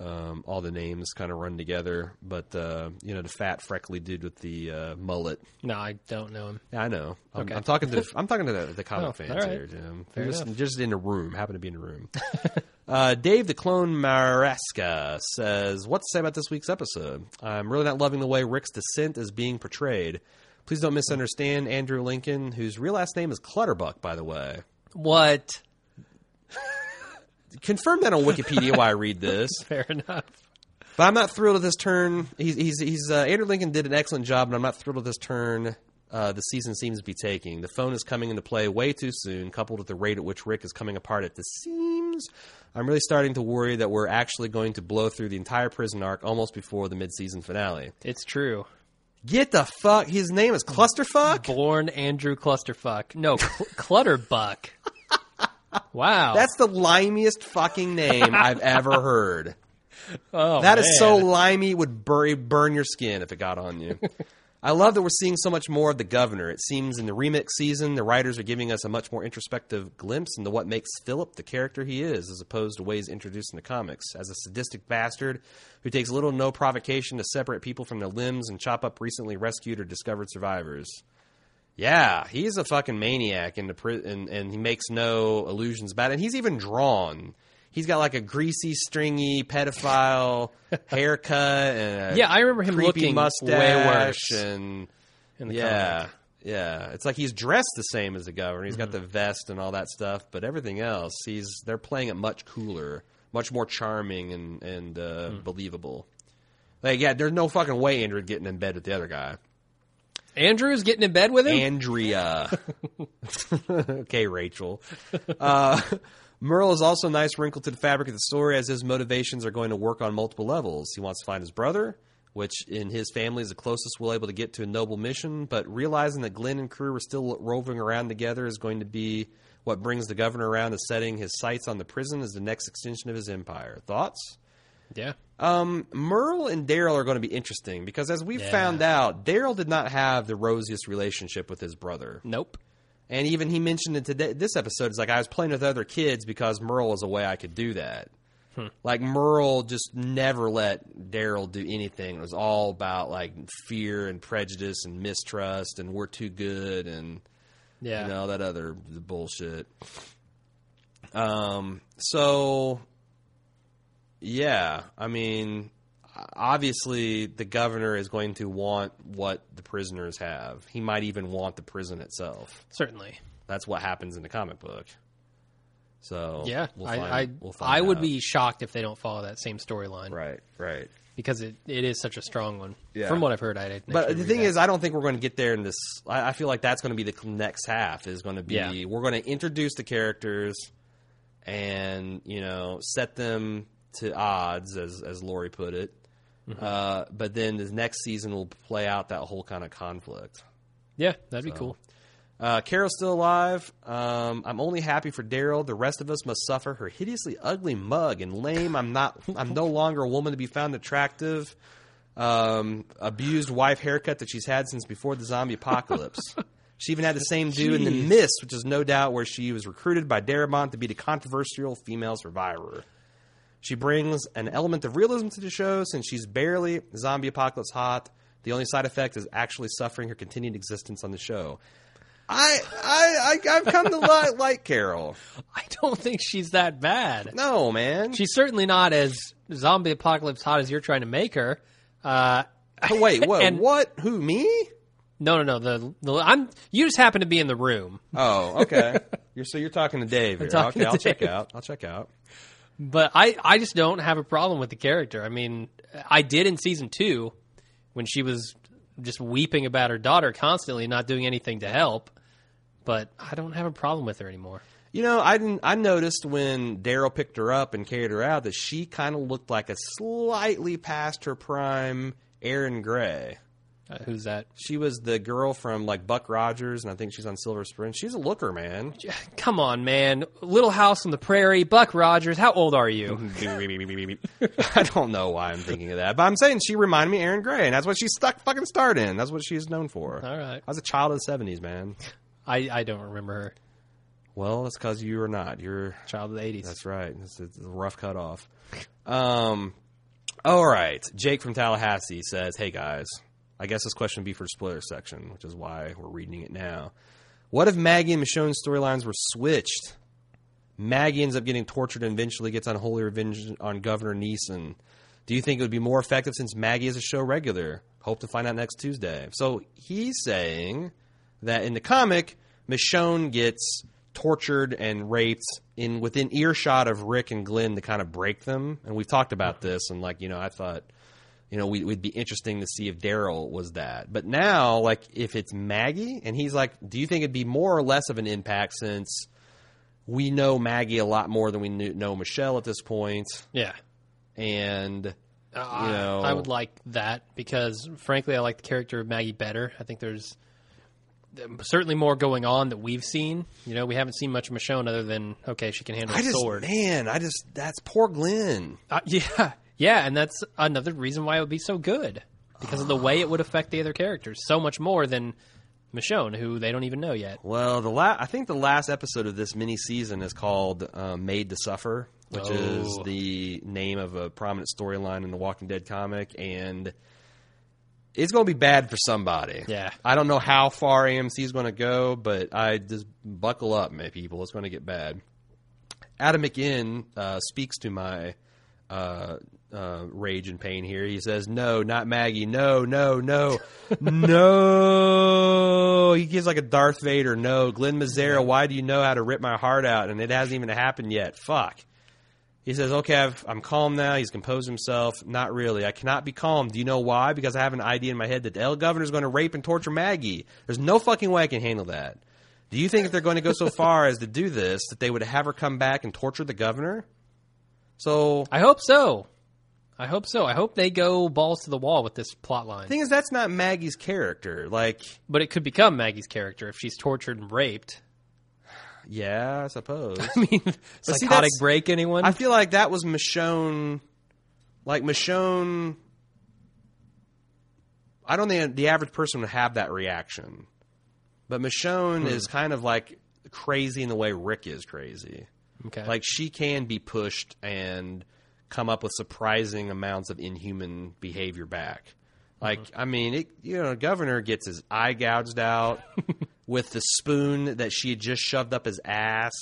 um, all the names kind of run together, but uh, you know the fat freckly dude with the uh, mullet.
No, I don't know him.
Yeah, I know. I'm,
Okay.
I'm talking to the, I'm talking to the, the comic
Oh,
fans
all right.
here, Jim. They're just,
enough.
just in a room, happen to be in a room. uh, Dave the Clone Maresca says, "What to say about this week's episode? I'm really not loving the way Rick's descent is being portrayed. Please don't misunderstand Andrew Lincoln, whose real last name is Clutterbuck, by the way.
What?
Confirm that on Wikipedia while I read this.
Fair enough.
But I'm not thrilled with this turn. He's he's, he's uh, Andrew Lincoln did an excellent job, and I'm not thrilled with this turn. Uh, the season seems to be taking. The phone is coming into play way too soon, coupled with the rate at which Rick is coming apart at the seams. I'm really starting to worry that we're actually going to blow through the entire prison arc almost before the mid-season finale.
It's true.
Get the fuck. His name is Clusterfuck.
Born Andrew Clusterfuck. No, cl- Clutterbuck. Wow.
That's the limiest fucking name I've ever heard.
oh,
That is so
man.
limey it would bur- burn your skin if it got on you. I love that we're seeing so much more of the governor. It seems in the remix season, the writers are giving us a much more introspective glimpse into what makes Philip the character he is, as opposed to ways introduced in the comics. As a sadistic bastard who takes little to no provocation to separate people from their limbs and chop up recently rescued or discovered survivors. Yeah, he's a fucking maniac in the pri- and, and he makes no illusions about it. And he's even drawn. He's got like a greasy, stringy pedophile haircut and a
Yeah, I remember him
creepy
looking way
mustache
worse
and
in the
yeah,
comic. Mm-hmm.
yeah. It's like he's dressed the same as the governor. He's got the vest and all that stuff, but everything else, he's they're playing it much cooler, much more charming and and uh,
Hmm.
believable. Like, yeah, there's no fucking way Andrew getting in bed with the other guy.
Andrew's getting in bed with him.
Andrea. okay, Rachel. Uh, Merle is also a nice wrinkle to the fabric of the story as his motivations are going to work on multiple levels. He wants to find his brother, which in his family is the closest we'll able to get to a noble mission, but realizing that Glenn and crew are still roving around together is going to be what brings the governor around to setting his sights on the prison as the next extension of his empire. Thoughts?
yeah,
Um, Merle and Daryl are going to be interesting because, as we found out, Daryl did not have the rosiest relationship with his brother,
nope.
and even he mentioned in today this episode is like I was playing with other kids because Merle was a way I could do that. Like Merle just never let Daryl do anything. It was all about like fear and prejudice and mistrust and we're too good and
Yeah,
you know that other bullshit. Um. So, yeah, I mean, obviously the governor is going to want what the prisoners have. He might even want the prison itself.
certainly.
That's what happens in the comic book. So
Yeah,
we'll
I
find-
I,
we'll
I
find
would
out.
be shocked if they don't follow that same storyline
right, right.
because it, it is such a strong one.
Yeah.
From what I've heard, I didn't.
But
actually
the
read
thing
that.
is, I don't think we're going to get there in this. I, I feel like that's going to be the next half. Is going to be
Yeah.
we're going to introduce the characters and you know set them to odds, as as Lori put it. Uh, but then the next season will play out that whole kind of conflict.
yeah, that'd be cool.
Uh, Carol's still alive. Um, I'm only happy for Daryl. The rest of us must suffer her hideously ugly mug and lame. I'm not. I'm no longer a woman to be found attractive. Um, abused wife haircut that she's had since before the zombie apocalypse. she even had the same dude in the mist, which is no doubt where she was recruited by Darabont to be the controversial female survivor. She brings an element of realism to the show since she's barely zombie apocalypse hot. The only side effect is actually suffering her continued existence on the show. I I, I I've come to like, like Carol.
I don't think she's that bad.
No, man.
She's certainly not as zombie apocalypse hot as you're trying to make her. Uh,
Oh, wait, what?
and-
what? Who? Me?
no, no, no. The, the I'm you just happen to be in the room,
Oh, okay. you're so you're talking to Dave. Here.
talking
Okay,
to
I'll check
Dave.
out. I'll check out.
but I I just don't have a problem with the character. I mean, I did in season two when she was just weeping about her daughter constantly, not doing anything to help. But I don't have a problem with her anymore.
You know, I didn't. I noticed when Daryl picked her up and carried her out that she kind of looked like a slightly past her prime Erin Gray.
Uh, who's that?
She was the girl from like Buck Rogers, and I think she's on Silver Spring. She's a looker, man.
Come on, man. Little House on the Prairie, Buck Rogers. How old are
Mm-hmm.
you?
I don't know why I'm thinking of that, but I'm saying she reminded me of Aaron Gray, and that's what she's stuck fucking starred in. That's what she's known for.
All right.
I was a child of the '70s, man.
I, I don't remember her.
Well, that's because you are not. You're
Child of the 80s.
That's right. It's, it's a rough cutoff. Um, all right. Jake from Tallahassee says, "Hey guys, I guess this question would be for spoiler section, which is why we're reading it now. What if Maggie and Michonne's storylines were switched? Maggie ends up getting tortured and eventually gets unholy revenge on Governor Neeson. Do you think it would be more effective since Maggie is a show regular? Hope to find out next Tuesday. So he's saying that in the comic, Michonne gets tortured and raped in within earshot of Rick and Glenn to kind of break them. And we've talked about this, and like you know, I thought you know we, it'd be interesting to see if Daryl was that. But now, like if it's Maggie, and he's like, do you think it'd be more or less of an impact since? We know Maggie a lot more than we knew, know Michelle at this point,
yeah.
and
I-
you know,
Uh, I would like that because, frankly, I like the character of Maggie better. I think there's certainly more going on that we've seen. You know, we haven't seen much of Michonne other than, okay, she can handle
I
a
just,
sword.
man, I just that's poor Glenn.
Uh, yeah. Yeah. And that's another reason why it would be so good because of the way it would affect the other characters so much more than Michonne, who they don't even know yet.
Well, the la- I think the last episode of this mini season is called uh, "Made to Suffer," which is
Oh.
the name of a prominent storyline in the Walking Dead comic, and it's going to be bad for somebody.
Yeah.
I don't know how far AMC is going to go, but I just buckle up, my people. It's going to get bad. Adam McInn uh, speaks to my uh, uh, rage and pain here. He says, "No, not Maggie. No, no, no, no." He gives like a Darth Vader. No, Glenn Mazzara. Why do you know how to rip my heart out? And it hasn't even happened yet. Fuck. He says, "Okay, I've, I'm calm now." He's composed himself. Not really. I cannot be calm. Do you know why? Because I have an idea in my head that the El Governor is going to rape and torture Maggie. There's no fucking way I can handle that. Do you think if they're going to go so far as to do this, that they would have her come back and torture the governor? So
I hope so. I hope so. I hope they go balls to the wall with this plot line.
thing is, that's not Maggie's character. Like,
but it could become Maggie's character if she's tortured and raped.
yeah, I suppose.
I mean,
see,
psychotic
that's-
break anyone?
I feel like that was Michonne. Like Michonne, I don't think the average person would have that reaction, but Michonne is kind of like crazy in the way Rick is crazy.
okay.
Like she can be pushed and come up with surprising amounts of inhuman behavior back. Like
Uh-huh.
I mean, it, you know, Governor gets his eye gouged out with the spoon that she had just shoved up his ass.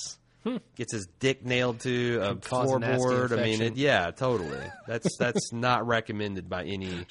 Gets his dick nailed to a
Hmm. cause a nasty
floorboard. I mean,
infection.
it, yeah, totally. That's that's not recommended by any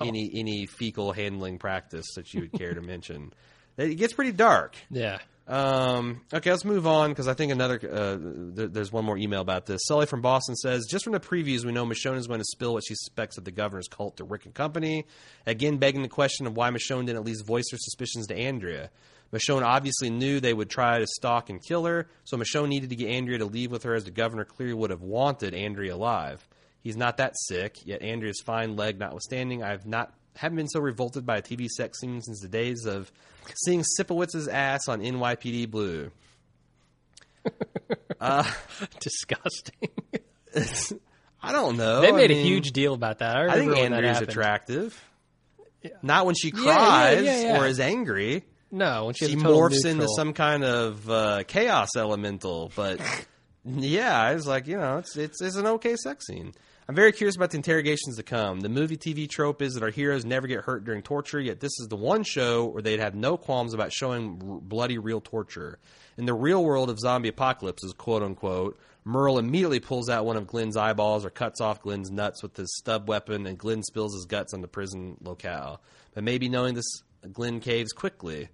any any fecal handling practice that you would care to mention. It gets pretty dark.
yeah.
Um, okay, let's move on because I think another uh, th- there's one more email about this. Sully from Boston says, just from the previews, we know Michonne is going to spill what she suspects of the governor's cult to Rick and company. Again, begging the question of why Michonne didn't at least voice her suspicions to Andrea. Michonne obviously knew they would try to stalk and kill her, so Michonne needed to get Andrea to leave with her, as the governor clearly would have wanted Andrea alive. He's not that sick, yet Andrea's fine leg notwithstanding, I've not haven't been so revolted by a TV sex scene since the days of seeing Sipowitz's ass on NYPD Blue.
Disgusting.
I don't know.
they
I
made a
mean,
huge deal about that. I,
I
remember
think
when that
Andrea's
happened.
attractive. Not when she
yeah,
cries
yeah, yeah.
or is angry.
No, when she,
She
has a total
morphs into
neutral.
some kind of uh, chaos elemental, but yeah, I was like, you know, it's, it's it's an okay sex scene. I'm very curious about the interrogations to come. The movie TV trope is that our heroes never get hurt during torture, yet this is the one show where they'd have no qualms about showing r- bloody real torture. In the real world of zombie apocalypses, quote unquote, Merle immediately pulls out one of Glenn's eyeballs or cuts off Glenn's nuts with his stub weapon, and Glenn spills his guts on the prison locale. But maybe knowing this, Glenn caves quickly.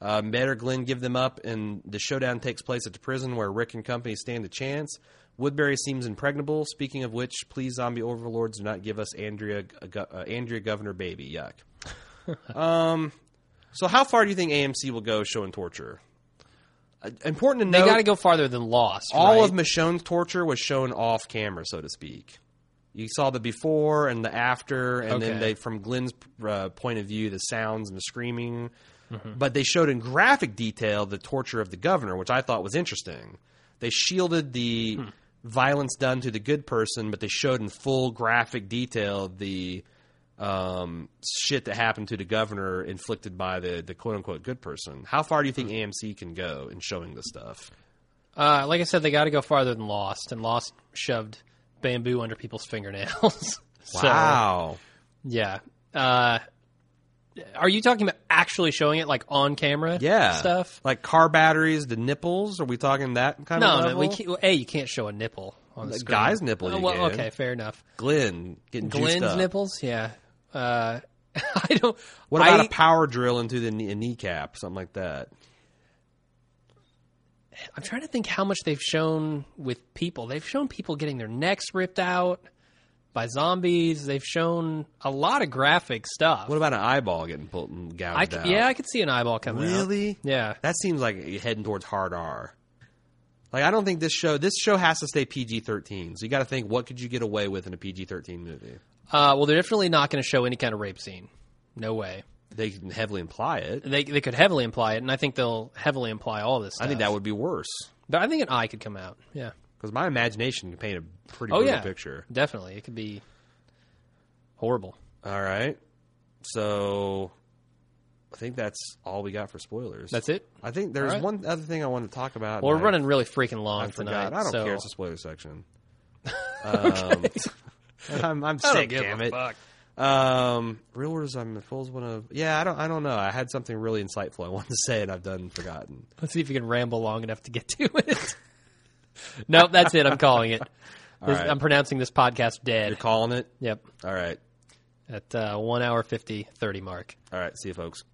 Uh, Matt or Glenn give them up, and the showdown takes place at the prison where Rick and company stand a chance. Woodbury seems impregnable. Speaking of which, please, zombie overlords, do not give us Andrea, uh, Go- uh, Andrea Governor Baby. Yuck. um, so how far do you think AMC will go showing torture? Uh, important to
They
note,
got to go farther than Lost.
all
right?
of Michonne's torture was shown off camera, so to speak. You saw the before and the after, and then
Okay.
they, from Glenn's uh, point of view, the sounds and the screaming.
Mm-hmm.
But they showed in graphic detail the torture of the governor, which I thought was interesting. They shielded the
Hmm.
violence done to the good person, but they showed in full graphic detail the um, shit that happened to the governor inflicted by the, the quote unquote good person. How far do you
Hmm.
think AMC can go in showing this stuff?
Uh, like I said, they got to go farther than Lost, and Lost shoved bamboo under people's fingernails. So,
Wow.
yeah. Uh, are you talking about actually showing it like on camera?
yeah
Stuff.
like car batteries the nipples are we talking that kind of
No,
level?
no. We can't, well, a you can't show a nipple on the
The
screen.
guy's nipple
Oh,
you
well,
can.
okay, fair enough.
glenn getting juiced
Glenn's
up.
nipples. Yeah. Uh, I don't.
what about
I-
a power drill into the knee, a kneecap something like that
I'm trying to think how much they've shown with people. They've shown people getting their necks ripped out by zombies. They've shown a lot of graphic stuff.
what about an eyeball getting pulled and gouged
I c-
out
yeah, I could see an eyeball coming out.
Really?
Yeah.
that seems like you're heading towards hard r like i don't think this show this show has to stay pg-13 so you got to think what could you get away with in a pg-13 movie
Uh, well, they're definitely not going to show any kind of rape scene. No way.
they can heavily imply it
They they could heavily imply it, and I think they'll heavily imply all this. Stuff.
i think that would be worse
But I think an eye could come out. Yeah.
because my imagination can paint a pretty
Oh
brutal
yeah.
picture
Definitely, it could be horrible.
All right. So I think that's all we got for spoilers.
That's it?
I think there's
All right.
one other thing I wanted to talk about.
Well,
and
we're running really freaking
I,
long
I
tonight.
forgot. I don't
so
care. It's a spoiler section. um, I'm, I'm
I don't
sick.
give
Damn
a
it.
fuck.
Um, real words. I'm the fools. One of yeah. I don't. I don't know. I had something really insightful I wanted to say, and I've done forgotten.
Let's see if you can ramble long enough to get to it. nope, that's it. I'm calling it. This-
right.
I'm pronouncing this podcast dead.
You're calling it?
Yep.
All right.
At uh, 1 hour 50, 30 mark.
All right. See you, folks.